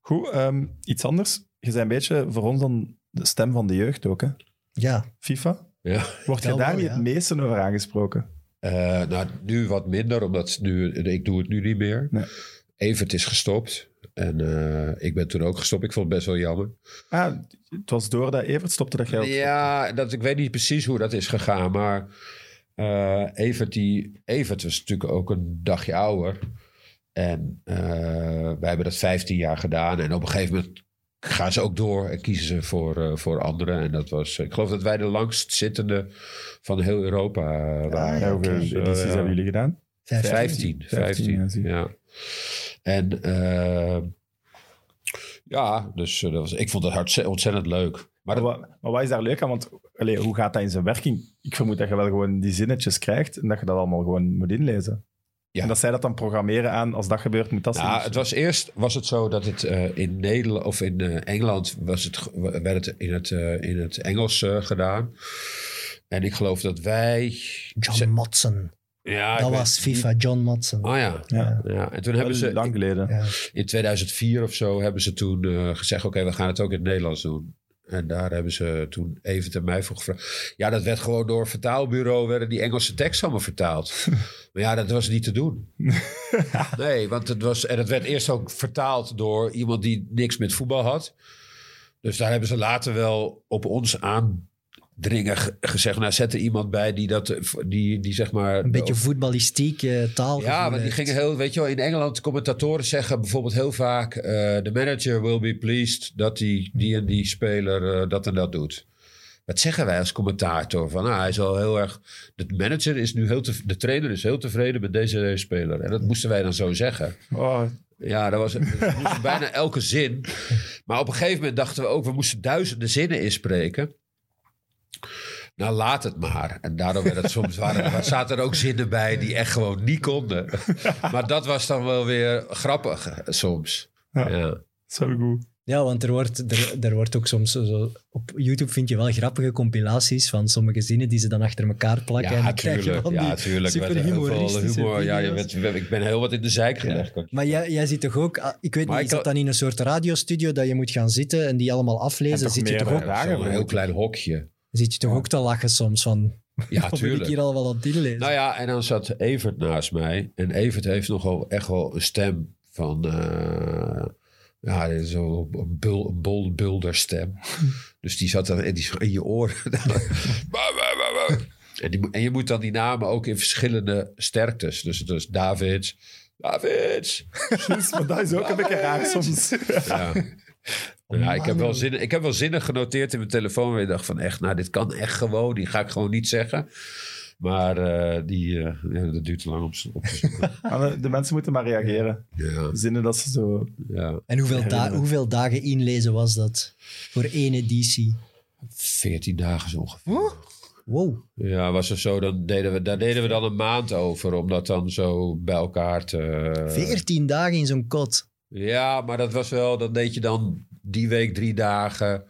Speaker 1: Goed, ehm, iets anders. Je bent een beetje voor ons dan de stem van de jeugd ook, hè?
Speaker 2: Ja,
Speaker 1: FIFA.
Speaker 3: Ja.
Speaker 1: Word je
Speaker 2: Wel
Speaker 1: daar
Speaker 2: wel,
Speaker 1: niet
Speaker 2: ja.
Speaker 1: het meeste over aangesproken?
Speaker 3: Eh, nou, nu wat minder, omdat nu, ik doe het nu niet meer.
Speaker 1: Nee.
Speaker 3: Evert is gestopt. En eh, ik ben toen ook gestopt. Ik vond het best wel jammer.
Speaker 1: Ah, het was door dat Evert stopte dat geld.
Speaker 3: Ja, dat, ik weet niet precies hoe dat is gegaan. Maar eh, Evert, die, Evert was natuurlijk ook een dagje ouder. En eh, wij hebben dat 15 jaar gedaan. En op een gegeven moment gaan ze ook door en kiezen ze voor, eh, voor anderen. En dat was, ik geloof dat wij de langst zittende van heel Europa eh,
Speaker 1: Ah, Ja,
Speaker 3: waren.
Speaker 1: hoeveel
Speaker 3: Dus, eh,
Speaker 1: edities
Speaker 3: ja.
Speaker 1: hebben jullie gedaan?
Speaker 3: 15.
Speaker 1: 15,
Speaker 3: 15,
Speaker 1: ja, zie je.
Speaker 3: ja. En eh, ja, dus eh, dat was, ik vond het hartze- ontzettend leuk. Maar
Speaker 1: Maar
Speaker 3: dat,
Speaker 1: wat, maar wat is daar leuk aan? Want allee, hoe gaat dat in zijn werking? Ik vermoed dat je wel gewoon die zinnetjes krijgt en dat je dat allemaal gewoon moet inlezen.
Speaker 3: Ja.
Speaker 1: En dat zij dat dan programmeren aan, als dat gebeurt, moet dat
Speaker 3: nou,
Speaker 1: zinnetje-
Speaker 3: het was eerst was het zo dat het eh, in Nederland of in eh, Engeland was het, ge- werd het in het, eh, in het Engels eh, gedaan. En ik geloof dat wij.
Speaker 2: John
Speaker 3: ze-
Speaker 2: Motson.
Speaker 3: ja, ik
Speaker 2: Dat
Speaker 3: weet-
Speaker 2: was FIFA, John Motson.
Speaker 3: Oh ja.
Speaker 1: Ja.
Speaker 3: ja. En toen
Speaker 1: Wel
Speaker 3: hebben ze.
Speaker 1: lang geleden.
Speaker 2: Ja.
Speaker 3: in 2004 of zo hebben ze toen eh, gezegd: Oké, we gaan het ook in het Nederlands doen. En daar hebben ze toen even aan mij voor gevraagd. Ja, dat werd gewoon door een vertaalbureau, werden die Engelse tekst allemaal vertaald. maar ja, dat was niet te doen. nee, want het was, en het werd eerst ook vertaald door iemand die niks met voetbal had. Dus daar hebben ze later wel op ons aandringen ge- gezegd. Nou, zet er iemand bij die dat, eh, v- die, die zeg maar.
Speaker 2: Een beetje voetballistiek eh, taal.
Speaker 3: Ja, want die gingen heel, weet je wel, in Engeland commentatoren zeggen bijvoorbeeld heel vaak: eh, de manager will be pleased dat die, die en die speler eh, dat en dat doet. Wat zeggen wij als commentator? Van ah, hij is al heel erg. De manager is nu heel tev- de trainer is heel tevreden met deze speler. En dat moesten wij dan zo zeggen.
Speaker 1: Oh,
Speaker 3: Ja, dat was dat moest bijna elke zin. Maar op een gegeven moment dachten we ook, we moesten duizenden zinnen inspreken. Nou, laat het maar. En daardoor werd het soms, waren, er zaten er ook zinnen bij die echt gewoon niet konden. Maar dat was dan wel weer grappig eh, soms.
Speaker 1: Ja.
Speaker 3: Ja.
Speaker 1: zo goed.
Speaker 2: Ja, want er wordt, er, er wordt ook soms... zo- Zo, op YouTube vind je wel grappige compilaties van sommige zinnen die ze dan achter elkaar plakken. en
Speaker 3: Ja,
Speaker 2: dan krijg je
Speaker 3: tuurlijk.
Speaker 2: van
Speaker 3: Ja,
Speaker 2: die
Speaker 3: tuurlijk. Met
Speaker 2: super
Speaker 3: heel veel
Speaker 2: humoristische
Speaker 3: humor. Ja, je
Speaker 2: video's.
Speaker 3: bent, ik ben heel wat in de zijk gelegd.
Speaker 2: Maar jij, jij zit toch ook... ah, Ik weet
Speaker 3: Maar
Speaker 2: niet,
Speaker 3: ik
Speaker 2: is dat
Speaker 3: kan-
Speaker 2: dan in een soort radiostudio dat je moet gaan zitten en die allemaal
Speaker 1: En
Speaker 2: aflezen?
Speaker 1: toch
Speaker 2: Zit je
Speaker 1: meer
Speaker 2: toch,
Speaker 1: bij
Speaker 2: ook,
Speaker 1: elkaar. Dagen,
Speaker 3: Zo'n heel klein hokje.
Speaker 2: zit je toch ook te lachen soms van...
Speaker 3: Ja,
Speaker 2: Wat ben ik
Speaker 3: tuurlijk.
Speaker 2: hier al wel aan het inlezen?
Speaker 3: Nou ja, en dan zat Evert naast mij. En Evert heeft nogal echt wel een stem van. eh, ja, dit is wel een bul, een bol, bulderstem. dus die zat dan en die zo in je oren. Nou, Bah, bah, bah, bah. en, die, en je moet dan die namen ook in verschillende sterktes. Dus het is Davids. Davids.
Speaker 1: Dus, maar dat is ook een beetje raar soms.
Speaker 3: Ja. Ja, ik, heb wel zinnen, ik heb wel zinnen genoteerd in mijn telefoon. Waar ik dacht van echt, nou dit kan echt gewoon. Die ga ik gewoon niet zeggen. Maar eh, die, eh, ja, dat duurt te lang om, op te zoeken.
Speaker 1: Maar de- de mensen moeten maar reageren.
Speaker 3: Ja,
Speaker 1: Zinnen dat ze zo...
Speaker 3: ja.
Speaker 2: En hoeveel, da- hoeveel dagen inlezen was dat voor één editie?
Speaker 3: 14 dagen zo ongeveer.
Speaker 2: Wow.
Speaker 3: Ja, was er zo, dan deden we, daar deden we dan een maand over om dat dan zo bij elkaar te...
Speaker 2: 14 dagen in zo'n kot.
Speaker 3: Ja, maar dat was wel, dat deed je dan die week drie dagen.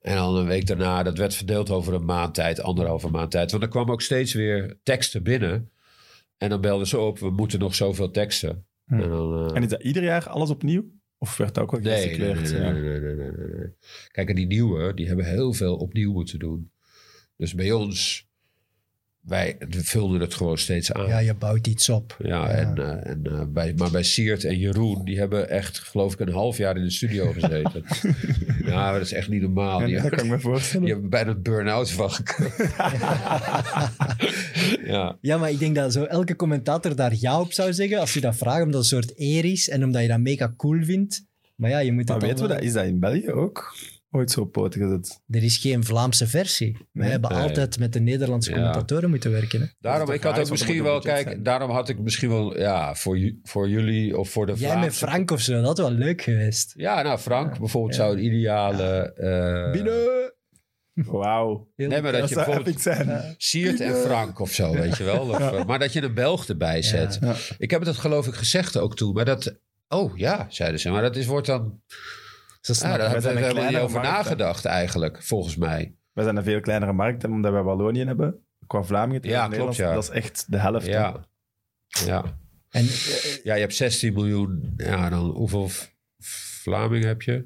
Speaker 3: En dan een week daarna, dat werd verdeeld over een maand tijd, anderhalve maand tijd. Want er kwam ook steeds weer teksten binnen. En dan belden ze op, we moeten nog zoveel teksten.
Speaker 1: Hm.
Speaker 3: En dan, eh,
Speaker 1: En is dat ieder jaar alles opnieuw? Of werd dat ook wel
Speaker 3: nee, nee,
Speaker 1: gerecycleerd?
Speaker 3: nee, nee, nee, nee, nee, nee, nee. Kijk, en die nieuwe, die hebben heel veel opnieuw moeten doen. Dus bij ons, wij vulden het gewoon steeds aan.
Speaker 2: Ja, je bouwt iets op.
Speaker 3: Ja, en, eh, en, eh, bij, maar bij Siert en Jeroen, die hebben echt, geloof ik, een half jaar in de studio gezeten. ja, maar dat is echt niet normaal.
Speaker 1: Ja,
Speaker 3: Die,
Speaker 1: dat kan ik me
Speaker 3: die
Speaker 1: voorstellen.
Speaker 3: hebben bijna een burn-out van gekregen. ja.
Speaker 2: Ja, maar ik denk dat zo elke commentator daar ja op zou zeggen als je dat vraagt, omdat het een soort eer is en omdat je dat mega cool vindt. Maar ja, je moet dat
Speaker 1: Maar weten we
Speaker 2: allemaal-
Speaker 1: dat? Is dat in België ook ooit zo op poten gezet?
Speaker 2: Er is geen Vlaamse versie. We
Speaker 1: Nee.
Speaker 2: hebben
Speaker 3: Nee.
Speaker 2: altijd met de Nederlandse
Speaker 3: Ja.
Speaker 2: commentatoren moeten werken. Hè?
Speaker 1: Dat
Speaker 3: Daarom,
Speaker 1: is
Speaker 3: ik
Speaker 1: de
Speaker 3: had
Speaker 1: vraag,
Speaker 3: ook
Speaker 1: want er
Speaker 3: misschien
Speaker 1: moet een
Speaker 3: wel,
Speaker 1: budget
Speaker 3: kijk,
Speaker 1: zijn.
Speaker 3: daarom had ik misschien wel, ja, voor, ju- voor jullie of voor de
Speaker 2: Jij
Speaker 3: Vlaamse-
Speaker 2: met Frank of zo, dat had wel leuk geweest.
Speaker 3: Ja, nou, Frank bijvoorbeeld zou een ideale... eh,
Speaker 1: Binnen! Wauw.
Speaker 2: Heel
Speaker 3: Nee, maar dat,
Speaker 1: Dat
Speaker 3: je
Speaker 1: zou
Speaker 3: bijvoorbeeld
Speaker 1: epic zijn.
Speaker 3: Siert en Frank of zo, weet je wel. Of, eh, maar dat je een Belg erbij zet.
Speaker 1: Ja.
Speaker 3: Ik heb het geloof ik gezegd ook toen, maar dat... Oh ja, zeiden ze. Maar dat is, wordt dan...
Speaker 2: Zo
Speaker 3: Ja,
Speaker 2: snap
Speaker 3: daar
Speaker 2: ik.
Speaker 1: wij
Speaker 3: hebben
Speaker 1: zijn
Speaker 3: we
Speaker 1: een
Speaker 3: helemaal niet
Speaker 1: kleinere
Speaker 3: over
Speaker 1: markt, hè.
Speaker 3: nagedacht eigenlijk, volgens mij.
Speaker 1: We zijn een veel kleinere markt, hè, omdat wij Wallonië hebben. Qua Vlamingen tegen
Speaker 3: Ja,
Speaker 1: Nederland,
Speaker 3: klopt, ja.
Speaker 1: dat is echt de helft. hè.
Speaker 3: Ja. Ja.
Speaker 2: En eh,
Speaker 3: ja, je hebt 16 miljoen. Ja, dan hoeveel v- Vlamingen heb je?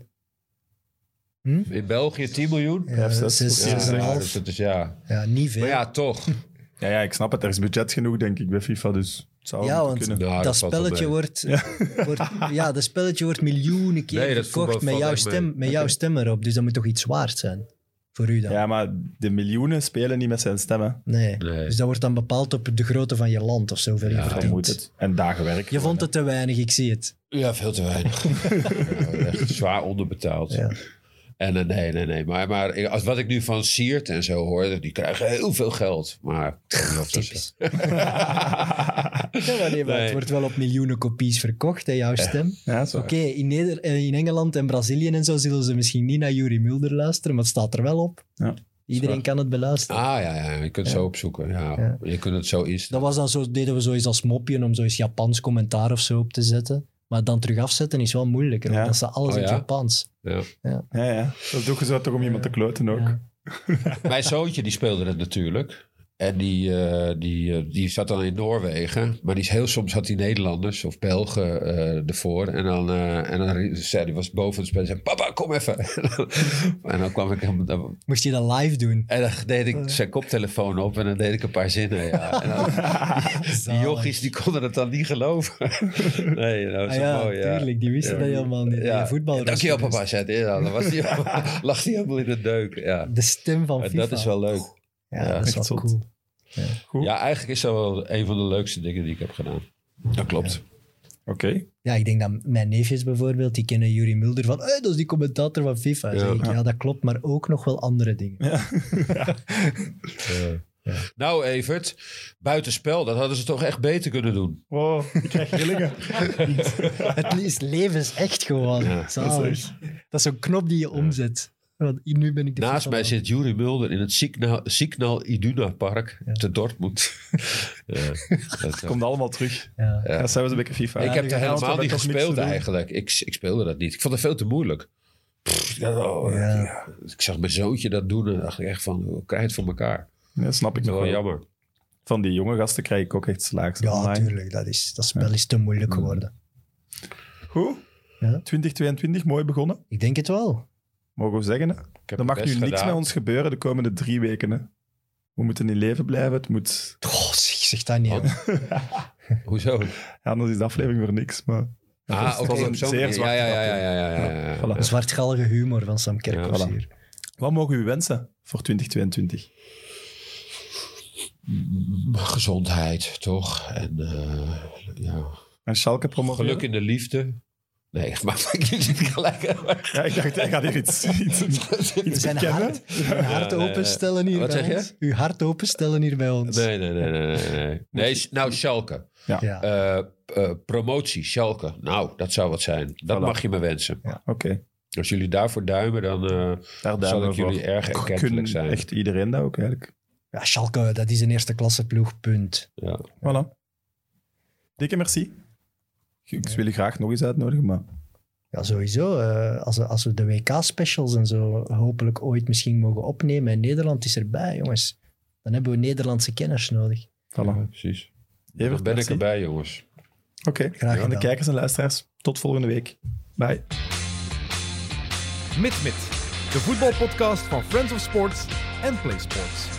Speaker 2: Hm?
Speaker 3: In België 10 miljoen?
Speaker 2: eh,
Speaker 1: Ja, zes,
Speaker 2: zes,
Speaker 1: ja,
Speaker 2: zes en een
Speaker 1: ja,
Speaker 2: half.
Speaker 3: dus dat is ja.
Speaker 2: Ja, niet veel.
Speaker 3: Maar
Speaker 2: Ja,
Speaker 3: ja, toch.
Speaker 1: Ja, ja, ik snap het. Er is budget genoeg, denk ik, bij FIFA. Dus het zou moeten
Speaker 2: want
Speaker 1: kunnen.
Speaker 3: Ja,
Speaker 2: dat,
Speaker 3: dat valt wel
Speaker 2: spelletje
Speaker 3: mee.
Speaker 2: wordt, wordt... Ja, dat spelletje wordt miljoenen keer
Speaker 3: Nee, dat voetbal
Speaker 2: verkocht met
Speaker 3: valt
Speaker 2: jouw,
Speaker 3: echt mee.
Speaker 2: stem, met jouw stem erop. Dus dat moet toch iets waard zijn? Voor u dan?
Speaker 1: Ja, maar de miljoenen spelen niet met zijn stemmen.
Speaker 2: Nee.
Speaker 3: Nee.
Speaker 2: Dus dat wordt dan bepaald op de grootte van je land of zoveel je
Speaker 3: Ja,
Speaker 1: Dat
Speaker 2: verdient.
Speaker 1: moet het. En dagenwerk.
Speaker 2: Je vond het te weinig, ik zie het.
Speaker 3: Ja, veel te weinig. Ja, echt zwaar onderbetaald.
Speaker 2: Ja.
Speaker 3: En eh, nee, nee, nee. Maar, maar ik- als, wat ik nu van Siert en zo hoor, dat die krijgen heel veel geld. Maar ik weet niet of dat
Speaker 2: Typisch.
Speaker 3: zo-
Speaker 2: Ja, maar nee, maar
Speaker 3: Nee.
Speaker 2: Het wordt wel op miljoenen kopies verkocht, hè, jouw stem.
Speaker 1: Ja, zo.
Speaker 2: Oké, in, Neder- eh, in Engeland en Brazilië en zo zullen ze misschien niet naar Yuri Mulder luisteren, maar het staat er wel op.
Speaker 1: Ja.
Speaker 2: Iedereen kan het beluisteren.
Speaker 3: Ah ja, ja, je kunt zo opzoeken. Ja.
Speaker 2: Ja.
Speaker 3: Je kunt het zo
Speaker 2: Dat
Speaker 3: instellen.
Speaker 2: was dan zo, deden we zoiets als mopje om zoiets Japans commentaar of zo op te zetten. Maar dan terug afzetten is wel moeilijker,
Speaker 1: Ja.
Speaker 2: want dat staat alles
Speaker 3: Oh,
Speaker 2: in het
Speaker 3: ja?
Speaker 2: Japans.
Speaker 3: Ja.
Speaker 1: Ja, ja. Dat doe je zo toch om iemand te kloten ook.
Speaker 2: Ja.
Speaker 3: Mijn zoontje die speelde het natuurlijk. En die, eh, die, eh, die zat dan in Noorwegen. Maar die is heel soms had hij Nederlanders of Belgen eh, ervoor. En dan, eh, en dan rie- zei hij, was boven het spel. en zei, papa, kom even. en dan kwam ik hem... dan-
Speaker 2: Moest je dat live doen?
Speaker 3: en dan deed
Speaker 2: Oh,
Speaker 3: ik zijn koptelefoon op en dan deed ik een paar zinnen. Ja. En dan, die
Speaker 2: Zalig.
Speaker 3: jochies, die konden het dan niet geloven. nee, dat
Speaker 2: Ah,
Speaker 3: was
Speaker 2: ja,
Speaker 3: mooi, oh, ja.
Speaker 2: tuurlijk, die wisten
Speaker 3: Ja.
Speaker 2: dat helemaal niet. eh, Ja. Voetbal
Speaker 3: Dankjewel, papa, zei hij. Ja, dan was die, lag hij helemaal in de deuk. Ja.
Speaker 2: De stem van
Speaker 3: En
Speaker 2: FIFA.
Speaker 3: dat is wel leuk.
Speaker 2: Ja,
Speaker 3: ja,
Speaker 2: dat is wel
Speaker 1: echt zot.
Speaker 2: cool.
Speaker 1: Goed.
Speaker 3: Ja, eigenlijk is dat wel een van de leukste dingen die ik heb gedaan. Dat klopt.
Speaker 1: Oké.
Speaker 2: Ja, ik denk dat mijn neefjes bijvoorbeeld, die kennen Yuri Mulder van, hey, dat is die commentator van FIFA. Ja.
Speaker 3: Ja.
Speaker 2: ik, ja, dat klopt, maar ook nog wel andere dingen.
Speaker 3: Nou, Evert, buitenspel, dat hadden ze toch echt beter kunnen doen.
Speaker 1: Wow, ik krijg rillingen.
Speaker 2: Het li- is levensecht gewoon.
Speaker 3: Ja.
Speaker 2: Zalig. Dat is zo'n knop die je omzet. Want nu ben ik de
Speaker 3: Naast
Speaker 2: FIFA
Speaker 3: mij
Speaker 2: man.
Speaker 3: zit Juri Mulder in het Signal, Signal Iduna Park te Dortmund. ja, dat, eh,
Speaker 1: Komt allemaal terug.
Speaker 2: Ja.
Speaker 1: Ja, dat zijn we een beetje FIFA.
Speaker 3: ik
Speaker 1: Ja,
Speaker 3: heb
Speaker 1: nu
Speaker 3: er
Speaker 1: gaan we
Speaker 3: helemaal
Speaker 1: altijd
Speaker 3: niet
Speaker 1: met niks te
Speaker 3: gespeeld
Speaker 1: doen.
Speaker 3: eigenlijk. Ik, ik speelde dat niet. Ik vond het veel te moeilijk. Pff, dat- oh,
Speaker 2: Ja.
Speaker 3: ja. Ik zag mijn zoontje dat doen en dan dacht ik echt van, hoe krijg je het voor elkaar?
Speaker 1: Ja, dat snap ik
Speaker 3: Dat
Speaker 1: nog
Speaker 3: is
Speaker 1: wel.
Speaker 3: wel jammer.
Speaker 1: Van die jonge gasten krijg ik ook echt slaags.
Speaker 2: Ja,
Speaker 1: online.
Speaker 2: tuurlijk. Dat, is, dat spel is te moeilijk
Speaker 3: Mm.
Speaker 2: geworden.
Speaker 1: Goed.
Speaker 2: Ja.
Speaker 1: 2022, mooi begonnen.
Speaker 2: Ik denk het wel.
Speaker 1: Mogen we zeggen. Hè?
Speaker 3: Ik heb
Speaker 1: Er
Speaker 3: mijn
Speaker 1: mag nu
Speaker 3: best
Speaker 1: niks
Speaker 3: gedaan.
Speaker 1: met ons gebeuren de komende drie weken. Hè? We moeten in leven blijven. Het moet...
Speaker 2: Goh, zeg, zeg dat niet. hoor.
Speaker 3: Hoezo?
Speaker 1: Ja, anders is de aflevering voor niks. Maar...
Speaker 3: Ah, oké,
Speaker 1: was een
Speaker 3: op zo'n
Speaker 1: zeer
Speaker 3: manier. Ja,
Speaker 1: zwarte
Speaker 3: ja, ja,
Speaker 1: grap,
Speaker 3: ja, ja, ja, ja, ja.
Speaker 1: Voilà.
Speaker 2: Zwartgallige humor van Sam Kerkhoff
Speaker 1: Ja, voilà.
Speaker 2: hier.
Speaker 1: Wat mogen we u wensen voor 2022?
Speaker 3: Mm, gezondheid, toch? En eh, ja.
Speaker 1: En Schalke promoveren?
Speaker 3: geluk in de liefde. Nee, maar je zit gelijk.
Speaker 1: Ja, ik dacht, hij gaat hier iets, iets, iets
Speaker 2: Zijn
Speaker 1: bekennen.
Speaker 2: hart, zijn hart
Speaker 3: nee, nee.
Speaker 2: openstellen hier
Speaker 3: Wat
Speaker 2: bij
Speaker 3: zeg je?
Speaker 2: ons. Uw hart openstellen hier bij ons.
Speaker 3: Nee, nee, nee, nee, nee, nee. Nee, s- nou, Schalke.
Speaker 2: Ja.
Speaker 3: Eh, eh, promotie, Schalke. Nou, dat zou wat zijn. Dat
Speaker 1: Voilà.
Speaker 3: mag je me wensen.
Speaker 1: Oké,
Speaker 3: Als jullie daarvoor duimen, dan eh,
Speaker 1: daar duimen
Speaker 3: zal
Speaker 1: we
Speaker 3: ik jullie
Speaker 1: voor.
Speaker 3: erg
Speaker 1: Kunnen
Speaker 3: erkentelijk zijn.
Speaker 1: Echt iedereen dat ook eigenlijk.
Speaker 2: Ja, Schalke, dat is een eerste klasse ploeg, punt.
Speaker 3: Ja.
Speaker 1: Voilà. Dikke merci. Ik wil je graag nog eens uitnodigen, maar...
Speaker 2: Ja, sowieso. eh, als, we, als we de WK-specials en zo hopelijk ooit misschien mogen opnemen en Nederland is erbij, jongens. Dan hebben we Nederlandse kenners nodig.
Speaker 1: Voilà.
Speaker 3: Ja, precies.
Speaker 1: Evert,
Speaker 3: Dan ben ik
Speaker 1: merci.
Speaker 3: erbij, jongens.
Speaker 1: Oké.
Speaker 2: Graag
Speaker 1: Aan de
Speaker 2: gedaan.
Speaker 1: kijkers en luisteraars, tot volgende week. Bye.
Speaker 4: MidMid, de voetbalpodcast van Friends of Sports en Play Sports.